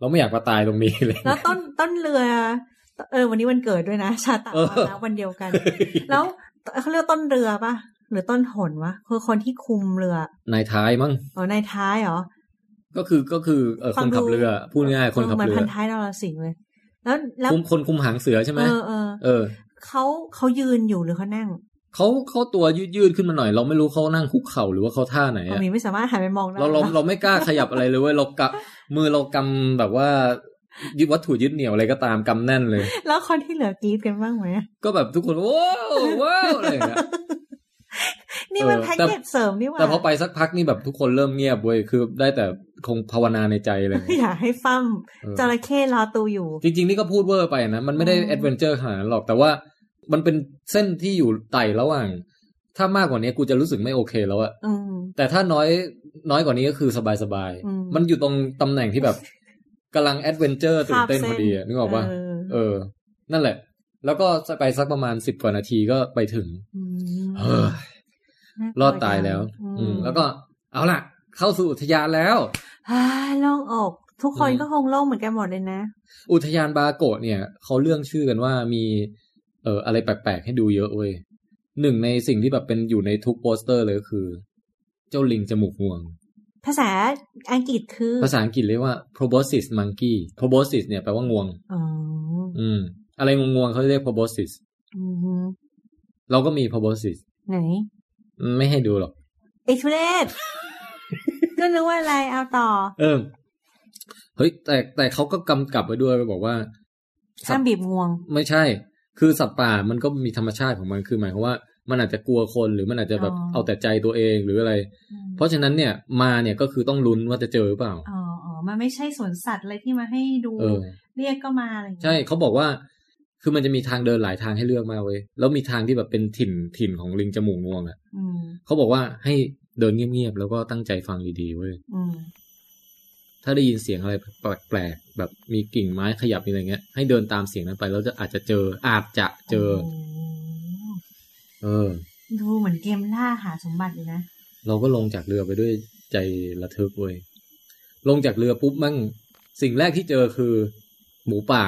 S4: เราไม่อยากมาตายตรงนี้ เลย
S2: แล้วต้นต้นเรือ เออ วันนี้วันเกิดด้วยนะ ชาตะ
S4: เออ
S2: วันนะวันเดียวกัน แล้วเขาเรียกต้นเรือปะหรือต้นหนวะคือคนที่คุมเรือน
S4: ายท้ายมั้ง
S2: อ๋อนายท้ายเหรอ
S4: ก็คือก็คือเออ
S2: ฟั
S4: ค
S2: ง
S4: นขับ
S2: ดู
S4: เรือพูดง่ายๆคนขับ
S2: เหมือน
S4: เรือ
S2: พันท้ายนรสิงห์เลย แล้วแล้ว
S4: คุมคนคุมหางเสือใช่ไหม
S2: เออเออ
S4: เออ
S2: เขาเขายืนอยู่หรือเขานั่ง
S4: เขาเขาตัวยืดๆขึ้นมาหน่อย เราไม่รู้เขานั่งคุกเข่าหรือว่าเขาท่าไหน
S2: ตร
S4: อะ
S2: งนี้ไม่สามารถหันไปมองได้
S4: เราเรา
S2: หอ
S4: เราไม่กล้าขยับอะไรเลยเว้ยเรากะมือเรากำแบบว่ายึดวัตถุยึดเหนี่ยวอะไรก็ตามกำแน่นเลย
S2: แล้วคนที่เหลือกรี๊ดกันบ้างไหม
S4: ก็แบบทุกคนว้าวว้าวอะ ไรอย่างเงี้ย
S2: นี่มัน
S4: เออ
S2: แพ็ก
S4: แต่
S2: เกจเสริมนี่หว่า
S4: แต่พอไปสักพักนี่แบบทุกคนเริ่มเงียบเว้ยคือ ได้แต่คงภาวนาในใจเลย
S2: อย่าให้ฟั่ม
S4: เออ
S2: จระเข้รอตูอยู่
S4: จริงๆ นี่ก็พูดเวอร์ไปนะ มันไม่ได้
S2: อืม
S4: แอดเวนเจอร์ขนาดนั้นหรอก แต่ว่ามันเป็นเส้นที่อยู่ไต่ระหว่าง ถ้ามากกว่านี้กูจะรู้สึกไม่โอเคแล้วอะ
S2: อืม
S4: แต่ถ้าน้อยน้อยกว่านี้ก็คือสบาย
S2: อืม
S4: มันอยู่ตรงตำแหน่งที่ แบบกำลังแอดเวนเจอร์ตื่นเต้น
S2: ข้าม
S4: พ
S2: เส้
S4: อน ดีอะนึกออกปะ
S2: เออ
S4: เออ นั่นแหละ แล้วก็ไปสักประมาณสิบกว่านาทีก็ไปถึง
S2: อืม
S4: เฮ้ย รอดตายแล้ว อืม แล้วก็เอาล่ะ เข้าสู่อุทยานแล้ว
S2: อ่าโล่งอก ทุกคน
S4: อืม
S2: ก็คงโล่งเหมือนกันหมดเลยนะ
S4: อุทยานบาโกะเนี่ยเขาเรื่องชื่อกันว่ามี เอ่ออะไรแปลกๆให้ดูเยอะเว้ย หนึ่งในสิ่งที่แบบเป็นอยู่ในทุกโปสเตอร์เลยก็คือ เจ้าลิงจมูกห่วง
S2: ภาษาอังกฤษคือ
S4: ภาษาอังกฤษเรียกว่า proboscis monkey proboscis เนี่ยแปลว่างวง
S2: อ๋อ
S4: อืม อะไรงวงๆเขาเรียก proboscis
S2: อือหือ
S4: เราก็มี proboscis
S2: ไหน
S4: ไม่ให้ดูหรอก
S2: ไอ้ทุเร ศ ก็นึกว่าอะไรเอาต่อ
S4: เออ เฮ้ย แต่แต่เขาก็กำกับไว้ด้วยบอกว่า
S2: ห้ามบีบงวง
S4: ไม่ใช่ คือสัตว์ป่ามันก็มีธรรมชาติของมัน คือหมายความว่า มันอาจจะกลัวคนหรือมันอาจจะแบบ
S2: อ๋อ
S4: เอาแต่ใจตัวเองหรืออะไร เพราะฉะนั้นเนี่ยมาเนี่ยก็คือต้องลุ้นว่าจะเจอหรือเปล่า
S2: อ๋ออ๋อมันไม่ใช่สวนสัตว์เลยที่มาให้ดู
S4: เออ
S2: เรียกก็มาอะไรอย่างเงี้ย
S4: ใช่เขาบอกว่า คือมันจะมีทางเดินหลายทางให้เลือกมากเว้ย แล้วมีทางที่แบบเป็นถิ่นถิ่นของลิงจมูกงวงอะ่ะ
S2: อืม
S4: เขาบอกว่าให้เดินเงียบๆแล้วก็ตั้งใจฟังดีๆเว้ย
S2: อืม
S4: ถ้าได้ยินเสียงอะไรแปลกๆแบบมีกิ่งไม้ขยับมีอะไรเงี้ย ให้เดินตามเสียงนั้นไปแล้วจะอาจจะเจอ อาจจะเจอ เออ
S2: ดูเหมือนเกมล่าหาสมบัติเลยนะ
S4: เราก็ลงจากเรือไปด้วยใจระทึกเว้ย ลงจากเรือปุ๊บมั่งสิ่งแรกที่เจอคือ หมูป่า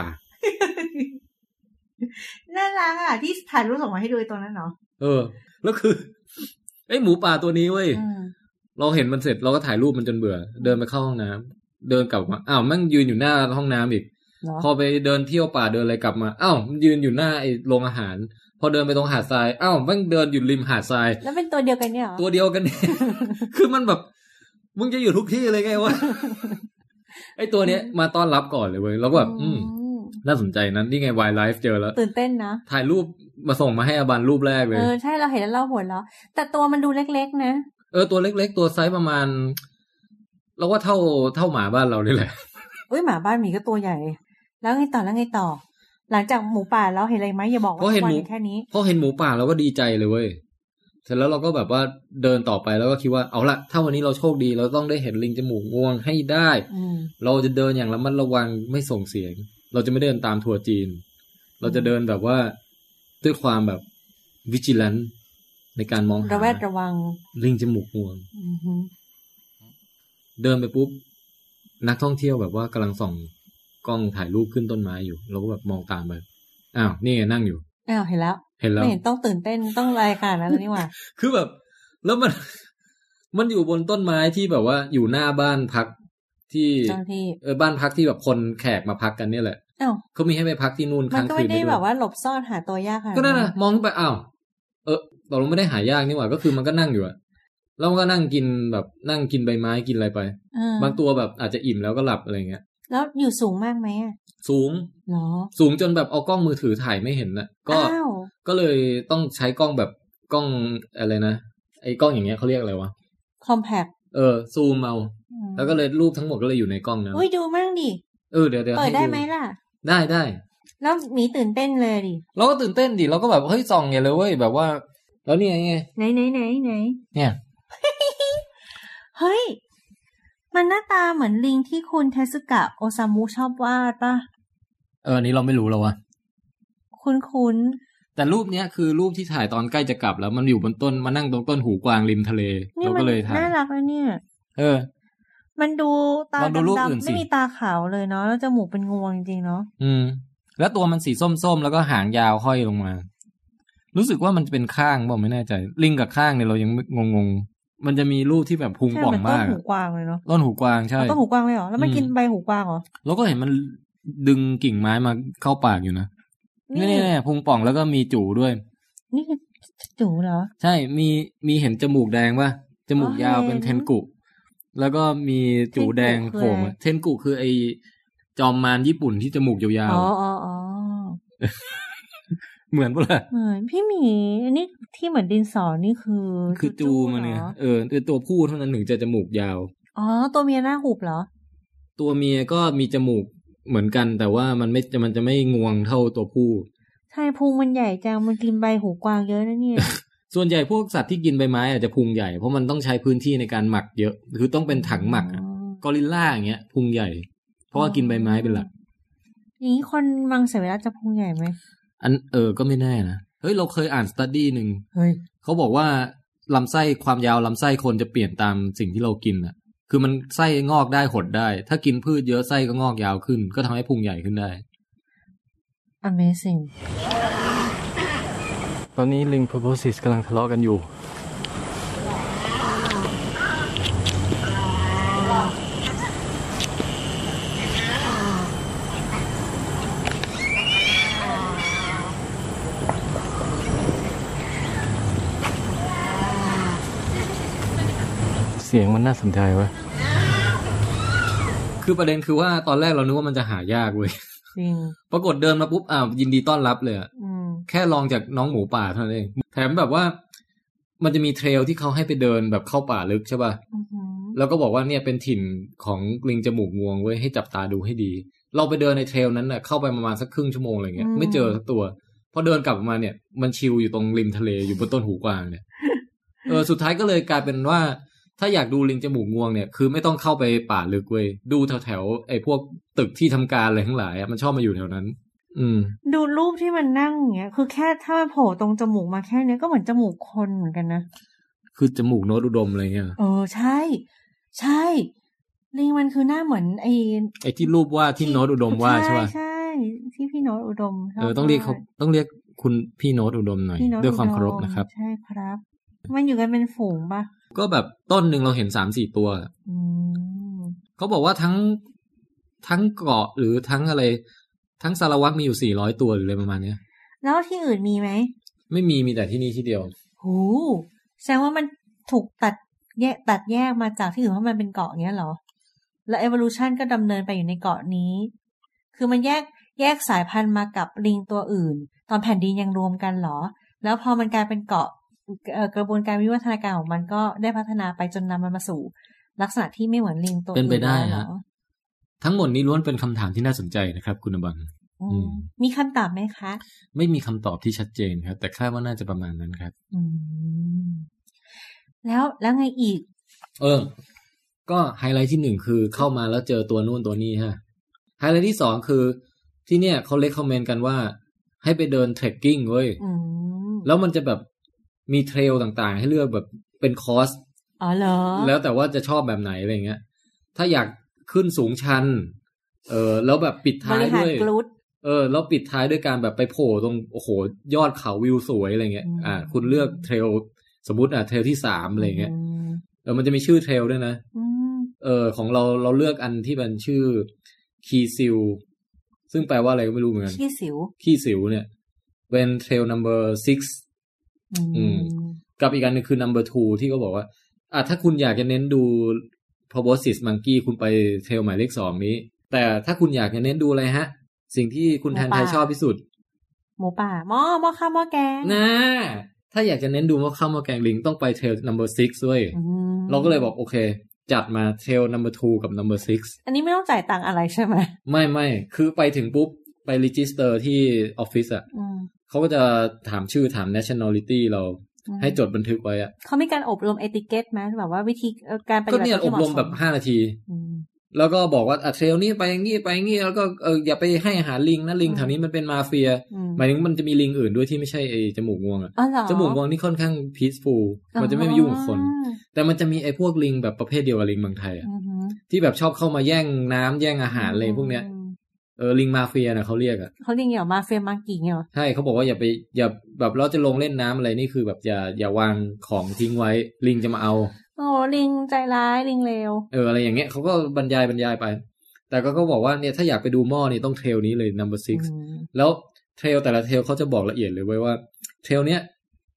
S2: น่ารักอ่ะ ที่ถ่ายรูปส่งมาให้ดูไอ้ตัวนั้นเนาะ
S4: เออ แล้วคือ ไอ้ยหมูป่าตัวนี้เว้ย
S2: อืม
S4: เราเห็นมันเสร็จเราก็ถ่ายรูปมันจนเบื่อ เดินไปเข้าห้องน้ำเดินกลับมาอ้าวแมันยืนอยู่หน้าห้องน้ำอีก
S2: เหรอ
S4: พอไปเดินเที่ยวป่าเดินอะไรกลับมาอ้าวมันยืนอยู่หน้าไอ้โรงอาหาร พอเดินไปตรงหาดทรายอ้าวแมันเดินอยู่ริมหาดทราย
S2: แล้วเป็นตัวเดียวกันเนี่ยเหรอ
S4: ตัวเดียวกัน เนี่ย คือมันแบบ มึงจะอยู่ทุกที่เลยไง วะ ไอ้ตัวเนี้ยมาต้อนรับก่อนเลยเว้ย แล้วก็แบบ อืม
S2: อืม
S4: น่าสนใจนั้นนี่ไงวายไลฟ์เจอแล้ว
S2: ตื่นเต้นนะ
S4: ถ่ายรูปมาส่งมาให้อาบันรูปแรกเลย
S2: เออ ใช่เราเห็นแล้วเราหัวเราะแต่ตัวมันดูเล็กๆ นะ
S4: เออ ตัวเล็กๆ ตัวไซส์ประมาณ เราว่าเท่าเท่าหมาบ้านเราเลยแหละ
S2: อุ้ยหมาบ้านหมีก็ตัวใหญ่ แล้วไงต่อแล้วไงต่อ หลังจากหมูป่าเราเห็นอะไรไหมอย่าบอก
S4: เพราะ
S2: ว่า
S4: เห็น
S2: วั
S4: หมู
S2: แค่นี้
S4: เพราะเห็นหมูป่าเราก็ดีใจเลยเว้ย เสร็จแล้วเราก็แบบว่าเดินต่อไปแล้วก็คิดว่าเอาละถ้าวันนี้เราโชคดีเราต้องได้เห็นลิงจมูกงวงให้ได้
S2: อืม
S4: เราจะเดินอย่างระมัดระวังไม่ส่งเสียง เราจะไม่เดินตามทัวร์จีน เราจะเดินแบบว่าด้วยความแบบวิจิลันในการมองหา
S2: ระแวดระวัง
S4: ลิงจมูกงวง
S2: อือหือ
S4: เดินไปปุ๊บ นักท่องเที่ยวแบบว่ากำลังส่องกล้องถ่ายรูปขึ้นต้นไม้อยู่ เราก็แบบมองตามไปอ้าวนี่ไงนั่งอยู่
S2: อ้าวเห็นแล้ว
S4: เห็นแล้ว
S2: ไม่เห็นต้องตื่นเต้นต้องอะไรขนาดนั้นเลย นี่หว่า
S4: คือแบบ แล้วมัน มันอยู่บนต้นไม้ที่แบบว่าอยู่หน้าบ้านพักที่
S2: เจ้าหน้าที่
S4: เออบ้านพักที่แบบคนแขกมาพักกันเนี่ยแหละ
S2: อ้าว
S4: เขามีให้ไปพักที่นู่น
S2: มั
S4: ค้าน ง
S2: ก็
S4: คื
S2: ไม่
S4: น
S2: ได้
S4: ด้
S2: แบบ
S4: วย
S2: ว่าหลบซ่อนหาตัวยากขนาด
S4: ก็นั่นนะมองขึ้นไปอ้าวเออตกลงไม่ได้หายากนี่หว่าก็คือมันก็นั่งอยู่อะแล้วมันก็นั่งกินแบบนั่งกินใบไม้กินอะไรไป
S2: เออบ
S4: างตัวแบบอาจจะอิ่มแล้วก็หลับอะไรเงี้ย
S2: แล้วอยู่สูงมากไหมอะ
S4: สูง
S2: เหรอ
S4: สูงจนแบบเอากล้องมือถือถ่ายไม่เห็นนะก็
S2: อ้าว
S4: ก็เลยต้องใช้กล้องแบบกล้องอะไรนะไอ้กล้องอย่างเงี้ยเขาเรียกอะไรวะ
S2: คอมแพค
S4: เออซูมเอา
S2: อืม
S4: แล้วก็เลยรูปทั้งหมดก็เลยอยู่ในกล้องนะ
S2: อุ้ยดูมั่งดิ
S4: เออเดี๋ยวเดี๋ยว
S2: เปิดได้
S4: ให้
S2: ไหมล่ะ
S4: ได้ได้
S2: แล้วหมีตื่นเต้นเลยดิ
S4: เราก็ตื่นเต้นดิเราก็แบบเฮ้ยส่องไงเลยเว้ยแบบว่า แล้วเนี่ยไง
S2: ไหนไหนไหนไหน
S4: เนี่ย
S2: เฮ้ย มันหน้าตาเหมือนลิงที่คุณเทสึกะโอซามุชอบวาดปะ
S4: เอออันนี้เราไม่รู้แล้ววะ
S2: คุ้นคุ้น
S4: แต่รูปเนี้ยคือรูปที่ถ่ายตอนใกล้จะกลับแล้วมันอยู่บนต้นมานั่งตรงต้นหูกวางริมทะเล
S2: ๆนี่
S4: เรา
S2: มั
S4: ก็เลยถ่าย
S2: น่ารักนะเนี่ย
S4: เออ
S2: มันดูตา
S4: ลองดูรูปอื่
S2: ดำ
S4: น
S2: ๆ
S4: สิ
S2: ไม่มีตาขาวเลยเนาะแล้วจมูกเป็นงวงจริงๆเนาะ
S4: อืม แล้วตัวมันสีส้มๆ แล้วก็หางยาวห้อยลงมา รู้สึกว่ามันจะเป็นข้างบ่าไม่แน่ใจ ลิงกับข้างเนี่ยเรายังงงงๆมันจะมีรูปที่แบบพุง
S2: ใช่
S4: ป่อง
S2: เหมืนต้น
S4: มาก
S2: หู
S4: อะ
S2: กวางเลยเนาะ
S4: ต้นหูกวางใช่
S2: เอาต้นหูกวางเลยเหรอแล้วมัน
S4: อืม
S2: กินใบหูกวางเหรอ
S4: แล้วก็เห็นมันดึงกิ่งไม้มาเข้าปากอยู่นะ
S2: นี่
S4: นี่แน่ๆพุงป่องแล้วก็มีจู่ด้วย
S2: นี่คือจูเหรอ
S4: ใช่ มี มีเห็นจมูกแดงป่ะ จมู
S2: อ๋อย
S4: กาวเป็นเทนกุ แล้วก็มีจูแดง
S2: เทนกุคือ
S4: โผล่มา
S2: อะไร
S4: เทนกุคือไอจอมมารญี่ปุ่นที่จมูกยาว
S2: อ๋ออ๋ออ๋อ
S4: ๆ เหมือนปะล่ะ
S2: เหมือนพี่หมีอันนี้ที่เหมือนดินสอนี่คือ
S4: คือจูมันเนี่ย
S2: หรอ
S4: เออคือตัวผู้เท่านั้นถึงจะจมูกยาว
S2: อ๋อตัวเมียหน้าหูบเหรอ
S4: ตัวเมียก็มีจมูกเหมือนกัน แต่ว่ามันไม่มันจะไม่งวงเท่าตัวผู้
S2: ใช่พุงมันใหญ่จังมันกินใบหูกวางเยอะนะเนี่ย
S4: ส่วนใหญ่พวกสัตว์ที่กินใบไม้อาจจะพุงใหญ่ เพราะมันต้องใช้พื้นที่ในการหมักเยอะ คือต้องเป็นถังหมักอะกอริลล่าอย่างเงี้ยพุงใหญ่ เพราะว่ากินใบไม้เป็นหลัก
S2: อย่างนี้คนมังสวิรัตจะพุงใหญ่ไหม
S4: อันเออ ก็ไม่แน่นะ เฮ้ย เราเคยอ่านสตัดดี้หนึ่ง
S2: เฮ้ย
S4: เขาบอกว่าลำไส้ความยาวลำไส้คนจะเปลี่ยนตามสิ่งที่เรากินอ่ะ คือมันไส้งอกได้หดได้ ถ้ากินพืชเยอะไส้ก็งอกยาวขึ้น ก็ทำให้พุงใหญ่ขึ้นได้
S2: Amazing
S16: ตอนนี้ลิง p u r p o s i s กำลังทะเลาะกันอยู่ เสียงมันน่าสนใจเวะ
S4: คือประเด็นคือว่าตอนแรกเรานึกว่ามันจะหายากเว้ย
S2: จริง
S4: ปรากฏเดินมาปุ๊บ อ้าว ยินดีต้อนรับเลยอะ
S2: อืม
S4: แค่ลองจากน้องหมูป่าเท่านั้นเอง แถมแบบว่า มันจะมีเทรลที่เขาให้ไปเดินแบบเข้าป่าลึกใช่ป่ะ แล้วก็บอกว่าเนี่ยเป็นถิ่นของลิงจมูกงวงเว้ยให้จับตาดูให้ดี เราไปเดินในเทรลนั้นน่ะเข้าไปประมาณสักครึ่งชั่วโมงอะไรเงี้ย
S2: อืม
S4: ไม่เจอสักตัว พอเดินกลับมาเนี่ย มันชิลอยู่ตรงริมทะเลอยู่บนต้นหูกวางเนี่ยเออสุดท้ายก็เลยกลายเป็นว่า ถ้าอยากดูลิงจมูกงวงเนี่ยคือไม่ต้องเข้าไปป่าลึกเว้ยดูแถวแถวๆไอ้พวกตึกที่ทำการอะไรทั้งหลายอะมันชอบมาอยู่แถวนั้น อืม
S2: ดูรูปที่มันนั่งอย่างเงี้ย คือแค่ถ้ามันโผล่ตรงจมูกมาแค่เนี้ยก็เหมือนจมูกคนเหมือนกันนะ
S4: คือจมูกโนตอุดมอะไรเงี้ย
S2: เออใช่ ใช่ ลิงมันคือหน้าเหมือนไอ
S4: ไอ้ที่รูปว่าดที่โนตอุดมวาดใช่ป่ะ
S2: ใช่ที่พี่โน้ตอุดมชบ
S4: เออต้องเรียกเขา
S2: วด
S4: ต้องเรียกคุณพี่โน้ตอุดมหน่อย
S2: พี่โน้ต
S4: ด้วยความ
S2: อุดม
S4: เคารพนะครับ
S2: ใช่ครับ มันอยู่กันเป็นฝูงปะ
S4: ก็แบบต้นหนึ่งเราเห็นสามสี่ตัว
S2: อืม
S4: เขาบอกว่าทั้งทั้งเกาะหรือทั้งอะไร ทั้งสารวัตรมีอยู่สี่ร้อยตัวหรืออะไรประมาณเนี้ย
S2: แล้วที่อื่นมีไหม
S4: ไม่มีมีแต่ที่นี่ที่เดียว
S2: หูแสดงว่ามันถูกตัดแยกตัดแยกมาจากที่อื่นเพราะมันเป็นเกาะเงี้ยเหรอ แล้ว evolution ก็ดำเนินไปอยู่ในเกาะนี้ คือมันแยกแยกสายพันธุ์มากับลิงตัวอื่น ตอนแผ่นดินยังรวมกันเหรอ แล้วพอมันกลายเป็นเกาะเอ่อกระบวนการวิวัฒนาการของมันก็ได้พัฒนาไปจนนำมันมาสู่ ลักษณะที่ไม่เหมือนลิงตัว
S4: เป็น
S2: อื่น
S4: ไปได้
S2: แล้วเหร
S4: ฮะ
S2: อ
S4: ทั้งหมดนี้ล้วนเป็นคำถามที่น่าสนใจนะครับ คุณอบัง
S2: อืมมีคำตอบไหมคะ
S4: ไม่มีคำตอบที่ชัดเจนครับ แต่คาดว่าน่าจะประมาณนั้นครับ
S2: อืมแล้วแล้วไงอีก
S4: เออ ก็ไฮไลท์ที่หนึ่งคือเข้ามาแล้วเจอตัวนู่นตัวนี้ฮะ ไฮไลท์ที่สองคือที่เนี่ยเขาเล c กคอมเมนต์กันว่า ให้ไปเดินเทรคกิ้งเว้ย
S2: อืม
S4: แล้วมันจะแบบมีเทรลต่างๆ ให้เลือกแบบเป็นคอร์ส
S2: อ๋อเหรอ
S4: แล้วแต่ว่าจะชอบแบบไหนอะไรเงี้ย ถ้าอยากขึ้นสูงชัน เออแล้วแบบปิด
S2: บ
S4: ท้าย
S2: ริหาร
S4: ด้วย
S2: กรูด
S4: เออ แล้วปิดท้ายด้วยการแบบไปโผล่ตรงโอ้โหยอดเขาวิวสวยอะไรเงี้ย อ่า คุณเลือกเทรลสมมติอ่ะเทรลที่สามอะไรเงี้ย เออ มันจะมีชื่อเทรลด้วยนะ
S2: อืม
S4: เออ ของเราเราเลือกอันที่มันชื่อคีซิลซึ่งแปลว่าอะไรก็ไม่รู้เหมือนกัน
S2: ขี้สิว
S4: ขี้สิวเนี่ย เป็นเทรล number six อืม กับอีกอันหนึงคือ number two ที่ก็บอกว่า อ่ะถ้าคุณอยากจะเน้นดู proboscis monkey คุณไปเทรลหมายเลขสองนี้ แต่ถ้าคุณอยากจะเน้นดูอะไรฮะ สิ่งที่คุณแทนไท
S2: ห
S4: ย
S2: มูป่า
S4: ชอบที่สุด
S2: หมูป่าหม้อหม้อข้าวหม้อแกง
S4: นะถ้าอยากจะเน้นดูว่าข้าวหมาแกงลิงต้องไปเทรล number six ด้วย
S2: อืม
S4: เราก็เลยบอกโอเค จัดมาเทรล number two กับ number six
S2: อันนี้ไม่ต้องจ่ายตังค์อะไรใช่ไหม
S4: ไม่ไม่คือไปถึงปุ๊บ ไปรีจิสเตอร์ที่ออฟฟิศอ่ะ
S2: อืม
S4: เขาก็จะถามชื่อถาม nationality เรา
S2: อืม
S4: ให้จดบันทึกไว้อะ
S2: เขามีการอบรมเอติเกตไหมแบบว่าวิธีเอ่อการปฏิ
S4: ก็
S2: บัติ
S4: เนี่ย
S2: ตัว
S4: อ
S2: ที่
S4: บ
S2: เหาะ
S4: รม
S2: ส
S4: แบบห้านาที
S2: อืม
S4: แล้วก็บอกว่าอ่ะเทรลนี้ไปอย่างงี้ไปอย่างงี้แล้วก็เอออย่าไปให้อาหารลิงนะลิงแถวนี้มันเป็นมาเฟีย
S2: อืม
S4: หมายถึงมันจะมีลิงอื่นด้วยที่ไม่ใช่ไอ้จมูกงวงอะ
S2: อ๋อเหรอ
S4: จมูกงวงนี่ค่อนข้าง peaceful
S2: อ๋อ
S4: มันจะไม่มายุ่งกับคน แต่มันจะมีไอ้พวกลิงแบบประเภทเดียวกับลิงเมืองไทยอะ
S2: อือหือ
S4: ที่แบบชอบเข้ามาแย่งน้ำแย่งอาหารอะไรพวกเนี้ยเออลิงมาเฟียนะเขาเรียกอะ
S2: เขาเรียกเหรอมาเฟียมังกี้เหรอ
S4: ใช่เขาบอกว่าอย่าไปอย่าแบบเราจะลงเล่นน้ำอะไรนี่คือแบบอย่าอย่าวางของทิ้งไว้ ลิงจะมาเอา
S2: โอ้ลิงใจร้ายลิงเลว
S4: เอออะไรอย่างเงี้ยเขาก็บรรยายบรรยายไป แต่ก็เขาบอกว่าเนี่ยถ้าอยากไปดูหม้อนี่ต้องเทรลนี้เลย number six แล้วเทรลแต่ละเทรลเขาจะบอกละเอียดเลยไว้ยว่าเทรลเนี้ย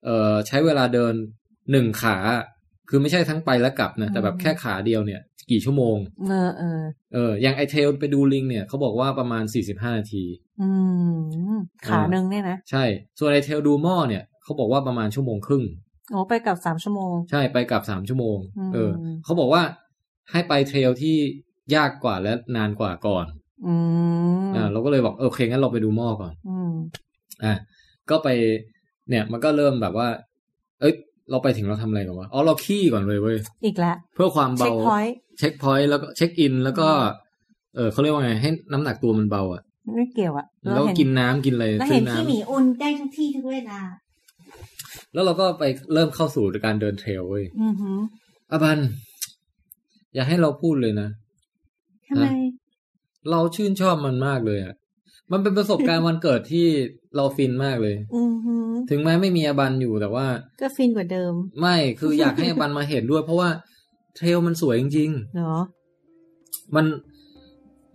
S4: เอ่อใช้เวลาเดินหนึ่งขา คือไม่ใช่ทั้งไปและกลับนะแต่แบบแค่ขาเดียวเนี่ย กี่ชั่วโมง
S2: เออเออ
S4: เอออย่างไอเทรลไปดูลิงเนี่ยเขาบอกว่าประมาณสี่สิบห้านาที
S2: อืมขาหนึ่งเนี่ยนะ
S4: ใช่ ส่วนไอเทลดูหม้อเนี่ยเขาบอกว่าประมาณชั่วโมงครึ่ง
S2: โอ้ไปกับสามชั่วโมง
S4: ใช่ไปกลับสามชั่วโมง
S2: อืม
S4: เออเขาบอกว่าให้ไปเทรลที่ยากกว่าและนานกว่าก่อน
S2: อืม
S4: อ่าเราก็เลยบอกโอเคงั้นเราไปดูหม้อก่อน
S2: อืม
S4: อ่ะก็ไปเนี่ยมันก็เริ่มแบบว่า เอ้ย เราไปถึงเราทำอะไรก่อนวะอ๋อเราขี้ก่อนเลยเว้ย
S2: อีกแล้ว
S4: เพื่อความเบา
S2: Checkpoint
S4: เช็คพอยต์แล้วก็เช็คอิน แล้วก็ เออเขาเรียกว่าไงให้น้ำหนักตัวมันเบาอ่ะ
S2: ไม่เกี่ยวอะ
S4: แล้วก็
S2: เห็
S4: กินน้ำกินอะไร
S2: แล้ว
S4: ซื้
S2: เห็น
S4: อน้ำ
S2: ที่หมีอุ่นได้ทุกที่ทุกเวลา
S4: แล้วเราก็ไปเริ่มเข้าสู่การเดินเทรลเว้ย
S2: อือหือ
S4: อาบัน อย่าให้เราพูดเลยนะ
S2: ทำไม
S4: เราชื่นชอบมันมากเลยอะ มันเป็นประสบการณ์วันเกิดที่เราฟินมากเลย
S2: อือหือ
S4: ถึงแม้ไม่มีอบันอยู่แต่ว่า
S2: ก็ฟินกว่าเดิม
S4: ไม่คืออยากให้อบันมาเห็นด้วย เพราะว่าเทรลมันสวยจริง
S2: เนาะ
S4: ๆ มัน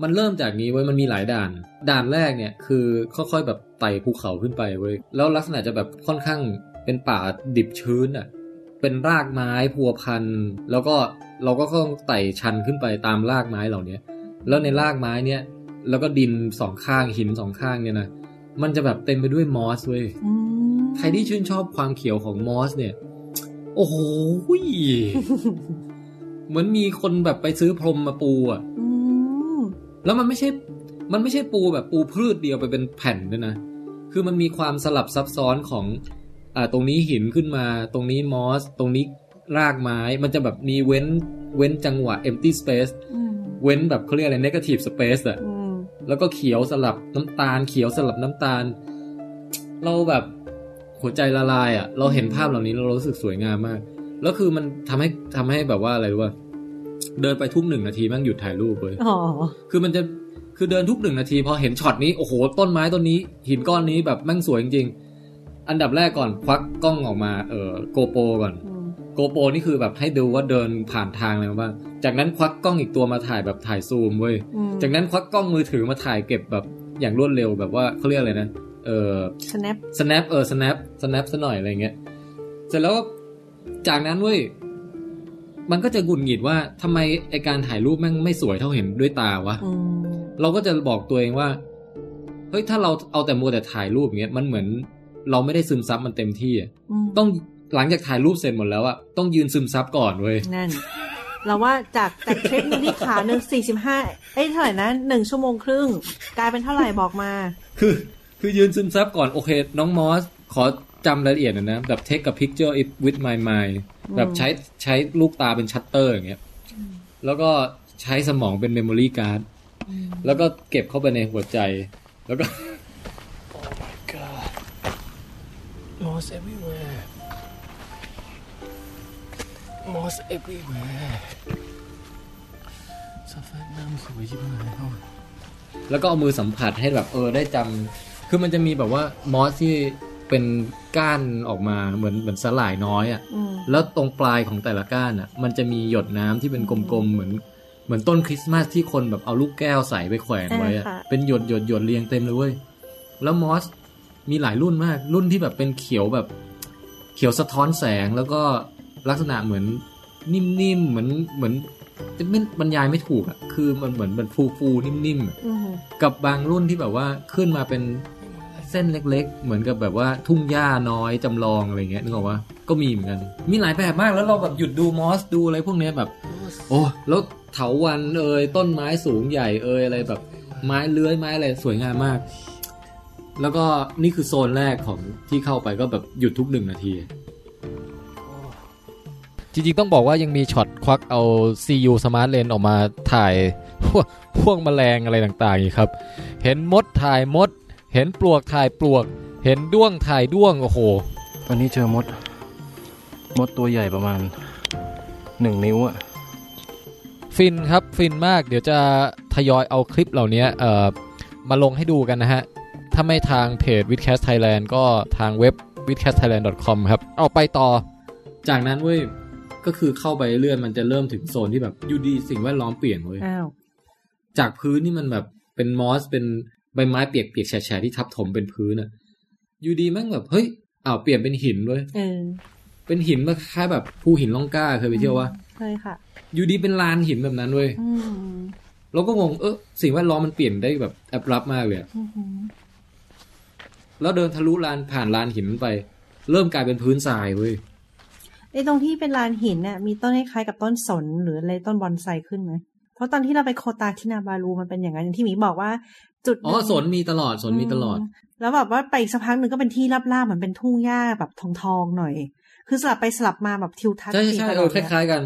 S4: มันเริ่มจากนี้เว้ยมันมีหลายด่าน ด่านแรกเนี่ยคือค่อยๆแบบไต่ภูเขาขึ้นไปเว้ยแล้วลักษณะจะแบบค่อนข้างเป็นป่าดิบชื้นอ่ะ เป็นรากไม้พัวพันแล้วก็เราก็ต้องไต่ชันขึ้นไปตามรากไม้เหล่าเนี้ย แล้วในรากไม้เนี่ย แล้วก็ดินสองข้างหินสองข้างเนี่ยนะมันจะแบบเต็มไปด้วยมอสเว้ย
S2: อืม
S4: ใครที่ชื่นชอบความเขียวของมอสเนี่ย โอ้โหยเหมือนมีคนแบบไปซื้อพรมมาปูอะ
S2: อืม
S4: แล้วมันไม่ใช่ มันไม่ใช่ปูแบบปูพืชเดียวไปเป็นแผ่นด้วยนะ คือมันมีความสลับซับซ้อนของ อ่า ตรงนี้หินขึ้นมา ตรงนี้มอส ตรงนี้รากไม้ มันจะแบบมีเว้น เว้นจังหวะ empty space
S2: อืม
S4: เว้นแบบเขาเรียกอะไร negative space อะ
S2: อืม
S4: แล้วก็เขียวสลับน้ำตาล เขียวสลับน้ำตาล เราแบบหัวใจละลายอะ่ะ เราเห็นภาพเหล่านี้แล้วเรารู้สึกสวยงามมาก แล้วคือมันทำให้ทำให้แบบว่าอะไรรู้ป่ะเดินไปทุกหนึ่งนาทีแม่งหยุดถ่ายรูปเลย
S2: อ๋อ
S4: คือมันจะคือเดินทุกหนึ่งนาทีพอเห็นช็อตนี้โอ้โห ต้นไม้ต้นนี้ หินก้อนนี้แบบแม่งสวยจริงๆอันดับแรกก่อนควักกล้องออกมาเออโกโปรก่อน
S2: อืม
S4: โกโปรนี่คือแบบให้ดูว่าเดินผ่านทางอะไรมาบ้างจากนั้นควักกล้องอีกตัวมาถ่ายแบบถ่ายซูมเว้ย
S2: อืม
S4: จากนั้นควักกล้องมือถือมาถ่ายเก็บแบบอย่างรวดเร็วแบบว่าเขาเรียกอะไรนะ เออ
S2: snap
S4: snap เออ snap snap ซะหน่อยอะไรเงี้ย เสร็จแล้วจากนั้นเว้ย มันก็จะหงุดหงิดว่าทำไมไอการถ่ายรูปแม่งไม่สวยเท่าเห็นด้วยตาวะ
S2: อืม
S4: เราก็จะบอกตัวเองว่า เฮ้ยถ้าเราเอาแต่มัวแต่ถ่ายรูปอย่างเงี้ย มันเหมือนเราไม่ได้ซึมซับมันเต็มที่อะ
S2: อืม
S4: ต้องหลังจากถ่ายรูปเสร็จหมดแล้วอะต้องยืนซึมซับก่อนเว้ย
S2: นั่น เราว่าจากจากทริปหนึงที่ขาหนึ่งสี่สิบห้าเอ้ยเท่าไหร่นะหนึ่งชั่วโมงครึ่ง กลายเป็นเท่าไหร่บอกมา
S4: คือคือยืนซึมซับก่อน โอเค น้องมอส ขอจำรายละเอียดหนอยนะ แบบ take a picture it with my mind
S2: อืม
S4: แบบใช้ใช้ลูกตาเป็นชัตเตอร์อย่างเงี้ยแล้วก็ใช้สมองเป็นเมมโมรีการ์ดแล้วก็เก็บเข้าไปในหัวใจ แล้วก็
S1: Moss everywhere. Moss everywhere. สแฟนน้ำสวยชิบหายเอา
S4: แล้วก็เอามือสัมผัสให้แบบเออได้จำคือมันจะมีแบบว่ามอสที่เป็นก้านออกมาเหมือนเหมือนสลายน้อยอะ
S2: อืม
S4: แล้วตรงปลายของแต่ละก้านอ่ะ มันจะมีหยดน้ำที่เป็นกลมๆ เหมือนเหมือนต้นคริสต์มาสที่คนแบบเอาลูกแก้วใส่ไปแขวนไว้อะ
S2: อ่าค่ะ
S4: เป็นหยดหยดหยดเรียงเต็มเลยเว้ย แล้วมอสมีหลายรุ่นมาก รุ่นที่แบบเป็นเขียวแบบ เขียวสะท้อนแสงแล้วก็ลักษณะเหมือนนิ่มๆ เหมือนเหมือนจะไม่บรรยายไม่ถูกอ่ะ คือมันเหมือนมันฟูๆ นิ่มๆอะ
S2: อืม
S4: กับบางรุ่นที่แบบว่าขึ้นมาเป็นเส้นเล็กๆ เหมือนกับแบบว่าทุ่งหญ้าน้อยจำลองอะไรเงี้ยนึกออกว่าก็มีเหมือนกัน มีหลายแบบมากแล้วเราแบบหยุดดูมอสดูอะไรพวกเนี้ยแบบ โอ้แล้วเถาวันเอ่ยต้นไม้สูงใหญ่เอ่ยอะไรแบบ ไม้เลื้อยไม้อะไรสวยงามมาก แล้วก็นี่คือโซนแรกของที่เข้าไปก็แบบหยุดทุกหนึ่งนาที
S17: จริงๆ ต้องบอกว่ายังมีช็อตควักเอา CU Smart Lens ออกมาถ่ายพวกพวกแมลงอะไรต่างๆอีกครับ เห็นมดถ่ายมด เห็นปลวกถ่ายปลวก เห็นด้วงถ่ายด้วง โอ้โห
S16: ตอนนี้เจอมด มดตัวใหญ่ประมาณหนึ่งนิ้วอะ
S17: ฟินครับ ฟินมากเดี๋ยวจะทยอยเอาคลิปเหล่านี้เอ่อมาลงให้ดูกันนะฮะ ถ้าไม่ทางเพจ Witcast Thailand ก็ทางเว็บ witcastthailand.com ครับ เอาไปต่อ
S4: จากนั้นเว้ยก็คือเข้าไปเรื่อยมันจะเริ่มถึงโซนที่แบบอยูดีสิ่งแวดล้อมเปลี่ยนเว้ย
S2: อ้าว
S4: จากพื้นนี่มันแบบเป็นมอสเป็นใบไม้เปียกๆแฉะๆที่ทับถมเป็นพื้นอะอยู่ดีแม่งแบบเฮ้ยอ้าวเปลี่ยนเป็นหินด้วย
S2: เออ
S4: เป็นหินมาคล้ายแบบภูหินล่องกล้าเคยไปเที่ยววะ
S2: เคยค่ะ
S4: อยู่ดีเป็นลานหินแบบนั้นเว้ย
S2: อืม
S4: เราก็งงเออสิ่งแวดล้อมมันเปลี่ยนได้แบบแอบรับมากเลยอะ
S2: อืม
S4: แล้วเดินทะลุลานผ่านลานหินไป เริ่มกลายเป็นพื้นทรายเว้ย
S2: ไอ้ตรงที่เป็นลานหินน่ะมีต้นคล้ายๆกับต้นสนหรืออะไรต้นบอนไซขึ้นไหมเพราะตอนที่เราไปโคตาที่นาบารูมันเป็นอย่างนั้นอย่างที่หมีบอกว่า จุดห
S4: อ๋อสนมีตลอดสนมีตลอด
S2: มแล้วแบบว่าไปอีกสักพักหนึ่งก็เป็นที่ราบๆเหมือนเป็นทุ่งหญ้าแบบทองๆหน่อย คือสลับไปสลับมาแบบทิวทัศน์
S4: ใช่
S2: สีต
S4: ใช่ใช่
S2: ล
S4: เอ
S2: อ
S4: อ
S2: ด
S4: ค
S2: เลย
S4: ล้าย ๆกัน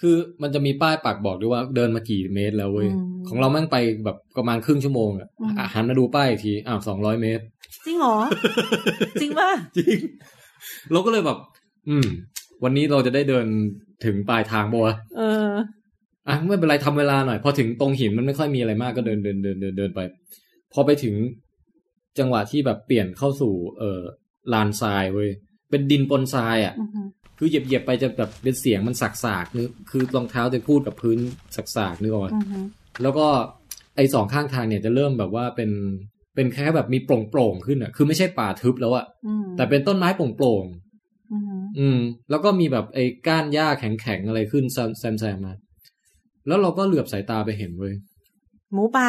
S4: คือมันจะมีป้ายปากบอกด้วยว่าเดินมากี่เมตรแล้วเว้ย
S2: อืม
S4: ของเราแม่งไปแบบประมาณครึ่งชั่วโมงอะ
S2: อืม
S4: อ่ะหันมาดูป้ายอีกทีอ้าวสองร้อยเมตร
S2: จริงเหร อ จริงปะ
S4: จริง เราก็เลยแบบ อืม วันนี้เราจะได้เดินถึงปลายทางบ่วะ
S2: เอ อ
S4: อ่ะไม่เป็นไรทำเวลาหน่อย พอถึงตรงหินมันไม่ค่อยมีอะไรมากก็เดินเดินเดินเดินเดินไป พอไปถึงจังหวะที่แบบเปลี่ยนเข้าสู่ เอ่อลานทรายเว้ยเป็นดินปนทรายอ่ะ คือเหยียบเหยียบๆไปจะแบบเป็นเสียงมันสักสากๆนึกคือรองเท้าจะพูดกับพื้นสักสากๆนึกออกไหม แล้วก็ไอ้สองข้างทางเนี่ยจะเริ่มแบบว่าเป็นเป็นแค่แบบมีโปร่งๆขึ้นอ่ะ คือไม่ใช่ป่าทึบแล้วอ่ะแต่เป็นต้นไม้โปร่งๆอืม แล้วก็มีแบบไอ้ก้านหญ้าแข็งๆอะไรขึ้นแซมแซมแซมมา แล้วเราก็เหลือบสายตาไปเห็นเว้ย
S2: หมูป่า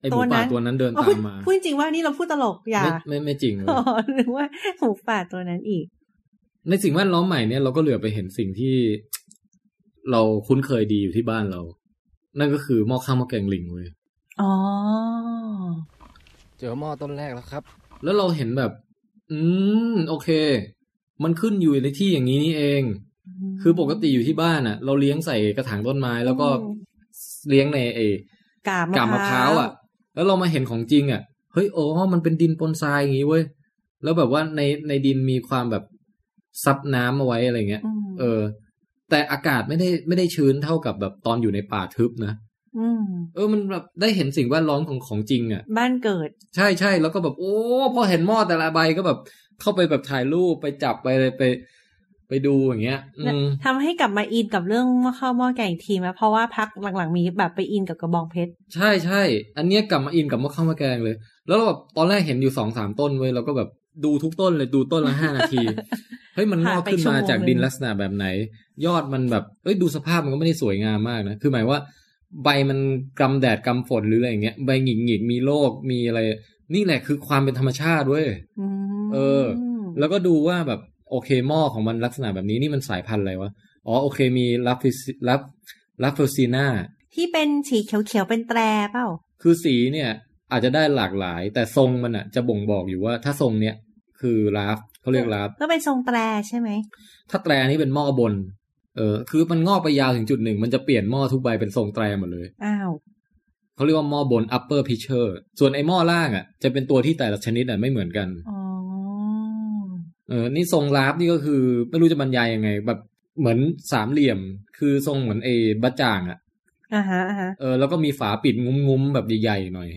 S4: ไอ้หมูป่าตัวนั้นเดิน
S2: อ๋อ
S4: ตา
S2: พูด
S4: มมา
S2: พูดจริงว่านี่เราพูดตลกอย่า
S4: ไม่ไม่ไม่จริงเลย
S2: อ๋อหรือว่าหมูป่าตัวนั้นอีก
S4: ในสิ่งแวดล้อมใหม่เนี่ยเราก็เหลือบไปเห็นสิ่งที่ เราคุ้นเคยดีอยู่ที่บ้านเรา นั่นก็คือหม้อข้าวหม้อแกงลิงเว้ย
S2: อ๋อ
S16: เจอหม้อต้นแรกแล้วครับ
S4: แล้วเราเห็นแบบ อืม โอเค มันขึ้นอยู่ในที่อย่างนี้นี่เอง คือปกติอยู่ที่บ้านอะ่ะ เราเลี้ยงใส่กระถางต้นไม้ แล้วก็เลี้ยงในเอก
S2: าบ
S4: กาบมะพร้าวอ่ะ แล้วเรามาเห็นของจริงอ่ะ เฮ้ย โอ้มันเป็นดินปนทรายอย่างนี้เว้ย แล้วแบบว่าในในดินมีความแบบซับน้ำเอาไว้อะไรเงี้ย เออ แต่อากาศไม่ได้ไม่ได้ชื้นเท่ากับแบบตอนอยู่ในป่าทึบนะ
S2: อืม
S4: เออ มันแบบได้เห็นสิ่งแวดล้อมของของจริงอ่ะ
S2: บ้านเกิด
S4: ใช่ใช่แล้วก็แบบโอ้พอเห็นหม้อแต่ละใบก็แบบเข้าไปแบบถ่ายรูปไปจับไปอะไรไป ไปดูอย่างเงี้ย อืม
S2: ทำให้กลับมาอินกับเรื่องหม้อข้าวหม้อแกงอีกทีไหมเพราะว่าพักหลังๆมีแบบไปอินกับกระบองเพชร
S4: ใช่ใช่อันเนี้ยกลับมาอินกับหม้อข้าวมาแกงเลย แล้วเราแบบตอนแรกเห็นอยู่สองสามต้นเว้ยเราก็แบบดูทุกต้นเลยดูต้นละห้านาที เฮ้ยมันงอกขึ้นมาจากดินลักษณะแบบไหน ยอดมันแบบเอ้ยดูสภาพมันก็ไม่ได้สวยงามมากนะคือหมายว่า ใบมันกำแดดกำฝนหรืออะไรอย่างเงี้ยใบหงิกหงิกๆมีโรคมีอะไร นี่แหละคือความเป็นธรรมชาติเว้ย เออ แล้วก็ดูว่าแบบโอเคหม้อของมันลักษณะแบบนี้นี่มันสายพันธุ์อะไรวะ อ๋อโอเคมีลับลับลับเฟอร์ซีนา
S2: ที่เป็นสีเขียวๆเป็นแตรเปล่า
S4: คือสีเนี่ย อาจจะได้หลากหลาย แต่ทรงมันอ่ะ จะบ่งบอกอยู่ว่าถ้าทรงเนี้ยคือลาฟเขาเรียกลาฟ
S2: ก็เป็นทรงแตรใช่ไหม
S4: ถ้าแตรนี่เป็นหม้อบน เออ คือมันงอกไปยาวถึงจุดหนึ่ง มันจะเปลี่ยนหม้อทุกใบเป็นทรงแตรหมดเลย
S2: อ้าว
S4: เขาเรียกว่าหม้อบน upper pitcher ส่วนไอ้หม้อล่างอ่ะจะเป็นตัวที่แต่ละชนิดอ่ะไม่เหมือนกัน
S2: อ๋อ
S4: เออ นี่ทรงลาฟนี่ก็คือไม่รู้จะบรรยายยังไง แบบเหมือนสามเหลี่ยม คือทรงเหมือนเอบะจ่างอะ่ะ
S2: อ่าฮะอ่าฮะ
S4: เออ แล้วก็มีฝาปิดงุ้มๆแบบใหญ่ๆหน่อย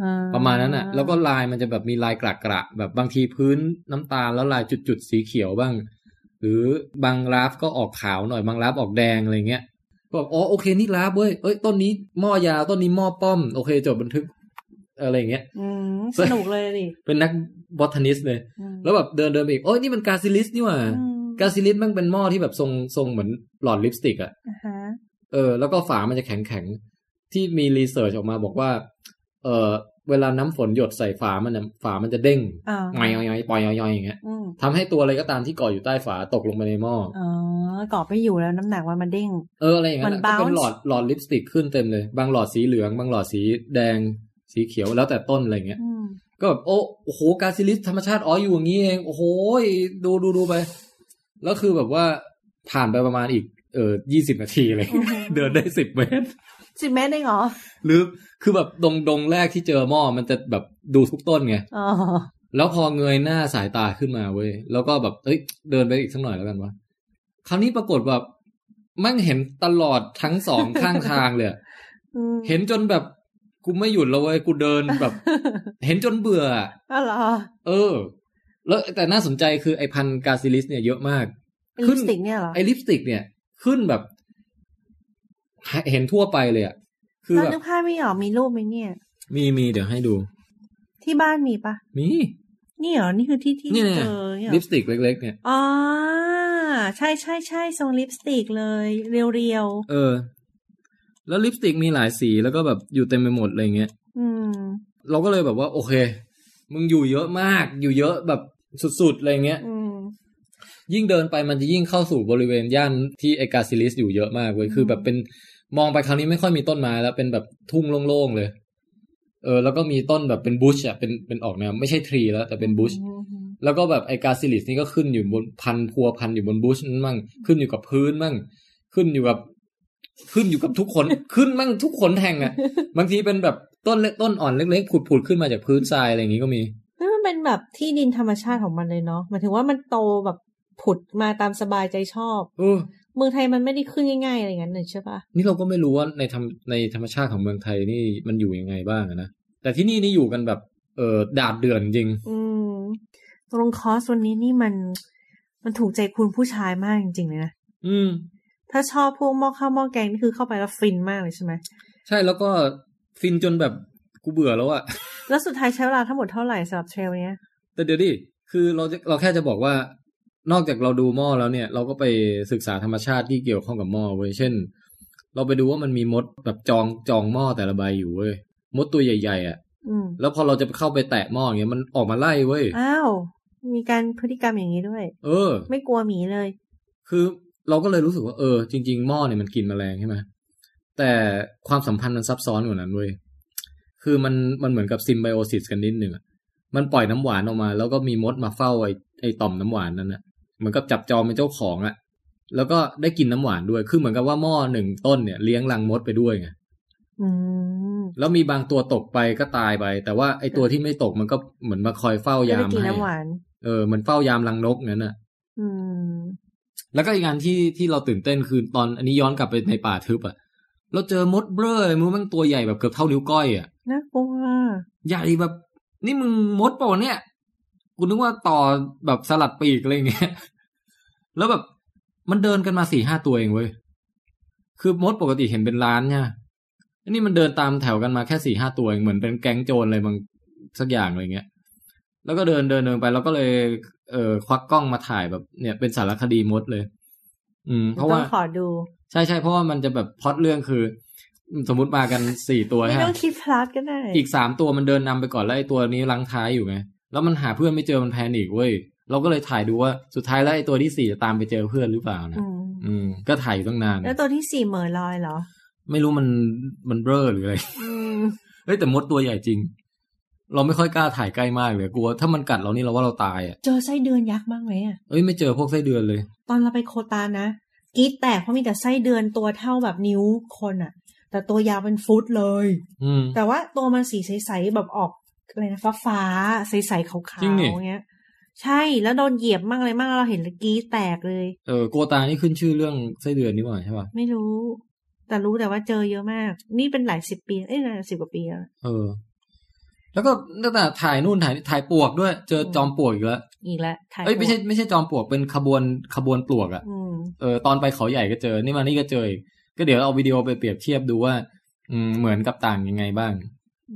S2: อ่
S4: ประมาณนั้นอะ่ะ แล้วก็ลายมันจะแบบมีลายกระกระๆแบบบางทีพื้นน้ำตาลแล้วลายจุดๆสีเขียวบ้าง หรือบางลาฟก็ออกขาวหน่อย บางลาฟออกแดงอะไรเงี้ย ก็แบบอ๋อโอเคนี่ลาฟเว้ย เอ้ยต้นนี้หม้อยาวต้นนี้หม้อป้อม โอเคจดบันทึกอะไรเงี้ย
S2: อืม สนุกเลยดิ
S4: เป็นนักบอทานิสต์เลย
S2: อืม
S4: แล้วแบบเดินเดินไปอีกโอ้ยนี่มันกาซิลิสนี่หว่ากาซิลิสมันเป็นหม้อที่แบบทรงทรงเหมือนหลอดลิปสติกอะ
S2: อ่าฮะ
S4: เออแล้วก็ฝามันจะแข็งแข็งๆที่มีรีเสิร์ชออกมาบอกว่า เออเวลาน้ำฝนหยดใส่ฝามันน่ะฝามันจะเด้ง
S2: อ่า
S4: งอยงอยงอยปล่อยงอยงอยอย่างเงี้ย
S2: อืม
S4: ทำให้ตัวอะไรก็ตามที่เก่ออยู่ใต้ฝาตกลงไปในหม้อ
S2: อ๋อก่อไปอยู่แล้วน้ำหนักมันมันเด้ง
S4: เอออะไรอย่างเงี้ย
S2: มัน
S4: น่ะก็เป็
S2: bounce
S4: นหลอดหลอดลิปสติกขึ้นเต็มเลย บางหลอดสีเหลือง บางหลอดสีแดงสีเขียวแล้วแต่ต้นอะไรอย่างเงี้ย
S2: อืม
S4: ก็แบบโอ้โอ้โหการซิลิสธรรมชาติอ๋ออยู่อย่างนี้เองโอ้โหดูดูดูไป แล้วคือแบบว่าผ่านไปประมาณอีกเออยี่สิบนาทีเลย
S2: อือฮึ
S4: เดินได้สิบเมตร
S2: สิบเมตรได้เหรอ
S4: ลึกคือแบบดงดงแรกที่เจอหม้อมันจะแบบดูทุกต้นไง
S2: อ๋อ
S4: แล้วพอเงยหน้าสายตาขึ้นมาเว้ย แล้วก็แบบเอ้ย เดินไปอีกสักหน่อยแล้วกันวะคราวนี้ปรากฏแบบมั่งเห็นตลอดทั้งสอง ข้างทางเลยอะ
S2: อืม
S4: เห็นจนแบบกูไม่หยุดแล้วเว้ยกูเดินแบบ เห็นจนเบื่ออะ
S2: อ๋อเหรอ
S4: เออ แล้วแต่น่าสนใจคือไอพันธุ์กาซิลิสเนี่ยเยอะมาก
S2: ลิปสติกเนี่ยเหรอ
S4: ไอลิปสติกเนี่ย ขึ้นแบบ เห็นทั่วไปเลยอะคือ
S2: เรา
S4: แบบ
S2: นึกภาพไม่ออกมีรูปไหมเนี่ย
S4: มีมีเดี๋ยวให้ดู
S2: ที่บ้านมีปะ
S4: มี
S2: นี่เหรอ นี่คือที่ที่
S4: เนี่ย
S2: เจอเนี่ยเหร
S4: ลิ
S2: อ
S4: ปสติกเล็ก ๆ เนี่ย
S2: อ๋อ ใช่ใช่ใช่ทรงลิปสติกเลย เรียว
S4: เออ แล้วลิปสติกมีหลายสีแล้วก็แบบอยู่เต็มไปหมดอะไรเงี้ย
S2: ๆ อืม
S4: เราก็เลยแบบว่า โอเค มึงอยู่เยอะมาก อยู่เยอะแบบสุดๆอะไรเงี้ย
S2: อืม
S4: ยิ่งเดินไปมันจะยิ่งเข้าสู่บริเวณย่านที่ไอกาซิลิสอยู่เยอะมากเว้ยคือแบบเป็นมองไปคราวนี้ไม่ค่อยมีต้นไม้แล้วเป็นแบบทุ่งโล่งๆเลย เออ แล้วก็มีต้นแบบเป็นบุชอ่ะเป็นเป็นออกแนวไม่ใช่ทรีแล้วแต่เป็นบุชแล้วก็แบบไอกาซิลิสนี่ก็ขึ้นอยู่บนพันพัวพันอยู่บนบุชนั่นมั่งขึ้นอยู่กับพื้นมั่งขึ้นอยู่กับ ขึ้นอยู่กับทุกคน ขึ้นมั่งทุกคนแทงอ่ะ บางทีเป็นแบบต้นเล็กต้นอ่อนเล็กๆผุดๆขึ้นมาจากพื้นทรายอะไรอย่างงี้ก็มี
S2: นี่มันเป็นแบบที่ดินธรรมชาติของมันเลยเนาะหมายถึงว่ามันโตแบบผุดมาตามสบายใจชอบ
S4: เออ
S2: เมืองไทยมันไม่ได้ขึ้นง่ายๆอะไรอย่างนั้นเลยใช่ปะ
S4: นี่เราก็ไม่รู้ว่าในธรรมในธรรมชาติของเมืองไทยนี่มันอยู่ยังไงบ้างอะนะ แต่ที่นี่นี่อยู่กันแบบเออดาบเดือนจริง
S2: อืมตรงคอร์สวันนี้นี่มัน มันถูกใจคุณผู้ชายมากจริงๆเลยนะ
S4: อืม
S2: ถ้าชอบพวกหม้อข้าวหม้อแกงนี่คือเข้าไปแล้วฟินมากเลยใช่ไหม
S4: ใช่แล้วก็ฟินจนแบบกูเบื่อแล้วอะ
S2: แล้วสุดท้ายใช้เวลาทั้งหมดเท่าไหร่สำหรับเทรลเนี้ย
S4: แต่เดี๋ยวดิ คือเราจะเราแค่จะบอกว่านอกจากเราดูหม้อแล้วเนี่ย เราก็ไปศึกษาธรรมชาติที่เกี่ยวข้องกับหม้อเว้ย เช่น เราไปดูว่ามันมีมดแบบจองจองหม้อแต่ละใบอยู่เว้ย มดตัวใหญ่ๆอะ่ะ
S2: อืม
S4: แล้วพอเราจะเข้าไปแตะหม้ออย่างเงี้ยมันออกมาไล่เว้ย
S2: อ้าว มีการพฤติกรรมอย่างนี้ด้วย
S4: เออ
S2: ไม่กลัวหมีเลย
S4: คือเราก็เลยรู้สึกว่าเออจริง ๆ หม้อเนี่ยมันกินแมลงใช่ไหมแต่ความสัมพันธ์มันซับซ้อนกว่านั้นเว้ยคือมันมันเหมือนกับซิมไบโอซิสกันนิดหนึ่งอะมันปล่อยน้ำหวานออกมา แล้วก็มีมดมาเฝ้าไอไอต่อมน้ำหวานนั้นอะเหมือนกับจับจองเป็นเจ้าของอะแล้วก็ได้กินน้ำหวานด้วย คือเหมือนกับว่าหม้อหนึ่งต้นเนี่ยเลี้ยงรังมดไปด้วยไง
S2: อืม
S4: แล้วมีบางตัวตกไปก็ตายไป แต่ว่าไอตัวที่ไม่ตกมันก็เหมือนมาคอยเฝ้า
S2: ก็
S4: ยา
S2: ได้
S4: ม
S2: กิน
S4: ให้
S2: น้ำหวาน
S4: เออเหมือนเฝ้ายามรังนกนั้นอะ
S2: อืม
S4: แล้วก็อีกงานที่ที่เราตื่นเต้นคือตอนอันนี้ย้อนกลับไปในป่าทึบอะ่ะ เราเจอมดเบ้อเลยมึงแมันตัวใหญ่แบบเกือบเท่านิ้วก้อยอะ่ะ
S2: น่ากลัว
S4: ใหญ่แบบ นี่มึงมดเปล่าวะเนี่ย กูนึกว่าต่อแบบสลัดปีกอะไรอย่างเงี้ย แล้วแบบมันเดินกันมาสี่ห้าตัวเองเว้ย คือมดปกติเห็นเป็นล้านเนี่ยอันนี้มันเดินตามแถวกันมาแค่สี่ห้าตัวเองเหมือนเป็นแก๊งโจรอะไรบางสักอย่างอะไรเงี้ย แล้วก็เดินเดินเดินไปแล้วก็เลยเออควักกล้องมาถ่ายแบบเนี่ยเป็นสารคดีมดเลย อืม เพราะ
S2: ต้อ
S4: ว่า
S2: งขอดู
S4: ใช่ใช่เพราะว่ามันจะแบบพล็อดเรื่องคือ สมมติมากันสี่ตัว
S2: ไม่
S4: ฮะ
S2: ต้องคิดพลาดก็ได้
S4: อีกสามตัวมันเดินนำไปก่อนแล้วไอ้ตัวนี้ลังท้ายอยู่ไง แล้วมันหาเพื่อนไม่เจอมันแพนิกเว้ย เราก็เลยถ่ายดูว่าสุดท้ายแล้วไอ้ตัวที่สี่จะตามไปเจอเพื่อนหรือเปล่านะ
S2: อืม
S4: อืม ก็ถ่ายอยู่ตั้งนาน
S2: แล้วตัวที่สี่เหม่อลอยเหรอ
S4: ไม่รู้มันมันเบลอหรืออะไร
S2: อืม
S4: เฮ้ยแต่มดตัวใหญ่จริง เราไม่ค่อยกล้าถ่ายใกล้มากเลยกลัวถ้ามันกัดเรานี่เราว่าเราตายอ่ะ
S2: เจอไส้เดือนยักษ์บ้างไหมอะ
S4: เอ้ยไม่เจอพวกไส้เดือนเลย
S2: ตอนเราไปโคตานะกรีดแตกเพราะมีแต่ไส้เดือนตัวเท่าแบบนิ้วคนอะแต่ตัวยาวเป็นฟุตเลย
S4: อืม
S2: แต่ว่าตัวมันสีใสๆแบบออกอะไรนะฟ้าฟ้าๆใสๆขาวๆ
S4: จริงนี่
S2: อย่างเงี้ย ใช่แล้วโดนเหยียบมั่งอะไรมั่งแล้วเราเห็นแล้วกรีดแตกเลย
S4: เออโกตานี่ขึ้นชื่อเรื่องไส้เดือนนี่หว่าใช่ป่ะ
S2: ไม่รู้ แต่รู้แต่ว่าเจอเยอะมาก นี่เป็นหลายสิบปีเอ้ยหลายสิบกว่าปีแล้ว
S4: เออ แล้วก็ตั้งแต่ถ่ายนู่นถ่ายนี่ถ่ายปลวกด้วย เจอจอมปลวกอีกแล้ว
S2: อีกแล้วถ่าย
S4: เอ้ยไม่ใช่
S2: รูป
S4: ไม่ใช่จอมปลวกเป็นขบวนขบวนปลวกอะ่ะ
S2: อืม
S4: เออตอนไปเขาใหญ่ก็เจอ นี่มานี่ก็เจออีกก็เดี๋ยวเอาวิดีโอไปเปรียบเทียบดูว่า อืมเหมือนกับต่างยังไงบ้าง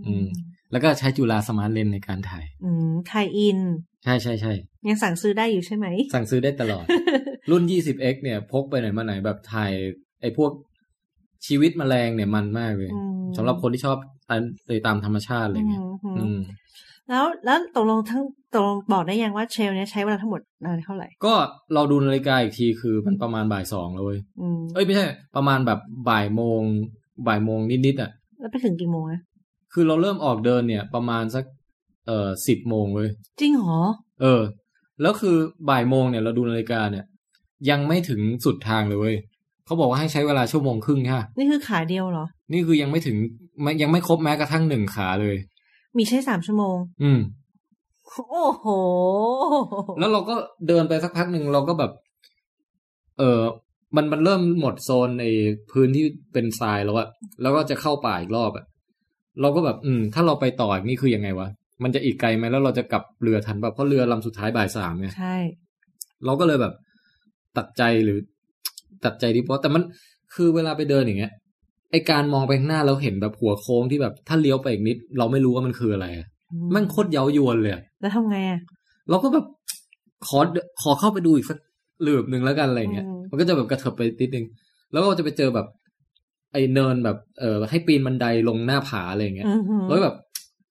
S4: อืม แล้วก็ใช้จุลาสมาร์ทเลนส์ในการถ่าย
S2: อืมไทยอิน
S4: ใช่ใช่ใช่
S2: ยังสั่งซื้อได้อยู่ใช่ ไหม
S4: สั่งซื้อได้ต ลอด รุ่น 20x เนี่ย พกไปไหนมาไหนแบบถ่าย ไอ้พวกชีวิตแมลงเนี่ยมันมากเลย
S2: อืม
S4: สำหรับคนที่ชอบตามไปตามธรรมชาติอะไรเงี้ย
S2: อืม
S4: อืม
S2: แล้วแล้วตกลงทั้งตกลงบอกได้ยังว่าเทรลเนี้ยใช้เวลาทั้งหมดนานเท่าไหร่
S4: ก็เราดูนาฬิกาอีกทีคือมันประมาณบ่ายสองแล้วเว้ย
S2: อืม
S4: เอ้ยไม่ใช่ ประมาณแบบบ่ายโมงบ่ายโมงนิดๆอ่ะ
S2: แล้วไปถึงกี่โมงอะ
S4: คือเราเริ่มออกเดินเนี่ย ประมาณสักเอ่อสิบโมงเว้ย
S2: จริงเหรอ
S4: เออ แล้วคือบ่ายโมงเนี่ยเราดูนาฬิกาเนี่ย ยังไม่ถึงสุดทางเลยเว้ยเขาบอกว่าให้ใช้เวลาชั่วโมงครึ่งค่ะ
S2: นี่คือขาเดียวเหรอ
S4: นี่คือยังไม่ถึงไม่ยังไม่ครบแม้กระทั่งหนึ่งขาเลย
S2: มีใช้สามชั่วโมง
S4: อืม
S2: โอ้โห
S4: แล้วเราก็เดินไปสักพักหนึ่งเราก็แบบ เออมันมันเริ่มหมดโซนในพื้นที่เป็นทรายแล้วอะแล้วก็จะเข้าป่าอีกรอบอะเราก็แบบ อืม ถ้าเราไปต่ออีกนี่คือยังไงวะ มันจะอีกไกลไหมแล้วเราจะกลับเรือทันปะเพราะเรือลำสุดท้ายบ่ายสามไง
S2: ใช่
S4: เราก็เลยแบบ ตัดใจหรือ ตัดใจดีเพราะแต่มันคือเวลาไปเดินอย่างเงี้ยไอการมองไปข้างหน้าแล้วเห็นแบบหัวโค้งที่แบบถ้าเลี้ยวไปอีกนิด เราไม่รู้ว่ามันคืออะไรอะแมันโคตรเย้ายวนเลยอะ
S2: แล้วทำไงอะ
S4: เราก็แบบขอขอเข้าไปดูอีกสักหลืบหนึ่งแล้วกันอะไรเงี้ย
S2: อืม
S4: มันก็จะแบบกระเถิบไปนิดนึง แล้วก็จะไปเจอแบบ ไอ้เนินแบบเออให้ปีนบันไดลงหน้าผาอะไรเงี้ย
S2: อือหือ
S4: แล้วก็แบบ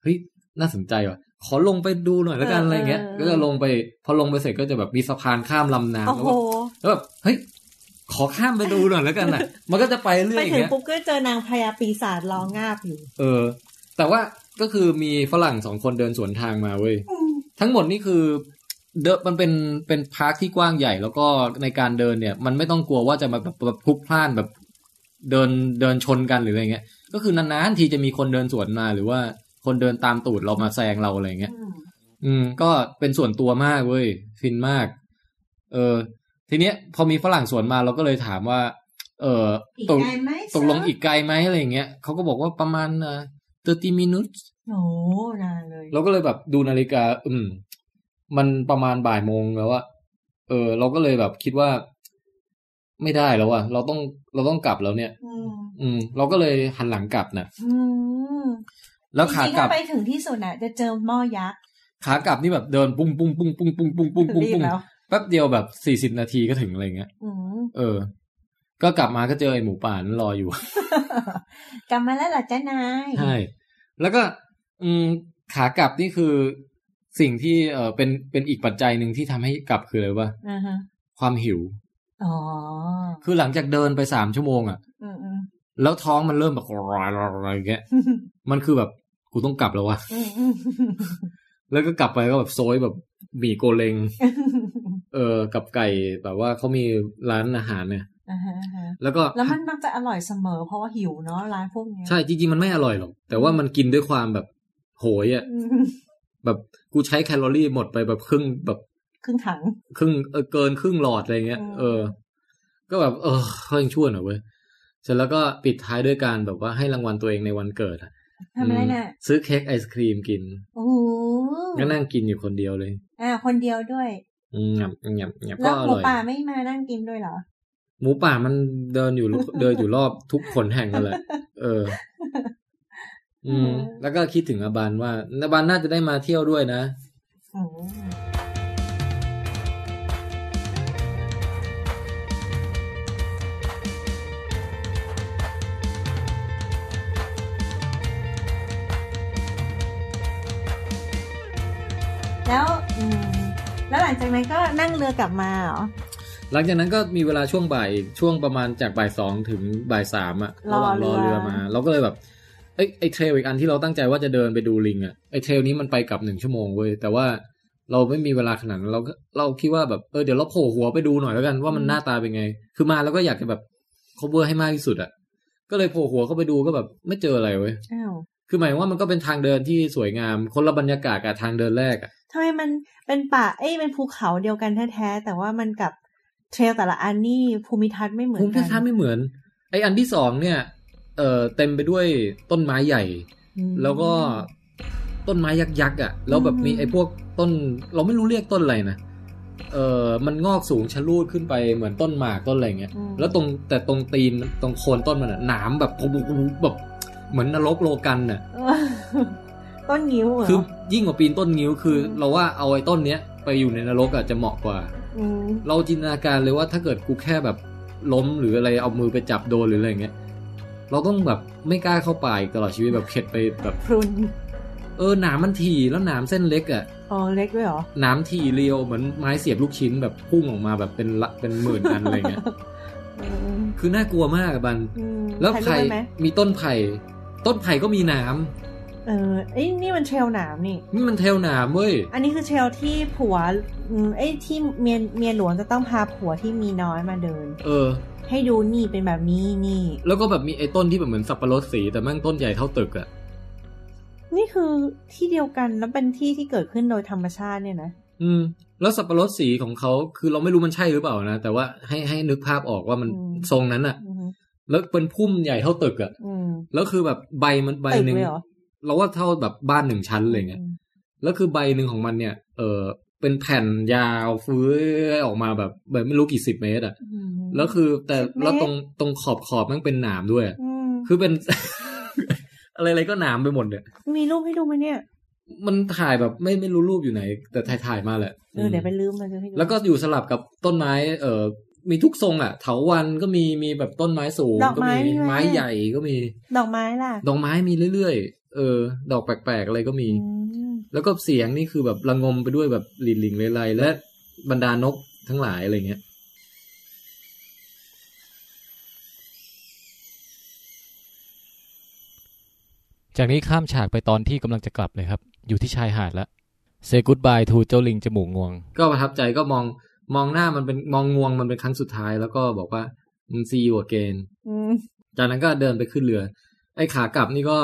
S4: เฮ้ยน่าสนใจว่ะ ขอลงไปดูหน่อยแล้วกัน
S2: เออ
S4: อะไรเงี้ย
S2: เออ
S4: ก็จะลงไป พอลงไปเสร็จก็จะแบบมีสะพานข้ามลำน้ำ
S2: โอ้
S4: แล้
S2: โห
S4: วก็แล้วแบบเฮ้ยขอข้ามไปดูหน่อยแล้วกันอ่ะ มันก็จะไปเรื่
S2: ไป
S4: อยอย่าง
S2: ถึง
S4: เงี้ย
S2: ปุ๊บก็เจอนางพญาปีศาจร้องงาบอยู่
S4: เออ แต่ว่าก็คือมีฝรั่งสองคนเดินสวนทางมาเว้ย ทั้งหมดนี่คือเดนมันเป็นเป็นพาร์คที่กว้างใหญ่ แล้วก็ในการเดินเนี่ย มันไม่ต้องกลัวว่าจะมาแบบแบบพลุกพล่านแบบเดินเดินชนกันหรืออะไรเงี้ย ก็คือนานๆทีจะมีคนเดินสวนมาหรือว่าคนเดินตามตูดเรามาแซงเราอะไรเงี้ย อืม ก็เป็นส่วนตัวมากเว้ยฟินมาก เออ ทีเนี้ย พอมีฝรั่งสวนมาเราก็เลยถามว่า เออตก
S2: อีกไกลไหม
S4: ตกลงอีกไกลไหมอะไรอย่างเงี้ยเขาก็บอกว่าประมาณเอ่อ 30 minutes
S2: โอ้นานเลย
S4: เราก็เลยแบบดูนาฬิกา อืม มันประมาณบ่ายโมงแล้วอะเออ เราก็เลยแบบคิดว่า ไม่ได้แล้วอะเราต้องเราต้องกลับแล้วเนี่ย
S2: อืม
S4: อืม เราก็เลยหันหลังกลับนะ
S2: อืม
S4: แล้วขา
S2: จริงๆ
S4: กลับ
S2: ถ้าไปถึงที่สุดน่ะ จะเจอหม้อยักษ์
S4: ขากลับนี่แบบเดินปุ้งปุ้งปุ้งปุ้งปุ้งปุ้งปุ้งปุ้ง
S2: รีบแล้ว
S4: แป๊บเดียวแบบสี่สิบ40 นาทีก็ถึงอะไรเงี้ย
S2: อืม
S4: เออ ก็กลับมาก็เจอไอหมูป่านั่นรออยู่
S2: กลับมาแล้วเหรอจ้านาย
S4: ใช่ แล้วก็อืมขากลับนี่คือสิ่งที่เออเป็นเป็นอีกปัจจัยหนึ่งที่ทำให้กลับคืออะไรวะ
S2: อ่าฮะ
S4: ความหิว
S2: อ๋อ
S4: คือหลังจากเดินไปสามชั่วโมงอะ่ะ
S2: อืมอืม
S4: แล้วท้องมันเริ่มแบบอะไรอย่างเงี้ย มันคือแบบกูต้องกลับแล้ววะ
S2: อืมอืม
S4: แล้วก็กลับไปก็แบบโซยแบบหมี่โกเลง เออกับไก่แบบว่าเขามีร้านอาหารเนี่ย
S2: อ่าฮะอ่าฮะ
S4: แล้วก็
S2: แล้วมันมักจะอร่อยเสมอ เพราะว่าหิวเนาะร้านพวกเนี้ย
S4: ใช่จริงๆมันไม่อร่อยหรอก แต่ว่ามันกินด้วยความแบบโหยอะ่ะ
S2: อืม
S4: แบบกูใช้แคลอรี่หมดไปแบบครึ่งแบบ
S2: ครึ่งถัง
S4: ครึ่งเออเกินครึ่งหลอดอะไรเงี้ย เออ ก็แบบ เออเขายังชั่วหน่อยเว้ยเสร็จแล้วก็ปิดท้ายด้วยการแบบว่าให้รางวัลตัวเองในวันเกิดอะ
S2: ทำอะไรน่ะ
S4: อืมซื้อเค้กไอศครีมกิน
S2: โอ้โห
S4: ก็นั่งกินอยู่คนเดียวเลย
S2: อ่า คนเดียวด้วย
S4: อืมงับงับงับ
S2: แล้
S4: ก็
S2: ว
S4: อ
S2: หมู
S4: ร่อย
S2: ป่าไม่มานั่งกินด้วยเหรอ
S4: หมูป่ามันเดินอยู่ เดินอยู่รอบทุกขนแห่งนั่นแหละ เออ อืม แล้วก็คิดถึงอาบานว่าอาบานน่าจะได้มาเที่ยวด้วยนะ
S2: อืม แล้วอืมแล้วหลังจากนั้นก็นั่งเรือกลับมาเหรอ
S4: หลังจากนั้นก็มีเวลาช่วงบ่ายอีกช่วงประมาณจากบ่ายสองถึงบ่ายสามอะ
S2: รอ
S4: ระหว่างรอ
S2: เรือ
S4: เรือมา เราก็เลยแบบเอ้ยไอเทรลอีกอันที่เราตั้งใจว่าจะเดินไปดูลิงอะไอเทรลนี้มันไปกลับหนึ่งชั่วโมงเว้ยแต่ว่าเราไม่มีเวลาขนาดนั้นเราก็เราคิดว่าแบบเออเดี๋ยวเราโผล่หัวไปดูหน่อยแล้วกันว่ามันหน้าตาเป็นไง คือมาแล้วก็อยากจะแบบ cover ให้มากที่สุดอะก็เลยโผล่หัวเข้าไปดูก็แบบ ไม่เจออะไรเว้ย
S2: อ้าว
S4: คือหมายว่ามันก็เป็นทางเดินที่สวยงาม คนละบรรยากาศกับทางเดินแรกอะ
S2: ทำไมมันเป็นป่า เอ้ยเป็นภูเขาเดียวกันแท้ๆ แต่ว่ามันกับเทรลแต่ละอันนี่ภูมิทัศน์ไม่เหมือน
S4: ภูมิ
S2: กั
S4: ทัศน์ไม่เหมือน ไออันที่สองเนี่ยเอ่อเต็มไปด้วยต้นไม้ใหญ่
S2: อืม
S4: แล้วก็ต้นไม้ยักษ์ๆอ่ะ แล้วแบบมีไอ้พวกต้น เราไม่รู้เรียกต้นอะไรนะ เออมันงอกสูงชะลูดขึ้นไปเหมือนต้นหมากต้นอะไรเงี้ย
S2: อืม
S4: แล้วตรงแต่ตรงตีนตรงโคนต้นมันอะหนามแบบกูกูแบบเหมือนนรกโลกันน่ะ
S2: เออ ต้นงิ้วเหรอ
S4: คือยิ่งกว่าปีนต้นงิ้วคือ เราว่าเอาไอ้ต้นเนี้ยไปอยู่ในนรกอะจะเหมาะกว่า
S2: ม
S4: เราจินตนาการเลยว่าถ้าเกิดกูแค่แบบล้มหรืออะไรเอามือไปจับโดนหรืออะไรเงี้ย เราต้องแบบไม่กล้าเข้าป่าอีกตลอดชีวิตแบบเข็ดไปแบบ
S2: พรุน
S4: เออหนามมันถี่แล้วหนามเส้นเล็กอะ่ะ
S2: อ๋อเล็กด้วยเหรอ
S4: หนามถี่เรียวเหมือนไม้เสียบลูกชิ้นแบบพุ่งออกมาแบบเป็นละเป็นหมื่นอันอะไร เงี้ย
S2: อืม
S4: คือน่ากลัวมากอะบัน
S2: อืม
S4: แล้ว
S2: ถ่ายรูปไว้
S4: ไผ่
S2: ไหม
S4: มีต้นไผ่ ต้นไผ่ก็มีหนาม
S2: เออเอ้ยนี่มันเทรลหนามนี่
S4: นี่มันเทลหนามเว้ย
S2: อันนี้คือเทรลที่ผัวอืมเอ้ยที่เมียเมียหลวงจะต้องพาผัวที่มีน้อยมาเดิน
S4: เออ
S2: ให้ดูนี่เป็นแบบนี้นี่
S4: แล้วก็แบบมีไอ้ต้นที่แบบเหมือนสับปะรดสีแต่แม่งต้นใหญ่เท่าตึกอะ่ะ
S2: นี่คือที่เดียวกันแล้วเป็นที่ที่เกิดขึ้นโดยธรรมชาติเนี่ยนะ
S4: อืม แล้วสับปะรดสีของเขาคือเราไม่รู้มันใช่หรือเปล่านะ แต่ว่าให้ให้นึกภาพออกว่ามัน
S2: อืม
S4: ทรงนั้นอ่ะ
S2: อือฮึ
S4: แล้วเป็นพุ่มใหญ่เท่าตึกอ่ะ
S2: อืม
S4: แล้วคือแบบใบมันใบหนึ่ง
S2: ตึกเลยเหรอ
S4: เราว่าเท่าแบบบ้านหนึ่งชั้นอะไรเงี้ยแล้วคือใบหนึ่งของมันเนี่ย เออเป็นแผ่นยาวฟื้อยออกมาแบบแบบไม่รู้กี่สิบเมตรอ่ะ
S2: อืม
S4: แล้วคือแต่
S2: 10
S4: แล้ว
S2: เมตร
S4: ตรงตรงขอบขอบมันเป็นหนามด้วย
S2: อืม
S4: คือเป็น อะไรอะไรก็หนามไปหมดเนี่ย
S2: มีรูปให้ดูไหมเนี่ย
S4: มันถ่ายแบบไม่ไม่รู้รูปอยู่ไหน แต่ถ่ายถ่ายมาแหละ
S2: เออเดี๋ยวไป
S4: อืม
S2: ลืมมาดูให้ดู
S4: แล้วก็อยู่สลับกับต้นไม้ เออมีทุกทรงอ่ะ เถาวันก็มีมีแบบต้นไม้สูง
S2: ดอก
S4: ก็
S2: ไม้
S4: มี
S2: ห
S4: ไม้ใหญ่ก็มี
S2: ดอกไม้ล่ะ
S4: ดอกไม้มีเรื่อยๆ เออ ดอกแปลกๆ อะไรก็มี
S2: อืม
S4: แล้วก็เสียงนี่คือแบบระงมไปด้วยแบบลินลิงเลไลและบรรดานกทั้งหลายอะไรเงี้ย
S17: จากนี้ข้ามฉากไปตอนที่กำลังจะกลับเลยครับ อยู่ที่ชายหาดแล้วเซกูดบายทูเจ้าลิงจมูกงวง
S4: ก็ประทับใจก็มองมองหน้ามันเป็นมองงวงมันเป็นครั้งสุดท้าย แล้วก็บอกว่ามันซีอ a เกน
S2: อืม
S4: จากนั้นก็เดินไปขึ้นเรือ ไอ้ขากลับนี่ก็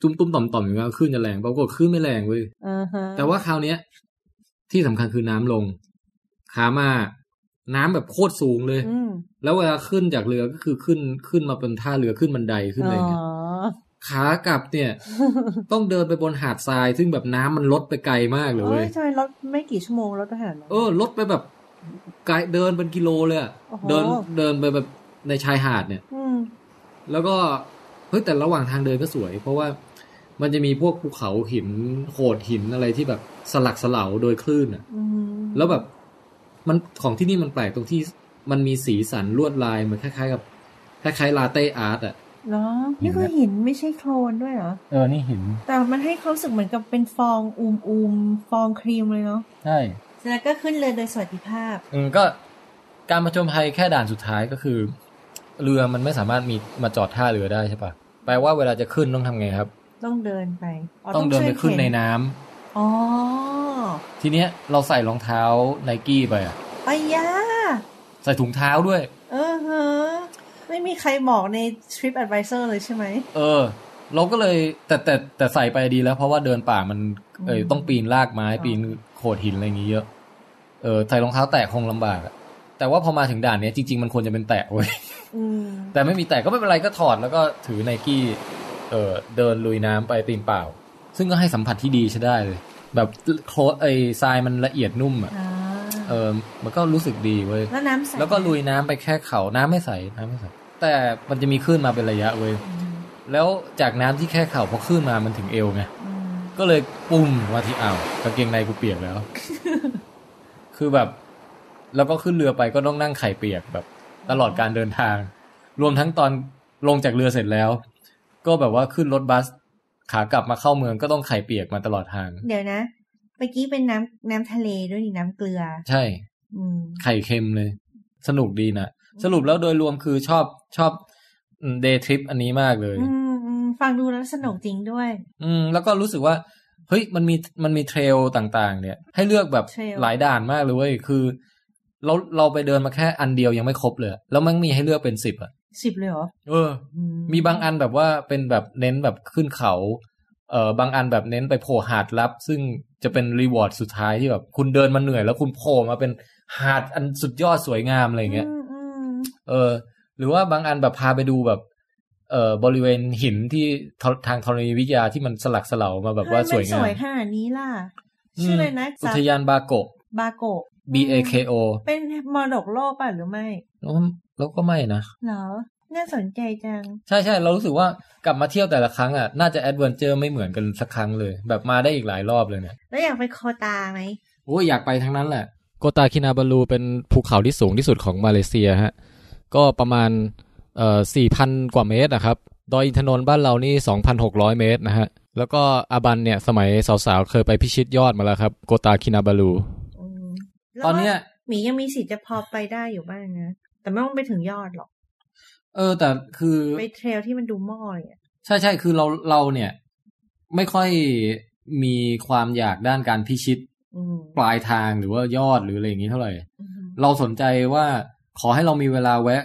S4: จุ้มตุ้มต่อมต่อมอยู่ว่าขึ้นจะแรงปรากฏขึ้นไม่แรงเว้ย
S2: อ่าฮะ
S4: แต่ว่าคราวเนี้ย ที่สำคัญคือน้ำลง ขามาน้ำแบบโคตรสูงเลย
S2: อืม
S4: แล้วเวลาขึ้นจากเรือก็คือขึ้นขึ้นมาเป็นท่าเรือขึ้นบันไดขึ้นอะไร
S2: อ๋อ
S4: เงี้ย
S18: ขากลับ เนี่ย ต้องเดินไปบนหาดทรายซึ่งแบบน้ำมันลดไปไกลมากเลย
S2: เอ้
S18: เว้
S2: ย
S18: ย
S2: ทำไมรถไม่กี่ชั่วโมงรถทหาร
S18: เออลดไปแบบไกลเดินเป็นกิโลเลยอะ
S2: โอ้โห
S18: เดินเดินไปแบบในชายหาดเนี่ย
S2: อืม
S18: แล้วก็เฮ้ยแต่ระหว่างทางเดินก็สวย เพราะว่ามันจะมีพวกภูเขาหินโขดหินอะไรที่แบบสลักสลาวโดยคลื่นอะ
S2: อืม
S18: แล้วแบบมันของที่นี่มันแปลกตรงที่มันมีสีสันลวดลายเหมือนคล้ายๆกับคล้ายๆลาเต้อาร์ตอ่ะ
S2: เหรอนี่คือหินไม่ใช่โคลนด้วยเหรอ
S4: เออ นี่หิน
S2: แต่มันให้ความรู้สึกเหมือนกับเป็นฟองอูมอูมๆฟองครีมเลยเนาะ
S4: ใช่
S2: เสร็จแล้วก็ขึ้นเลยโดยสวัสดิภาพ
S4: เออก็การประจมภัยแค่ด่านสุดท้ายก็คือ เรือมันไม่สามารถมีมาจอดท่าเรือได้ใช่ปะแปลว่าเวลาจะขึ้นต้องทำไงครับ
S2: ต้องเดินไป
S4: ต้องเดินไปขึ้นในน้ำ
S2: อ๋อ
S4: ทีเนี้ยเราใส่รองเท้าไนกี้ไปอะ
S2: ไอ้ยา
S4: ใส่ถุงเท้าด้วย
S2: เออเฮอไม่มีใครบอกใน Trip Advisor เลยใช่ไหม
S4: เออ เราก็เลยแต่แต่แต่ใส่ไปดีแล้ว เพราะว่าเดินป่ามันเออ
S2: อืม
S4: ต้องปีนลากไม้ ปีนโขดหินอะไรอย่างงี้เยอะเออใส่รองเท้าแตะคงลำบากอะแต่ว่าพอมาถึงด่านเนี้ยจริง ๆ มันควรจะเป็นแตะเว้ย
S2: อืม
S4: แต่ไม่มีแตะก็ไม่เป็นไรก็ถอดแล้วก็ถือไนกี้เออเดินลุยน้ำไปตีนเปล่า ซึ่งก็ให้สัมผัสที่ดีใช้ได้เลย แบบโคลไอทรายมันละเอียดนุ่มอ่ะ
S2: อ่า
S4: เออมันก็รู้สึกดีเว้ย
S2: แล้วน้ำใส
S4: แล้วก็ลุยน้ำไปแค่เขาน้ำไม่ใสน้ำไม่ใสแต่มันจะมีคลื่นมาเป็นระยะเว้ยแล้วจากน้ำที่แค่เข่าพอคลื่นมามันถึงเอวไงก็เลยปุ่มมาที่อ่าวกางเกงในกูเปียก แล้ว คือแบบ แล้วก็ขึ้นเรือไปก็ต้องนั่งไข่เปียกแบบ ตลอดการเดินทาง รวมทั้งตอนลงจากเรือเสร็จแล้ว ก็แบบว่าขึ้นรถบัส ขากลับมาเข้าเมืองก็ต้องไข่เปียกมาตลอดทาง
S2: เดี๋ยวนะเมื่อกี้เป็นน้ำน้ำทะเลด้วยนี่น้ำเกลือ
S4: ใช่
S2: อืม
S4: ไข่เค็มเลย สนุกดีนะสรุปแล้วโดยรวมคือชอบชอบเดย์ทริปอันนี้มากเลย
S2: อืมอืมฟังดูแล้วสนุกจริงด้วย
S4: อืม แล้วก็รู้สึกว่า เฮ้ยมันมีมันมีเทรลต่าง ๆ เนี่ย ให้เลือกแบบ
S2: เทรล
S4: หลายด่านมากเลยเว้ยคือ เราเราไปเดินมาแค่อันเดียวยังไม่ครบเลยแล้วมันมีให้เลือกเป็นสิบอ่ะ
S2: สิบเลยเหรอ
S4: เออ มีบางอันแบบว่าเป็นแบบเน้นแบบขึ้นเขา เอ่อบางอันแบบเน้นไปโผล่หาดลับ ซึ่งจะเป็นรีวอร์ดสุดท้ายที่แบบ คุณเดินมาเหนื่อย แล้วคุณโผล่มาเป็นหาดอันสุดยอดสวยงามอะไรอย่างเงี้ยเออ หรือว่าบางอันแบบพาไปดูแบบ เอ่อบริเวณหินที่ทอทางธรณีวิทยาที่มันสลักสลาวมาแบบว่าสวย
S2: ทำไมมันส
S4: งาม
S2: วยขนาดนี้ล่ะ
S4: อืม
S2: ชื่ออะไรนะ
S4: อุทยานบาโกะ
S2: บาโกะ
S4: B A K O
S2: เป็นมรดกโลกป่ะหรือไม่
S4: แล้วก็แล้วก็ไม่นะ
S2: เหรอ น่าสนใจจัง
S4: ใช่ใช่เรารู้สึกว่ากลับมาเที่ยวแต่ละครั้งอ่ะน่าจะแอดเวนเจอร์ไม่เหมือนกันสักครั้งเลย แบบมาได้อีกหลายรอบเลยเนี่ย
S2: แล้วอยากไปโคตาไหม
S4: โอ้ยอยากไปทั้งนั้นแหละ
S19: โกตาคินาบาลูเป็นภูเขาที่สูงที่สุดของมาเลเซียฮะ ก็ประมาณเอ่อ4,000 กว่าเมตรนะครับ ดอยอินทนนท์บ้านเรานี่ 2,600 เมตรนะฮะ แล้วก็อาบันเนี่ย สมัยสาวๆ เคยไปพิชิตยอดมาแล้วครับ โกตาคินาบาลู
S2: ตอนเนี้ยหมียังมีสิทธิ์จะพอไปได้อยู่บ้างนะ แต่ไม่ต้องไปถึงยอดหรอก
S4: เออ แต่คือ
S2: ไปเทรลที่มันดูหม้อเลยอะ
S4: ใช่ใช่คือเราเราเนี่ย ไม่ค่อยมีความอยากด้านการพิชิต
S2: อืม
S4: ปลายทางหรือว่ายอดหรืออะไรอย่างนี้เท่าไหร่ เราสนใจว่าขอให้เรามีเวลาแวะ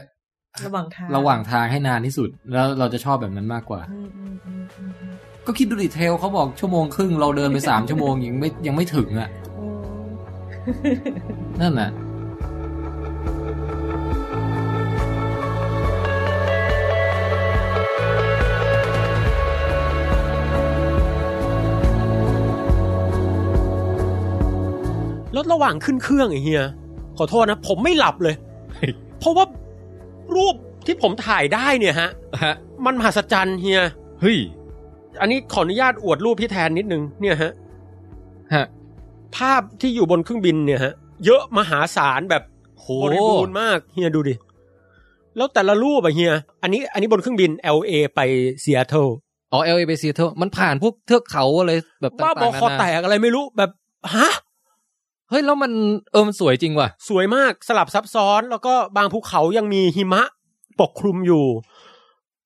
S2: ระหว่างทาง
S4: ระหว่างทางให้นานที่สุด แล้วเราจะชอบแบบนั้นมากกว่า
S2: อืมอืมอืมอืม
S4: ก็คิดดูดิเทรลเขาบอกชั่วโมงครึ่งเราเดินไปสามชั่วโมงยังไม่ยังไม่ถึงอ่ะ นั่นน่ะ
S5: แล้วระหว่างขึ้นเครื่องไอ้เฮียขอโทษนะ ผมไม่หลับเลย เพราะว่ารูปที่ผมถ่ายได้เนี่ยฮะ มันมหัศจรรย์เฮีย
S19: เฮ้ย
S5: อันนี้ขออนุญาตอวดรูปพี่แทนนิดนึงเนี่ยฮะ
S19: ฮะ
S5: ภาพที่อยู่บนเครื่องบินเนี่ยฮะ เยอะมหาศาลแบบบริบูรณ์มากเฮียดูดิ แล้วแต่ละรูปอะเฮีย อันนี้อันนี้บนเครื่องบิน LA ไปซีแอตเทิล
S19: อ๋อ LA ไปซีแอตเทิลมันผ่านพวกเทือกเขาอะไรแบบต่างๆ
S5: บ้าบอ
S19: นานา
S5: คอแตกอะไรไม่รู้แบบฮะ
S19: เฮ้ย แล้วมันเออมันสวยจริงว่ะ
S5: สวยมากสลับซับซ้อนแล้วก็บางภูเขายังมีหิมะปกคลุมอยู่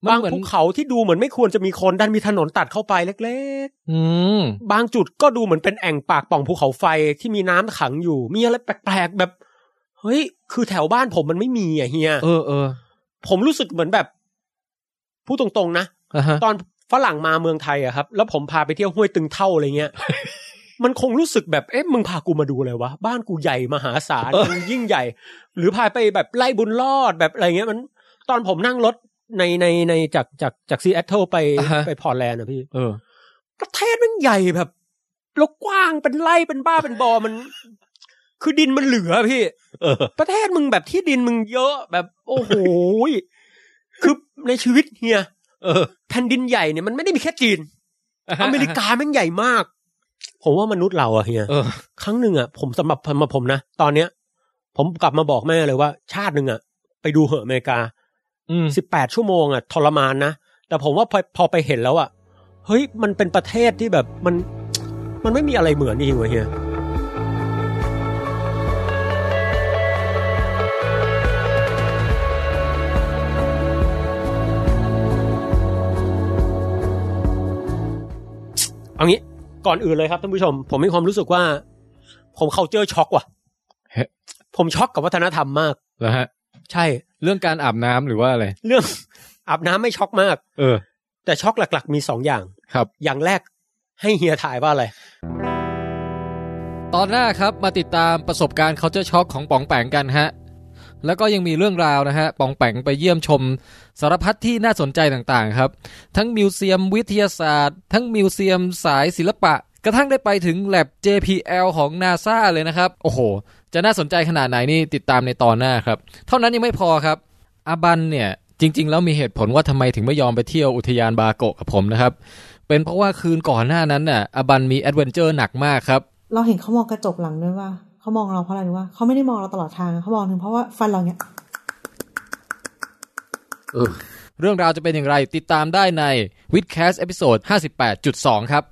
S5: บางภูเขาที่ดูเหมือนไม่ควรจะมีคนดันมีถนนตัดเข้าไปเล็ก
S19: อืม
S5: ๆ บางจุดก็ดูเหมือนเป็นแอ่งปากป่องภูเขาไฟที่มีน้ำขังอยู่ มีอะไรแปลกๆแบบ เฮ้ย คือแถวบ้านผมมันไม่มีอ่ะเฮีย
S19: เออเออ
S5: ผมรู้สึกเหมือนแบบพูดตรง ๆนะ
S19: อ่าฮะ
S5: ตอนฝรั่งมาเมืองไทยอะครับ แล้วผมพาไปเที่ยวห้วยตึงเท่าอะไร เงี้ย มันคงรู้สึกแบบเอ๊ะมึงพากูมาดูอะไรวะ บ้านกูใหญ่มหาศาล
S19: เออ
S5: มันยิ่งใหญ่ หรือพาไปแบบไล่บุญรอดแบบอะไรเงี้ยมัน ตอนผมนั่งรถ ในในในจากจากจากซีแอตเทิลไป
S20: อ่าฮะ
S5: ไปพอร์ตแลนด์อะพี่
S20: เออ
S5: ประเทศมันใหญ่แบบแล้วกว้างเป็นไร่เป็นบ้าเป็นบอมัน คือดินมันเหลือพี่
S20: เออ
S5: ประเทศมึงแบบที่ดินมึงเยอะแบบ โอ้โหยคือในชีวิตเฮีย
S20: เออ
S5: แผ่นดินใหญ่เนี่ยมันไม่ได้มีแค่จีน อเมริกาแม่งใหญ่มาก ผมว่ามนุษย์เราอะเฮีย
S20: เออ
S5: ครั้งหนึ่งอะผมสำหรับสำหรับผมนะ ตอนเนี้ย ผมกลับมาบอกแม่เลยว่า ชาติหนึ่งอะไปดูเหอะอเมริกาสิบแปดชั่วโมงอะทรมานนะ แต่ผมว่าพอพอไปเห็นแล้วอะเฮ้ยมันเป็นประเทศที่แบบมัน มันไม่มีอะไรเหมือนจริงๆเว้ยเฮีย เอางี้ก่อนอื่นเลยครับท่านผู้ชม ผมมีความรู้สึกว่า ผมเคาเจอช็อกว่ะ
S20: เฮ้ย
S5: ผมช็อกกับวัฒนธรรมมาก
S20: เหรอฮะ
S5: ใช่
S20: เรื่องการอาบน้ำหรือว่าอะไร
S5: เรื่อง อาบน้ำไม่ช็อกมาก
S20: เออ
S5: แต่ช็อกหลัก ๆ มีสองอย่าง
S20: ครับ
S5: อย่างแรกให้เฮียถ่ายว่าอะไร
S4: ตอนหน้าครับมาติดตามประสบการณ์เขาจะช็อกของป๋องแปงกันฮะ แล้วก็ยังมีเรื่องราวนะฮะป๋องแปงไปเยี่ยมชมสารพัดที่น่าสนใจต่างๆครับ ทั้งมิวเซียมวิทยาศาสตร์ ทั้งมิวเซียมสายศิลปะ กระทั่งได้ไปถึง l a b JPL ของ NASA เลยนะครับ โอ้โห จะน่าสนใจขนาดไหนนี่ติดตามในตอนหน้าครับ เท่านั้นยังไม่พอครับ อาบันเนี่ยจริง ๆ แล้วมีเหตุผลว่าทำไมถึงไม่ยอมไปเที่ยวอุทยานบาโกะกับผมนะครับ เป็นเพราะว่าคืนก่อนหน้านั้นน่ะอาบันมีแอดเวนเจอร์หนักมากครับ
S2: เราเห็นเขามองกระจกหลังด้วยว่า เขามองเราเพราะอะไรรู้ว่าเขาไม่ได้มองเราตลอดทางเขามองถึงเพราะว่าฟันเราเนี่ย
S4: เรื่องราวจะเป็นอย่างไรติดตามได้ในวิดแคสเอพิโซด 58.2 ครับ